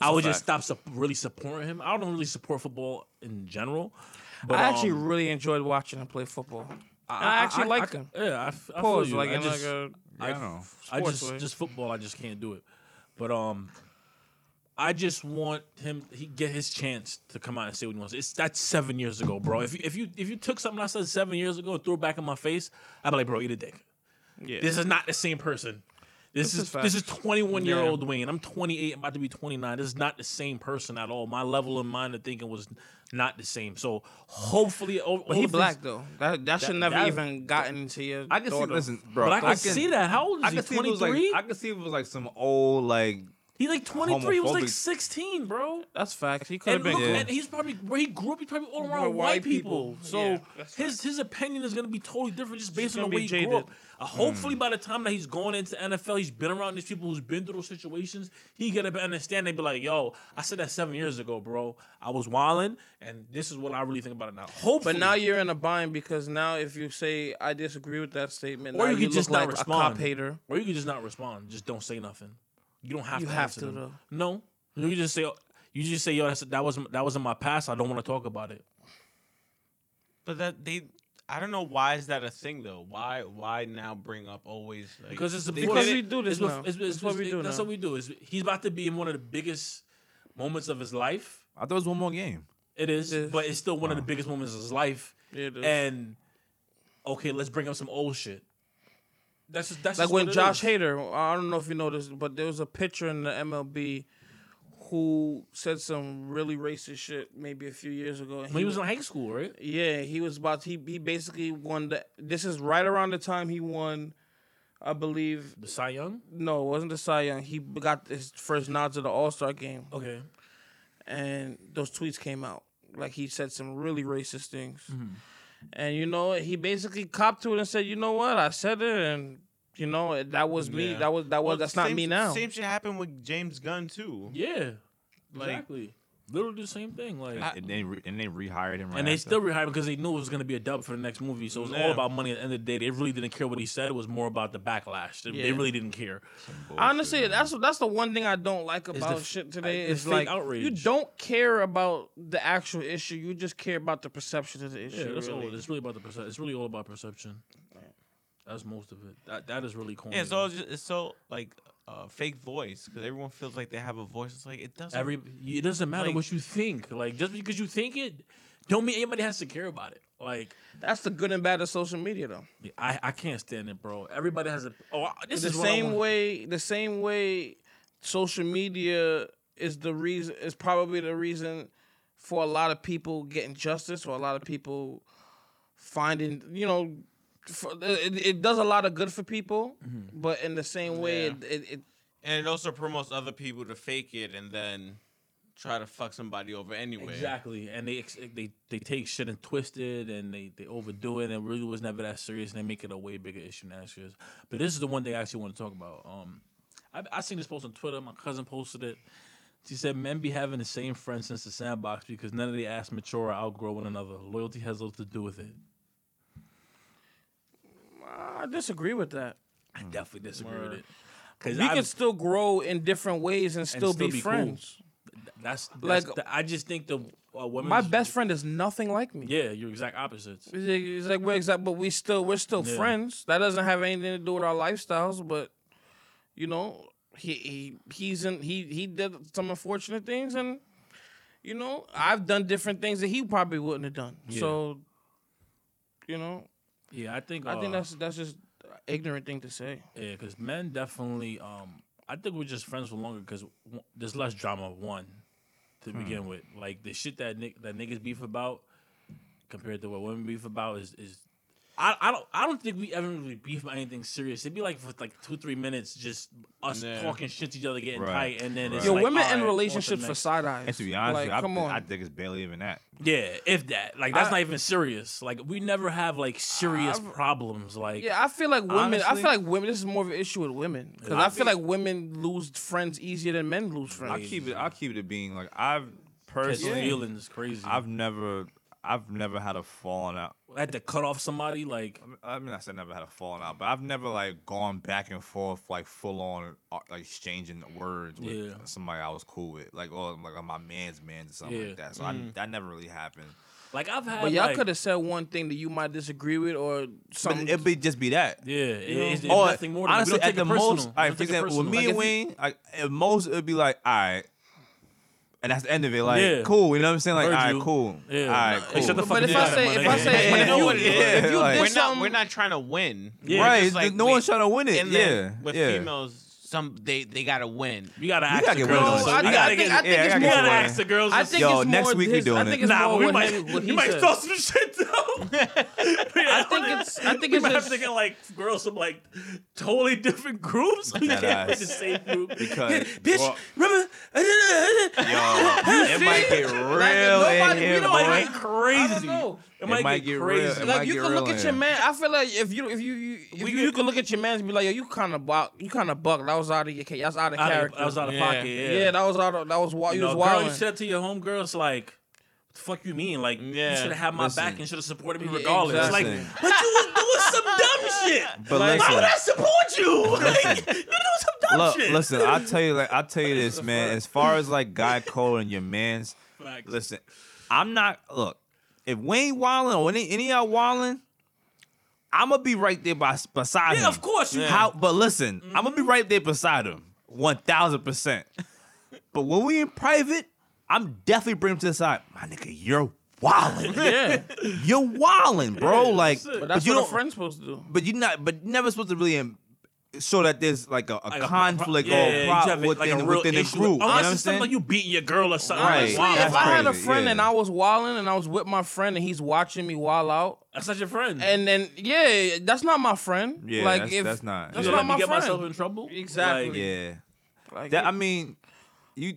B: I would just stop sup- really supporting him. I don't really support football in general. But
E: I actually
B: um,
E: really enjoyed watching him play football. I actually liked him.
B: Yeah, I, f- I feel
E: Pause,
B: you.
E: like, uh,
B: I
E: in
B: just,
E: like a
A: I don't know.
B: I
E: sports
B: just
E: way.
B: just football. I just can't do it. But um, I just want him he get his chance to come out and say what he wants. It's that's seven years ago, bro. If you if you if you took something I said seven years ago and threw it back in my face, I'd be like, bro, eat a dick.
E: Yeah.
B: This is not the same person. This,
E: is
B: is,
E: fact.
B: this is 21 year old Wayne. I'm 28. I'm about to be 29. This is not the same person at all. My level of mind of thinking was not the same. So hopefully, oh,
E: But he black though. That that should never
B: that-
E: even gotten into your.
A: I can see.
E: daughter.
A: Listen, bro.
B: But I can, see that. How old is
A: I can
B: he?
A: see if it was like.
B: 23.
A: I can see if it was like some old like.
B: He like 23. He was like
A: homophobic-
B: 16, bro.
E: That's facts. He could have
B: And,
E: been.
B: look,
A: cool.
B: and he's probably where he grew up. He's probably all around
E: Bro,
B: white,
E: white
B: people.
E: people.
B: So
E: Yeah, that's
B: his his opinion is gonna be totally different just based on the
E: gonna
B: way
E: be
B: he grew up.
E: jaded.
B: Uh, hopefully, by the time that he's going into NFL, he's been around these people who's been through those situations. He get up and understand. They be like, "Yo, I said that seven years ago, bro. I was wilding, and this is what I really think about it now." Hopefully,
E: But now you're in a bind because now if you say I disagree with that statement,
B: Or
E: now
B: you could
E: look
B: just not
E: like a
B: respond.
E: cop hater.
B: or you can just not respond. Just don't say nothing. You don't have
E: You
B: to.
E: have
B: answer
E: to,
B: them.
E: though.
B: No, you can just say. You just say, "Yo, that's, that was that was in my past. I don't want to talk about it."
D: But that they, I don't know why is that a thing though? Why why now bring up always? Like,
B: Because it's the
D: they
E: Because
D: did
E: we
D: it-
E: do this
B: It's bef-
E: now.
B: it's- it's-
E: That's what we
B: it's-
E: do
B: That's
E: now.
B: what we do. Is he's about to be in one of the biggest moments of his life.
A: I thought it was one more game.
B: It is,
E: Yes.
B: but it's still one of the biggest moments of his life.
E: Yeah, it is.
B: And okay, let's bring up some old shit. That's just, that's
E: Like
B: just
E: when
B: what it
E: Josh
B: is.
E: Hader, I don't know if you noticed, but there was a pitcher in the MLB who said some really racist shit maybe a few years ago. and
B: when he was in high school, right?
E: Yeah, he was about he he basically won the. This is right around the time he won, I believe.
B: The Cy Young.
E: No, it wasn't the Cy Young. He got his first nods at the All Star game,
B: Okay,
E: and those tweets came out. Like he said some really racist things,
B: Mm-hmm.
E: and you know what? he basically copped to it and said, "You know what? I said it, and you know it- that was me.
B: Yeah.
E: That was that was
D: Well,
E: that's
D: same,
E: not me now."
D: Same shit happened with James Gunn too.
B: yeah,
D: Like-
B: exactly. Literally the same thing. Like.
A: and they re- and they rehired him. Right
B: and they
A: after.
B: still rehired him because they knew it was going to be a dub for the next movie. So it was all
D: Yeah.
B: about money at the end of the day. They really didn't care what he said. It was more about the backlash. They, they
E: Yeah.
B: really didn't care.
E: Honestly, that's that's the one thing I don't like about
B: the-
E: shit today.
B: the
E: It's
B: fake
E: like
B: outrage.
E: you don't care about the actual issue. You just care about the perception of the
B: Yeah,
E: issue.
B: that's
E: really.
B: all. It's really about the perception. It's really all about perception. That's most of it. That that is really corny.
D: Yeah, it's
B: though.
D: all just, it's so like uh, fake voice because everyone feels like they have a voice. It's like it doesn't.
B: every. It doesn't matter
D: like-
B: what you think. Like just because you think it, don't mean anybody has to care about it. Like
E: That's the good and bad of social media, though.
B: I I can't stand it, bro. Everybody has a. Oh, I- this
E: the
B: is what I
E: same
B: want.
E: way the same way social media is the reason is probably the reason for a lot of people getting justice or a lot of people finding you know for, it, it does a lot of good for people
B: Mm-hmm.
E: but in the same way
D: Yeah.
E: it, it, it
D: and it also promotes other people to fake it and then try to fuck somebody over anyway.
B: Exactly, and they ex- they they take shit and twist it, and they they overdo it, and it really was never that serious, and they make it a way bigger issue than it actually is. But this is the one thing I actually want to talk about. Um, I I seen this post on Twitter. My cousin posted it. She said men be having the same friends since the sandbox because none of the ass mature or outgrow one another. Loyalty has little to do with it.
E: i disagree with that
B: I definitely disagree with it. Cause
E: Hmm. we
B: I've-
E: can still grow in different ways and still,
B: still
E: be,
B: be cool.
E: friends
B: that's, that's
E: like-
B: the- I just think the uh, women.
E: my best friend is nothing like me
B: Yeah, you're exact opposites.
E: It's like, it's like we're exact, but we still we're still
B: Yeah.
E: friends. That doesn't have anything to do with our lifestyles, but you know, he, he he's in he he did some unfortunate things, and you know, I've done different things that he probably wouldn't have done.
B: Yeah.
E: So, you know,
B: Yeah, I think.
E: I think
B: uh,
E: that's that's just an ignorant thing to say.
B: Yeah, because men definitely. Um, I think we're just friends for longer because there's less drama. One, to
A: Hmm.
B: begin with, like the shit that nick that niggas beef about compared to what women beef about is is. I, I don't I don't think we ever really beef about anything serious. It'd be like for like two three minutes, just us
D: Yeah.
B: talking shit to each other, getting
A: Right,
B: tight, and then it's
A: right.
E: Yo,
B: like,
E: women
B: all right, on
E: in
B: to the
E: relationships for
B: next.
E: side eyes.
A: And to be honest,
E: like,
A: with you,
E: come
A: I,
E: on.
A: I think it's barely even that.
B: yeah, if that like that's
E: I-
B: not even serious. Like we never have like serious problems. Like
E: yeah, I feel like women. I
A: Honestly-
E: feel like women. This is more of an issue with women because I feel like women lose friends easier than men lose
A: I
E: friends.
A: keep it. I keep it being like I've
B: it's
A: personally.
B: feelings crazy.
A: I've never. I- I've never had a falling out.
B: I had to cut off somebody. Like,
A: I mean, I said never had a falling out, but I've never like gone back and forth like full on uh, like exchanging words with
B: Yeah.
A: somebody I was cool with, like or like my man's man's or something
B: Yeah. Mm.
A: like that. So I, that never really happened.
B: like I've had.
E: But y'all
B: like-
E: could have said one thing that you might disagree with or
A: But
E: something.
A: it'd be just be that.
B: Yeah, it, it's, it's
A: Or,
B: nothing more. Than
A: honestly,
B: we don't
A: at
B: take
A: the
B: it personal.
A: most,
B: We
A: all
B: don't
A: right, for
B: take it
A: example, with
B: personal.
A: me
B: Like,
A: and
B: if-
A: Wayne, like at most it'd be like, all right, and that's the end of it. Like,
B: Yeah.
A: cool, you know what I'm saying? Like, all
B: Heard
A: right,
B: you.
A: cool,
B: Yeah.
A: all right, cool.
B: Hey, shut the fuck
E: but if
B: Yeah.
E: I say, if I
B: Yeah.
E: say,
D: But
E: if
D: you know
E: you-
D: what it
A: is,
E: if you
A: like-
D: we're
E: did
D: not we're
E: something-
D: not trying to win.
B: Yeah.
D: We're
A: right,
D: just
A: it's-
D: like,
A: no
D: we-
A: one's trying to win it.
D: and then
A: yeah,
D: with
A: yeah.
D: females, some they they gotta win.
B: you gotta
A: You
B: ask
A: gotta
B: the
A: get rid of
B: girls.
A: them.
B: so
E: No,
A: I
B: you
E: think-
B: gotta
E: I
B: get.
E: think-
A: I
B: you
A: think it's
B: gotta
A: more than-
B: ask the girls.
E: I
B: and
E: think
B: stuff.
A: Yo,
E: it's more
A: next week we
E: his- I
A: doing
E: think
A: it.
E: it's
B: Nah,
E: more
B: we
E: what
B: might
E: his-
B: <laughs>
E: what
B: we
E: he
B: might
E: said.
B: throw some shit down. I
E: think it's- I think
B: we
E: it's
B: might have
E: just-
B: to get like girls from like totally different groups. Like,
A: That
B: in the
A: ass.
B: same group.
A: Because-
B: Yeah, <laughs> bitch,
A: Well- <laughs>
B: remember?
A: Yo, it might get real
E: nobody-
A: in
E: we
A: here,
E: don't
B: It might
A: boy.
B: get
E: I
B: crazy.
E: don't know.
B: It might, get,
A: real.
B: crazy.
A: It might
E: Like you
A: get
E: can
A: real
E: look
A: in
E: at your
A: here.
E: man. I feel like if you if you you if you, you can look at your man and be like, yo, you kind of buck, you kind of buck. That was out of your, ca- that's out of
B: Out of-
E: character.
B: I was out of
D: Yeah.
B: pocket. Yeah,
E: yeah. that was out of that was wild.
B: you
E: You,
B: know,
E: was
B: girl,
E: wild.
B: you said to your homegirls like. "What The fuck you mean? Like you
D: Yeah,
B: should have had my
A: listen.
B: back and should have supported me
E: Yeah,
B: regardless.
A: exactly.
B: Like, but you was doing some dumb shit.
A: <laughs> But
B: Like, why
A: listen.
B: would I support you? <laughs> Like, you doing some dumb
A: Look,
B: shit.
A: listen, I tell you, like, I tell you this, man. As far as like guy code and your man's,
B: Facts.
A: listen, I'm not. Look, if Wayne Wallin or any any of y'all Wallin, I'm gonna be right there by beside him.
B: Yeah, Mm-hmm. of course you.
A: How? But listen, I'm gonna be right there beside him, one thousand percent. But when we in private, I'm definitely bring him to the side. My nigga, you're
B: <laughs>
A: wildin'.
E: <laughs> yeah,
A: you're wildin', bro. like,
B: that's it. <laughs>
E: but
A: but,
E: that's
A: you
E: what a
A: don't.
E: friend's supposed to do.
A: but you're not. But you're never supposed to really. um, Show that there's like a, a
B: Like a pro-
A: conflict
B: yeah,
A: or
B: yeah,
A: a
B: you
A: problem
B: have it,
A: within,
B: like a real
A: within the
B: issue.
A: group. you know what
B: Unless
A: I'm
B: it's something
A: saying?
B: like you beating your girl or something.
A: Right.
B: Like,
E: Honestly,
B: wow,
E: if
A: that's
E: I had a
A: crazy,
E: friend
A: yeah.
E: and I was walling and I was with my friend and he's watching me wall out,
B: that's not your friend.
E: and then yeah, that's not my friend.
A: Yeah,
E: like
A: that's-
E: if
A: that's not-
E: that's
A: Yeah.
B: you
E: not
B: let me
E: my
B: get
E: friend.
B: myself in trouble.
E: Exactly.
B: Like,
A: yeah.
E: Like,
A: That I mean, you.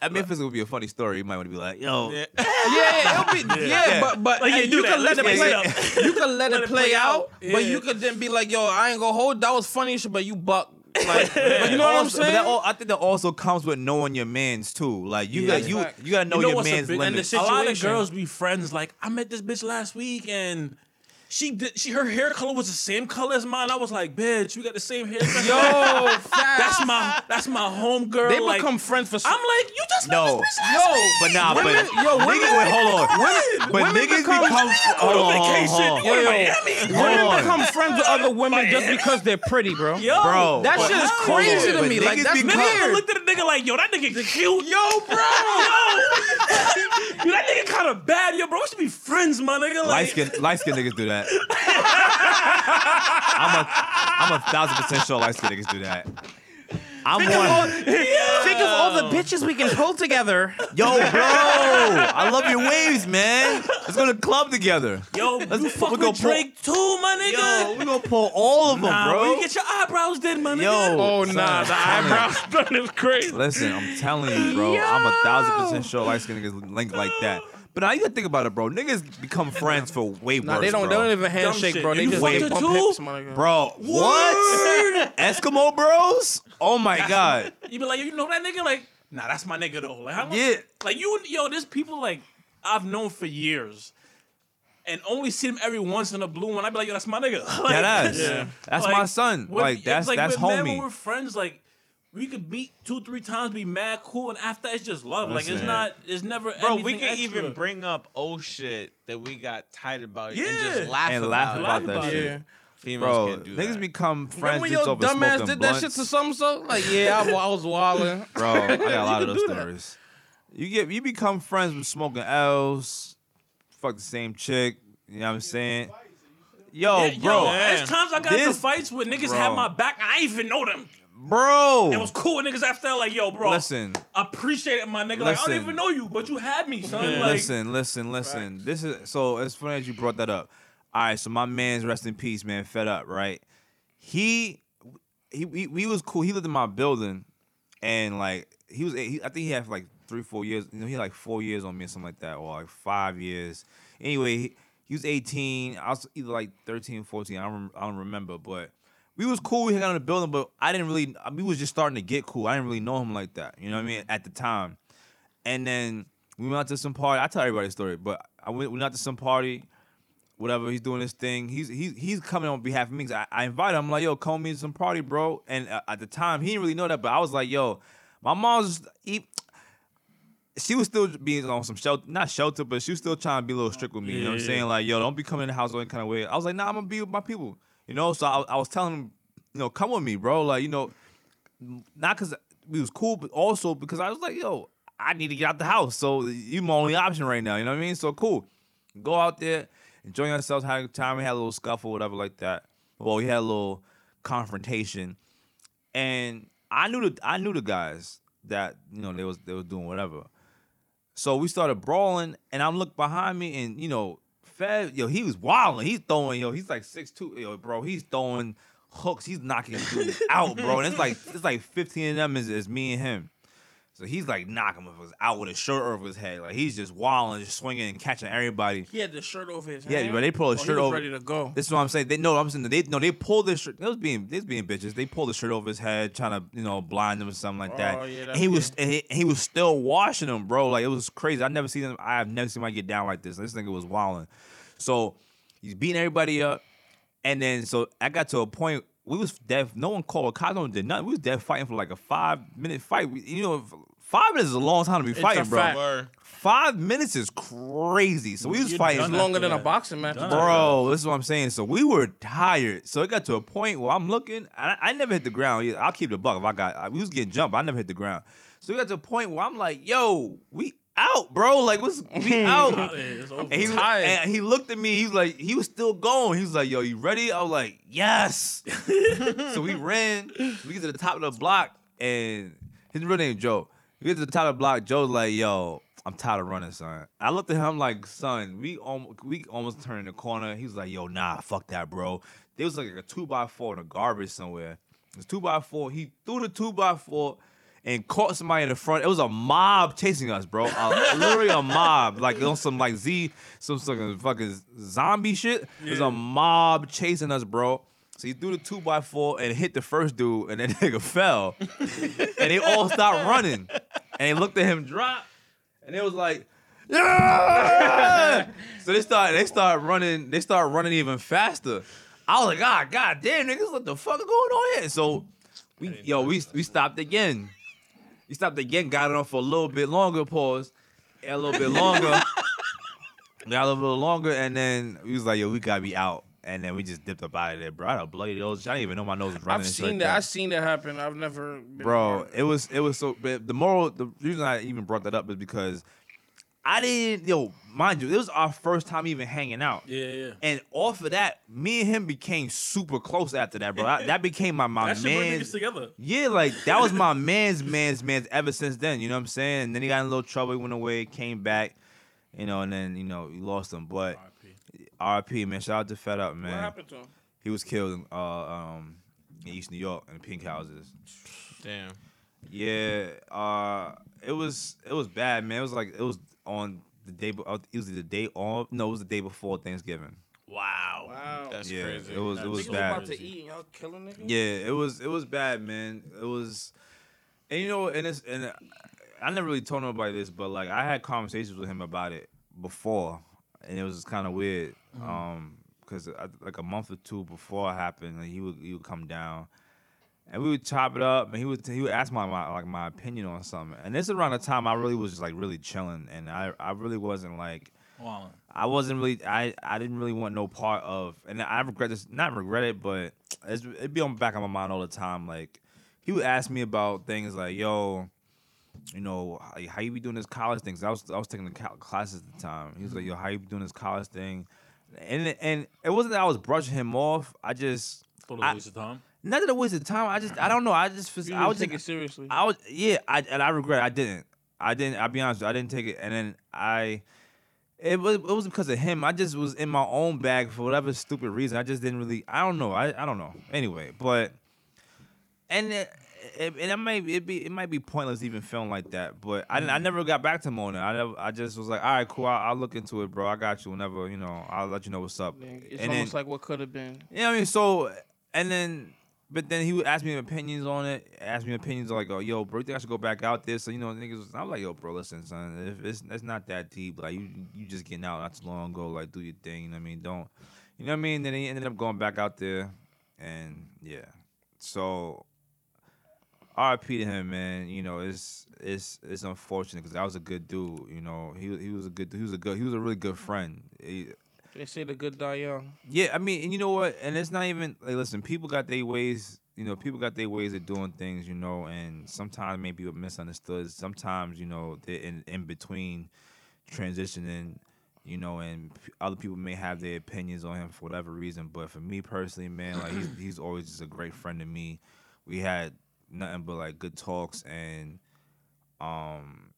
A: I mean, if it's gonna be a funny story, you might want to be like, "Yo,
D: Yeah.
E: yeah, it'll be
A: <laughs>
E: yeah,
A: Yeah.
E: but but
B: Like, yeah,
E: and
B: do
E: you
B: that.
E: can let
B: Let
E: it
B: me
E: play.
B: mix it
E: <laughs> You can let, it play, out,
B: Yeah.
E: but you could then be like, yo, I ain't gonna hold. That was funny, shit, but you buck. <laughs> Like, but you know what I'm
A: Also- but
E: saying?
A: that all, I think that also comes with knowing your man's too. Like you
B: Yeah.
A: got you
E: Facts.
A: you gotta know,
B: You know
A: your
B: what's a
A: man's
B: big-
E: and the
A: limits.
E: shit-
B: a lot of
E: Situation.
B: girls be friends. Like I met this bitch last week and. She did. She her hair color was the same color as mine. I was like, bitch, we got the same hair. color."
E: <laughs> yo, facts.
B: that's my that's my home girl.
E: They
B: like,
E: become friends for.
B: I'm like, you just met
A: No.
B: this bitch last
E: yo,
B: week.
A: But nah,
E: Women-
A: but
E: yo, women-
A: nigga, wait, hold on. but
E: women
A: niggas
E: become-
A: become hold
B: on
A: on, hold on, hold
B: vacation.
A: on.
B: Yo, yo.
A: Hold
E: women
A: on.
E: become friends with other women just because they're pretty, bro.
B: Yo,
A: Bro,
E: Oh, That
A: but-
E: shit is
A: hold on,
E: crazy to
A: but
E: me. Like
A: niggas
E: that's
A: become-
B: I
E: weird.
B: looked at a nigga like, yo, that nigga cute.
E: Yo, bro.
B: Yo, <laughs> that nigga kind of bad, yo, bro. We should be friends, my nigga.
A: Light
B: Like,
A: skin, light skin niggas do that.
E: <laughs>
A: I'm a, I'm a thousand percent sure light skin niggas do that. I'm one.
E: Think of all the bitches we can pull together.
A: Yo, bro, I love your waves, man. Let's go to the club together.
B: yo, you
A: Let's-
B: fuck
A: we
B: with
A: gonna pull-
B: Drake too, my nigga.
A: Yo, we gonna pull all of them,
B: nah,
A: bro.
B: you get your eyebrows done, my
A: Yo,
B: nigga.
E: Oh,
A: son,
E: nah,
A: I'm
E: the
A: telling you.
E: eyebrows
B: That is crazy.
A: Listen, I'm telling you, bro. I'm a thousand percent sure light skinned niggas link like that. But now you gotta think about it, bro. Niggas become friends for way worse.
E: Nah, they don't.
A: bro.
E: They don't even handshake,
B: shit.
E: bro.
B: And
E: They
B: you
E: just
B: fucked
E: they
B: her
E: bump
B: too?
E: hips, my nigga.
A: Bro, what? Eskimo bros? Oh my god.
B: You be like, yo, you know that nigga? Like, nah, that's my nigga though. Like, how much-
A: Yeah.
B: Like you, yo, there's people like I've known for years, and only see them every once in a blue one. I be like, yo, that's my nigga. <laughs> Like,
A: That ass. That's
B: Like,
A: my son.
B: we're-
A: Like
B: it's
A: that's that's
B: we're mad when
A: homie.
B: We're friends. Like we could meet two, three times, be mad cool, and after it's just love. like it's
A: Listen.
B: not. It's never.
D: Bro, we
B: anything
D: can
B: extra.
D: even bring up old shit that we got tired about and
B: Yeah.
D: just laugh
A: And
D: about
A: laugh
D: it.
A: about
B: Laugh
A: that
B: about
A: shit.
E: Yeah.
D: Females
A: Bro,
D: can't do
A: niggas
D: that.
A: become
E: Remember
A: friends
E: when
A: just
E: your
A: over
E: dumb ass
A: smoking
E: did that
A: blunts.
E: shit to some so? Like, yeah, I, wa- I was wilding.
A: Bro, I got a lot of
E: can
A: those
E: do that.
A: stories. You get you become friends with smoking L's, fuck the same chick. You know what I'm saying? Yo,
B: Yeah,
A: bro,
B: yo, there's times I got into
A: This-
B: fights where niggas
A: Bro.
B: had my back. and I didn't even know them.
A: bro.
B: It was cool with niggas after that, like, yo, bro.
A: Listen,
B: appreciate it, my nigga. Like, I
A: Listen.
B: don't even know you, but you had me, son. Like, <laughs>
A: listen, listen, listen. This is so it's funny that you brought that up. All right, so my man's rest in peace, man. Fed up, right? He, he, we, we was cool. He lived in my building, and like he was, he, I think he had like three, four years. You know, he had like four years on me or something like that, or like five years. Anyway, he, he was eighteen. I was either like 13, 14. I don't, rem- I don't remember, but. We was cool. We hung out in the building, but I didn't really. We was just starting to get cool. I didn't really know him like that. You know what I mean? At the time, and then We went out to some party. I tell everybody the story, but I went, we went out to some party. Whatever he's doing his thing. He's he's he's coming on behalf of me. 'cause I, I invited him. I'm like, yo, come me to some party, bro. And uh, at the time, he didn't really know that, but I was like, yo, my mom's he, she was still being on some shelter, not shelter, but she was still trying to be a little strict with me. You know what I'm
B: Yeah.
A: saying? Like, yo, don't be coming in the house any kind of way. I was like, nah, I'm gonna be with my people. You know, so I, I was telling him, you know, come with me, bro. Like, you know, not because we was cool, but also because I was like, yo, I need to get out the house. So you my only option right now. You know what I mean? So cool. Go out there, enjoy ourselves, having a good time. We had a little scuffle, whatever like that. Well, we had a little confrontation. And I knew the I knew the guys that, you know, they was they was doing whatever. So we started brawling, and I'm look behind me, and you know, Fed, yo, he was wilding. He's throwing, yo, he's like six two, yo, bro. He's throwing hooks. He's knocking dudes
B: <laughs>
A: out, bro. And it's like it's like 15 of them is, is me and him. So he's like knocking motherfuckers out with his shirt over his head. Like he's just wilding, just swinging and catching everybody.
B: He had the shirt over his
A: Yeah,
B: head.
A: but they pulled
B: Oh,
A: his
B: he
A: shirt
B: was
A: over.
B: Ready to go.
A: This is what I'm saying. They no, I'm saying they no, they pulled their shirt. They was being they was being bitches. They pulled the shirt over his head, trying to you know blind him or something like that.
B: Oh, yeah,
A: And
B: that-
A: he was and he, and he was still washing them, bro. Like it was crazy. I never seen him. I have never seen him get down like this. This nigga was wilding. So he's beating everybody up, and then so I got to a point. We was dead. No one called. Cops no one did nothing. We was dead fighting for like a five minute fight. We- you know, five minutes is a long time to be fighting,
B: a
A: bro.
B: fact.
D: Word.
A: Five minutes is crazy. So we was
B: You're
A: fighting
B: done
E: It's longer
B: after
E: than a
B: that.
E: boxing match,
B: Done.
E: bro.
A: Bro, this is what I'm saying. So we were tired. So it got to a point where I'm looking. And I, I never hit the ground. either. I'll keep the buck if I got. I, we was getting jumped. I never hit the ground. So it got to a point where I'm like, "Yo, we out, bro. Like, what's we out?" And he,
E: Tired.
A: and he looked at me. He was like, he was still going. He was like, "Yo, you ready?" I was like, "Yes." so we ran. We get to the top of the block, and his real name Joe. We get to the top of the block. Joe's like, "Yo, I'm tired of running, son." I looked at him I'm like, "Son, we almost we almost turned the corner." He was like, "Yo, nah, fuck that, bro." There was like a two by four in the garbage somewhere. It was two by four. He threw the two by four. And caught somebody in the front. It was a mob chasing us, bro. A, literally a mob, like on some like Z, some fucking fucking zombie shit. It was a mob chasing us, bro. So he threw the two by four and hit the first dude, and that <laughs> nigga fell. and they all stopped running. And they looked at him drop, and it was like, yeah! so they start they start running, they start running even faster. I was like, ah, god damn niggas, what the fuck is going on here? So we yo, we we stopped again. We stopped again, got it on for a little bit longer, pause, a little bit longer. Got a little bit longer, and then we was like, "Yo, we gotta be out." And then we just dipped up out of there, bro. I done bloody those. I didn't even know my nose was running. and
E: I've
A: shit
E: seen
A: like
E: that. I've seen that happen. I've never, been
A: bro. It was it was so. But the moral, the reason I even brought that up is because I didn't, yo, mind you, it was our first time even hanging out.
B: Yeah, yeah.
A: And off of that, me and him became super close after that, bro. I- that became my my
B: That shit bring
A: man.
B: niggas together.
A: Yeah, like that was my man's man's man's ever since then. You know what I'm saying? And then he got in a little trouble. He went away, came back, you know, and then you know we lost him. But RIP, man. Shout out to Fed Up,
E: What
A: man.
E: happened to him?
A: He was killed in, uh, um, in East New York in pink houses.
D: <laughs> Damn.
A: Yeah, uh, it was it was bad, man. It was like it was on the day. be- uh, It was the day on. No, it was the day before Thanksgiving.
B: Wow.
E: Wow.
D: That's
A: yeah,
D: crazy.
A: it was it
B: That's
A: was
B: so
E: Niggas about
A: bad.
E: to eat. and Y'all killing niggas.
A: Yeah, it was it was bad, man. It was, and you know, and it's and I never really told nobody this, but like I had conversations with him about it before, and it was kind of weird, um, because like a month or two before it happened, like, he would he would come down, and we would chop it up, and he would he would ask my, my like my opinion on something, and this is around the time I really was just like really chilling, and I I really wasn't like
B: Wow.
A: I wasn't really I I didn't really want no part of and I regret this not regret it but it's, it'd be on the back of my mind all the time like he would ask me about things like yo you know how, how you be doing this college thing 'Cause I was I was taking the col- classes at the time he was like yo how you be doing this college thing and and it wasn't that I was brushing him off I just
B: Thought it was
A: I-
B: a waste of time.
A: not that it was a time I just I don't know I just
E: You
A: I
E: didn't
A: was
E: take
A: just
E: it seriously.
A: I was yeah, I and I regret I didn't. I didn't. I'll be honest, I didn't take it, and then I. It was it was because of him. I just was in my own bag for whatever stupid reason. I just didn't really. I don't know. I, I don't know. Anyway, but and it, it, and it might it be it might be pointless even feeling like that. But I didn't-
E: Mm.
A: I never got back to Mona. I never, I just was like, all right, cool. I'll, I'll look into it, bro. I got you. Whenever you know, I'll let you know what's up.
E: It's
A: and then,
E: almost like what could have been.
A: yeah, I mean, so and then, But then he would ask me opinions on it. Ask me opinions like, "Oh, yo, bro, you think I should go back out there?" So you know, niggas. I'm like, "Yo, bro, listen, son, if it's it's not that deep. Like, you you just getting out not too long ago. Like, do your thing. You know what I mean? Don't. You know what I mean? Then he ended up going back out there, and yeah. So, R.I.P. to him, man. You know, it's it's it's unfortunate because that was a good dude. You know, he he was a good he was a good he was a really good friend. He-
E: They say the good die young.
A: yeah, I mean, and you know what? And it's not even like listen, people got their ways, you know, people got their ways of doing things, you know, and sometimes maybe we're misunderstood. Sometimes, you know, they're in, in between transitioning, you know, and p- other people may have their opinions on him for whatever reason. But for me personally, man, like he's he's always just a great friend to me. We had nothing but like good talks and um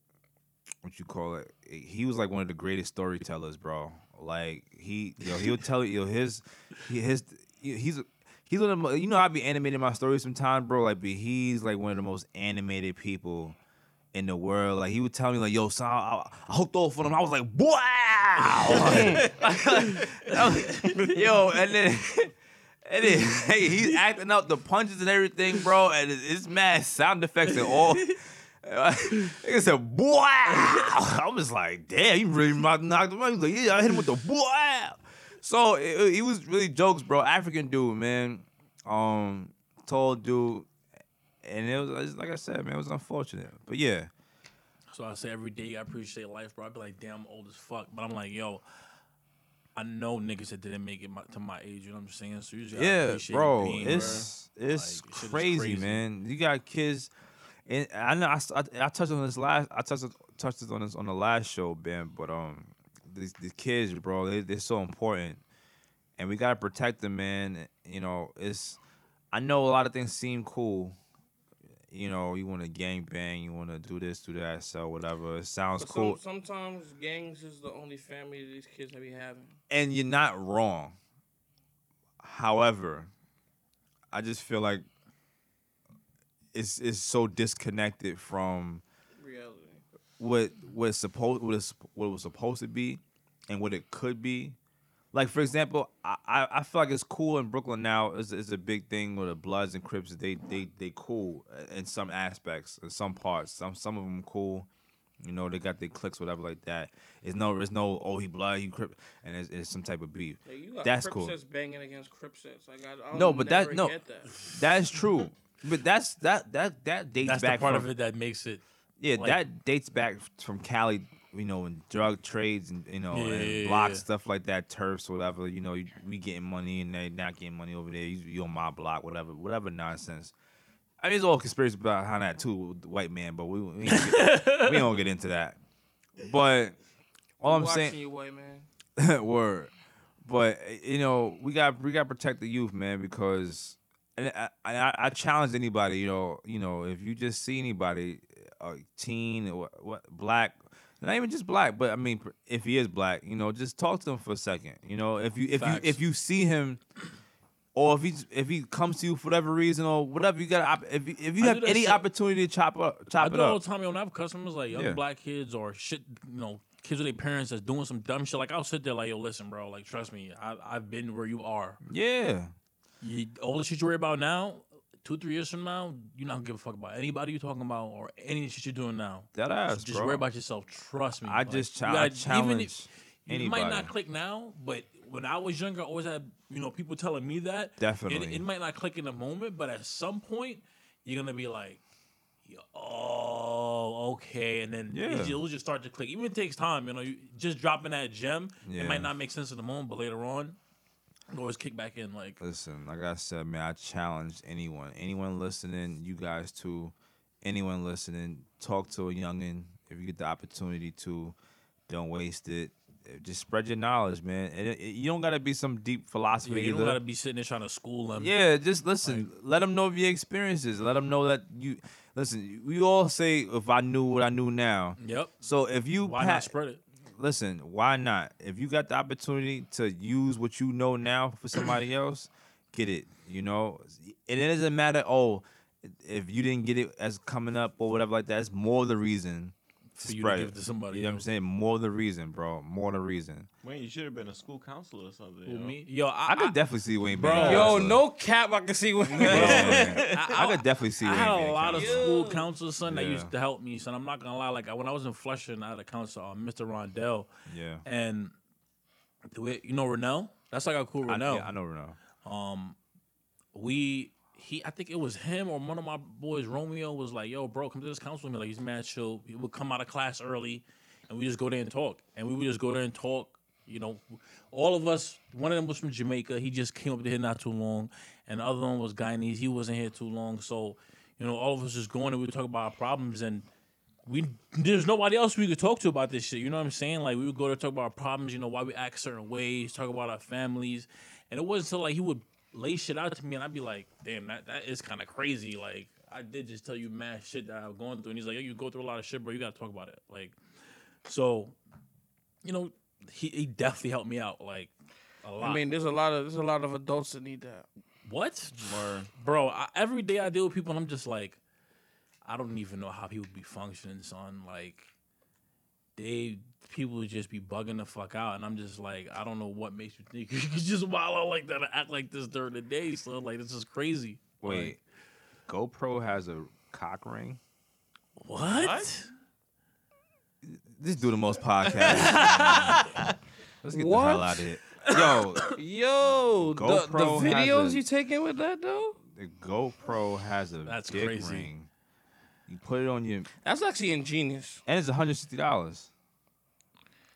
A: what you call it. He was like one of the greatest storytellers, bro. Like he, yo, he'll tell you, yo, his, he, his, he's, he's one of the, mo- you know, I be animating my stories sometimes, bro. Like, but he's like one of the most animated people in the world. Like he would tell me, like, yo, son, I, I hooked off on him. I was like, wow, <laughs> yo, and then. And then, hey, he's acting out the punches and everything, bro, and it's, it's mad sound effects and all. Nigga said, "Boy," I'm just like, "Damn, you really knocked knocked him out." He's like, "Yeah, I hit him with the boy." So it, it- it was really jokes, bro. African dude, man, um, tall dude, and it was it's like I said, man, it was unfortunate, but yeah,
B: So I say every day I appreciate life, bro. I be like, damn, I'm old as fuck. But I'm like, yo, I know niggas that didn't make it my, to my age. You know what I'm saying? So you just gotta
A: yeah,
B: appreciate
A: bro,
B: being,
A: it's it's
B: Like, shit is
A: crazy,
B: crazy.
A: man. You got kids, and I know I, s- I, I touched on this last, I touched touched this on this on the last show, Ben, but um, these, these kids, bro, they they're so important. and we gotta protect them, man. You know, it's I know a lot of things seem cool. You know, you want to gang bang, you want to do this, do that, so whatever. It sounds
E: But
A: cool,
E: some, sometimes gangs is the only family these kids may be having.
A: and you're not wrong. However, I just feel like it's it's so disconnected from
E: Reality.
A: what what supposed what, is, what it was supposed to be and what it could be. Like for example, I, I, I feel like it's cool in Brooklyn now. It's, it's a big thing where the Bloods and Crips they they they cool in some aspects, in some parts. Some some of them cool. You know they got their clicks, whatever like that. It's no it's no oh he blood he Crip and it's, it's some type of beef.
E: Like, you got
A: That's
E: Crip
A: cool.
E: sets banging against Crip sets. Like, I, I don't
A: No, but that-
E: never
A: no.
E: Get that.
A: That is true. But that's that that that dates
B: That's
A: back
B: the part
A: from,
B: of it that makes it.
A: Yeah,
B: Like-
A: that dates back from Cali, you know, and drug trades and you know,
B: Yeah,
A: and
B: yeah,
A: blocks
B: yeah.
A: stuff like that, turfs, whatever. You know, you, we getting money and they not getting money over there. You, you on my block, whatever, whatever nonsense. I mean, it's all conspiracy behind that too, with the white man. But we we, ain't
B: <laughs>
A: get- we don't get into that. But all I'm
E: Watching
A: saying,
E: you, white man.
A: <laughs> Word. But you know, we got we got to protect the youth, man, because and I, I, I challenge anybody, you know, you know, if you just see anybody, a teen or what, what black, not even just black, but I mean, if he is black, you know, just talk to him for a second. You know, if you if
B: Facts.
A: you if you see him. Or if he's if he comes to you for whatever reason or whatever you got op- if you, if you
B: I
A: have
B: do that
A: any
B: shit.
A: opportunity to chop up
B: I
A: chop
B: do
A: it
B: it all
A: up
B: the time. yo, When I have customers like young
A: Yeah.
B: black kids or shit, you know, kids with their parents that's doing some dumb shit. Like I'll sit there like, yo, listen, bro. Like trust me, I, I've been where you are.
A: yeah
B: You, all the shit you worry about now, two three years from now, you not gonna give a fuck about anybody you talking about or any shit you're doing now.
A: that
B: So
A: ass
B: just
A: bro.
B: worry about yourself. Trust me.
A: I
B: Like,
A: just
B: you
A: cha- I
B: gotta- even
A: challenge
B: if- You might
A: anybody.
B: not click now, but when I was younger, I always had you know people telling me that. It-
A: Definitely.
B: it, might not click in the moment, but at some point, you're gonna be like, "Yo, oh, okay, and then
A: Yeah.
B: it, will just start to click. Even if it takes time, you know, you, just dropping that gem, it
A: Yeah.
B: might not make sense in the moment, but later on, it'll always kick back in. Like
A: Listen, like I said, man, I challenge anyone, anyone listening, you guys too, anyone listening, talk to a youngin if you get the opportunity to. Don't waste it. Eh, Just spread your knowledge, man. And it, it- you don't gotta be some deep philosophy
B: yeah, you
A: either.
B: don't gotta be sitting there trying to school them.
A: Yeah, just listen. let them know of your experiences. Let them know that you listen. We all say, "If I knew what I knew now."
B: Yep.
A: So if you
B: Why
A: pa-
B: not spread it?
A: listen, why not? If you got the opportunity to use what you know now for somebody
B: <clears throat>
A: else, get it. You know, and it doesn't matter. Oh, if you didn't get it as coming up or whatever like that, it's more the reason
B: for you
A: spread
B: to give to somebody.
A: You know what I'm
B: else.
A: saying? More the reason, bro. More the reason.
D: Wayne, you should have been a school counselor or something.
B: Who,
D: yo. <laughs>
B: me? Yo, I,
A: I could definitely see Wayne
B: Bro.
A: being a <laughs>
E: Yo,
A: counselor.
E: no cap. I can see when.
A: Bro, <laughs> man. I, could definitely see
B: <laughs> I
A: Wayne
B: had
A: being
B: a lot of
A: counselor.
B: school counselors, son, that
A: Yeah.
B: used to help me, son. I'm not gonna lie. Like I- when I was in Flushing, I had a counselor, uh, Mr. Rondell,
A: Yeah.
B: and the way you know Renell. That's like a cool
A: I
B: Renell.
A: yeah, I know Renell.
B: we he I think it was him or one of my boys, Romeo, was like, "Yo, bro, come to this council with me." Like he's mad chill. He would come out of class early, and we just go there and talk. And we would just go there and talk. You know, all of us. One of them was from Jamaica. He just came up here not too long, and the other one was Guyanese. He wasn't here too long. So, you know, all of us just going and we would talk about our problems and. We there's nobody else we could talk to about this shit. You know what I'm saying? Like we would go to talk about our problems, you know, why we act certain ways, talk about our families, and it wasn't until like he would lay shit out to me, and I'd be like, damn, that, that is kind of crazy. Like I did just tell you mad shit that I've gone through, and he's like, yo, you go through a lot of shit, bro. You gotta talk about it. Like, so, you know, he, he definitely helped me out like a lot.
E: I mean, there's a lot of there's a lot of adults that need that.
B: What? Bro, I, every day I deal with people and I'm just like, I don't even know how people be functioning, son. Like, they, people just be bugging the fuck out. And I'm just like, I don't know what makes you think <laughs> you can just wallow like that and act like this during the day, son. Like, this is crazy.
A: Wait, GoPro has a cock ring.
B: Like, what?
A: This do the
E: <laughs>
A: most podcasts. Let's get the hell
E: What?
A: out of here. Yo,
E: Yo, the, the
A: GoPro has
E: videos
A: a-
E: you taking with that though?
A: the GoPro has a
B: That's
A: dick
B: crazy.
A: ring. You put it on your,
E: That's actually ingenious.
A: and it's 160 dollars.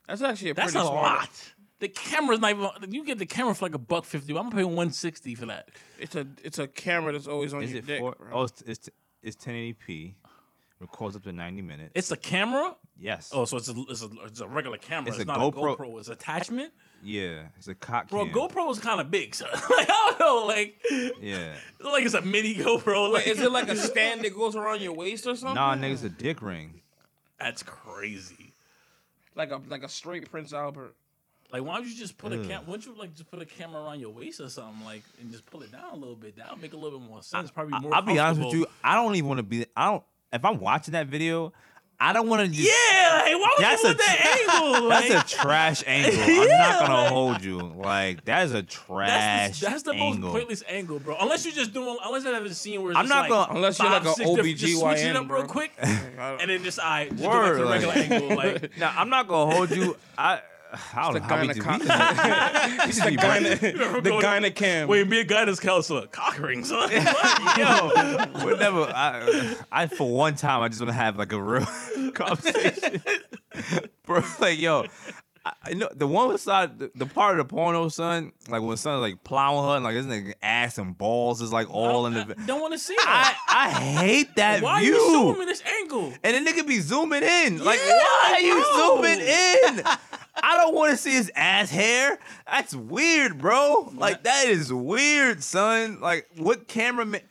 E: That's actually a
B: That's
E: pretty
B: a
E: smart.
B: lot. The camera's not even, you get the camera for like a buck fifty. I'm paying 160 for that.
E: It's a it's a camera that's always on
A: Is
E: your
A: it
E: dick.
A: four?
E: bro.
A: Oh, it's, it's it's 1080p. Records up to 90 minutes.
B: It's a camera?
A: yes.
B: Oh, so it's a, it's a, it's a regular camera.
A: It's
B: It's,
A: a
B: not
A: GoPro.
B: a GoPro. It's attachment.
A: Yeah, it's a cock.
B: Bro,
A: cam.
B: GoPro is kind of big. So, <laughs> like, I don't know. Like, <laughs>
A: Yeah.
B: it's like it's a mini GoPro. Like,
E: Is it like a stand that goes around your waist or something?
A: Nah, niggas, a dick ring.
B: <laughs> that's crazy.
E: Like a like a straight Prince Albert.
B: Like, why don't you just put a
A: Ugh.
B: cam? Why don't you like just put a camera around your waist or something, like, and just pull it down a little bit? That'll make a little bit more sense. Probably more.
A: I'll be honest with you.
B: comfortable.
A: I don't even want to be. I don't. If I'm watching that video, I don't want to. just
B: Yeah, like, why would
A: That's
B: you
A: a
B: put that angle?
A: <laughs>
B: Like,
A: That's a
B: <laughs>
A: trash angle. I'm
B: Yeah,
A: not gonna
B: like-
A: hold you. Like that is a trash
B: that's the, that's the
A: angle.
B: most pointless angle, bro. Unless you're just doing, unless I haven't seen where it's
A: I'm
B: just,
A: not
B: like,
A: gonna-
E: Unless you're like
B: five,
E: an
B: six different- just switch it
E: OBGYN,
B: up
E: bro.
A: <laughs>
B: real quick, and then just I just
A: Word,
B: go back to the
A: like-
B: regular
A: <laughs>
B: angle. Like,
A: Now I'm not gonna hold you.
B: <laughs>
A: I I don't know how we do.
E: gyneco-
A: We
E: <laughs>
A: just- we just be breaking-
E: the gyna cam.
B: wait, be a guidance counselor, cock rings. Like, <laughs> what? Yo,
A: <laughs> We're never. I, I for one time I just want to have like a real <laughs> conversation, <laughs> bro. Like yo, I, I know the one side, the, the part of the porno, son. Like when son like plowing her and like this nigga ass and balls is like all in the. vi-
B: I <laughs> don't want to see
A: I
B: that.
A: I hate that
B: Why
A: view.
B: are you zooming this angle?
A: and the nigga be zooming in. Like,
B: Yeah,
A: why are you
B: bro.
A: zooming
B: <laughs>
A: in? I don't want to see his ass hair. That's weird, bro. Like, that is weird, son. Like, what cameraman?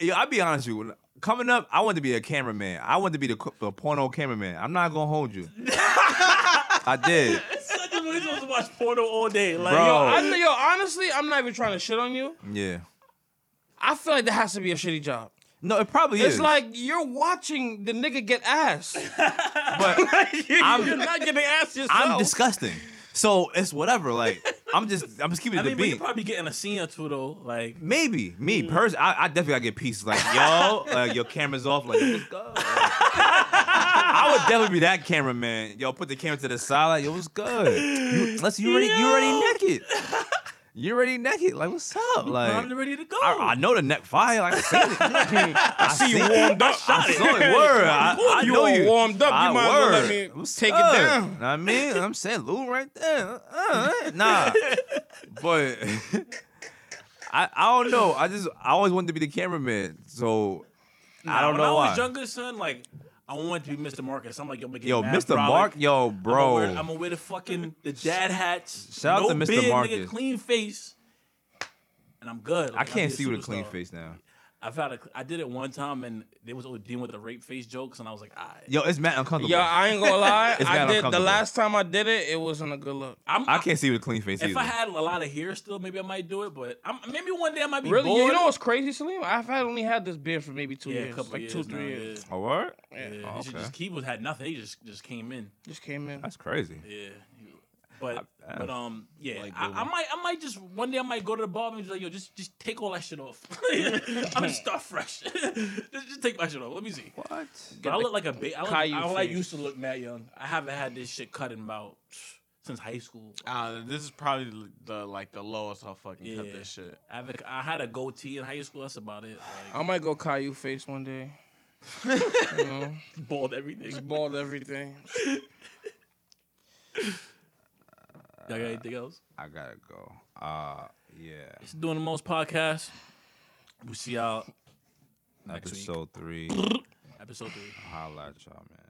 A: Yo, I'll be honest with you. when- Coming up, I wanted to be a cameraman. I wanted to be the, co- the porno cameraman. I'm not gonna hold
B: <laughs>
A: you. I did,
B: Such a we're supposed to watch porno all day. Like,
A: Bro.
B: yo,
E: I know, yo, honestly, I'm not even trying to shit on you.
A: yeah.
E: I feel like that has to be a shitty job.
A: No, it probably
E: It's
A: is.
E: like you're watching the nigga get
A: <laughs>
E: ass.
A: but
B: <laughs> I'm,
A: I'm-
B: you're not getting ass yourself.
A: I'm disgusting. So it's whatever. Like, I'm just, I'm just keeping
B: I
A: it
B: mean,
A: the
B: we
A: beat.
B: could probably get in a scene or two though. Like,
A: Maybe
E: Mm.
A: me pers- I, I definitely gotta get pieces like
E: <laughs>
A: yo, like your camera's off. Like what's good? I would definitely be that cameraman. Yo, put the camera to the side. Like yo, what's good? You, let's you already you already naked. You already naked. Like what's up? Like
B: I'm ready to go.
A: I, I know the neck fire. Like I seen it.
E: <laughs>
A: I see you
E: warmed
A: up. I saw it. Word. I, I
E: <laughs> You
A: know
E: all
A: you
E: warmed up. You
A: I
E: might as well let
A: word.
E: me
A: What's
E: take it
A: up?
E: down.
A: Know what Uh, I
E: <laughs>
A: mean, I'm saying Lou right there. Uh, uh, nah, but <laughs> I I don't know. I just I always wanted to be the cameraman, so I don't
B: when
A: know
B: I
A: why.
B: was younger, son, like, I wanted to be Mr. Marcus. I'm like, yo, I'm gonna get
A: yo,
B: mad
A: Mr.
B: brolic.
A: Mark, yo, bro.
B: I'm gonna, wear, I'm gonna wear the fucking the dad hats.
A: Shout out
B: no
A: to Mr.
B: Beard, nigga,
A: Marcus.
B: clean face, and I'm good.
A: I
B: Like, I'll
A: can't
B: be a
A: see with a clean
B: superstar.
A: face now.
B: I've had a, I did it one time and they was dealing with the rape face jokes and I was like, I,
A: Yo, it's mad uncomfortable.
E: Yeah, I ain't gonna lie.
A: It's
E: I
A: kinda
E: did the
A: uncomfortable.
E: last time I did it, it wasn't a good look.
B: I'm,
A: I can't see with a clean face
B: If
A: either.
B: I had a lot of hair still, maybe I might do it. But I'm, maybe one day I might be
E: Really,
B: bored.
E: you know what's crazy, Salim? I've had only had this beard for maybe two
B: yeah,
E: years,
B: a couple
E: like
B: years
E: two, three
B: now,
E: years.
A: oh, what?
B: Yeah, yeah.
A: Oh,
B: He should
A: okay.
B: just, he was had nothing. He just just came in.
E: Just came in.
A: That's crazy.
B: Yeah, but
A: I-
B: but um yeah,
D: Like
B: I,
D: Boomer.
B: I might I might just one day I might go to the barber and be like yo just just take all that shit off. <laughs> I'm gonna start fresh. <laughs> just, just take my shit off. Let me see.
A: What?
B: But I look like a big. I, look, I,
E: Caillou
B: like
E: face.
B: used to look mad young. I haven't had this shit cut in about since high school.
D: Uh, this is probably the like the lowest I'll fucking
B: Yeah.
D: cut this shit.
B: I, have a, I had a goatee in high school. That's about it. Like,
E: I might go Caillou face one day. you know,
B: <laughs> bald everything.
E: just bald everything. <laughs>
B: Y'all got anything else?
A: I gotta go. Uh, yeah.
B: It's doing the most podcast. We'll see y'all next week.
A: Episode three.
B: Episode three.
A: Holla at y'all, man.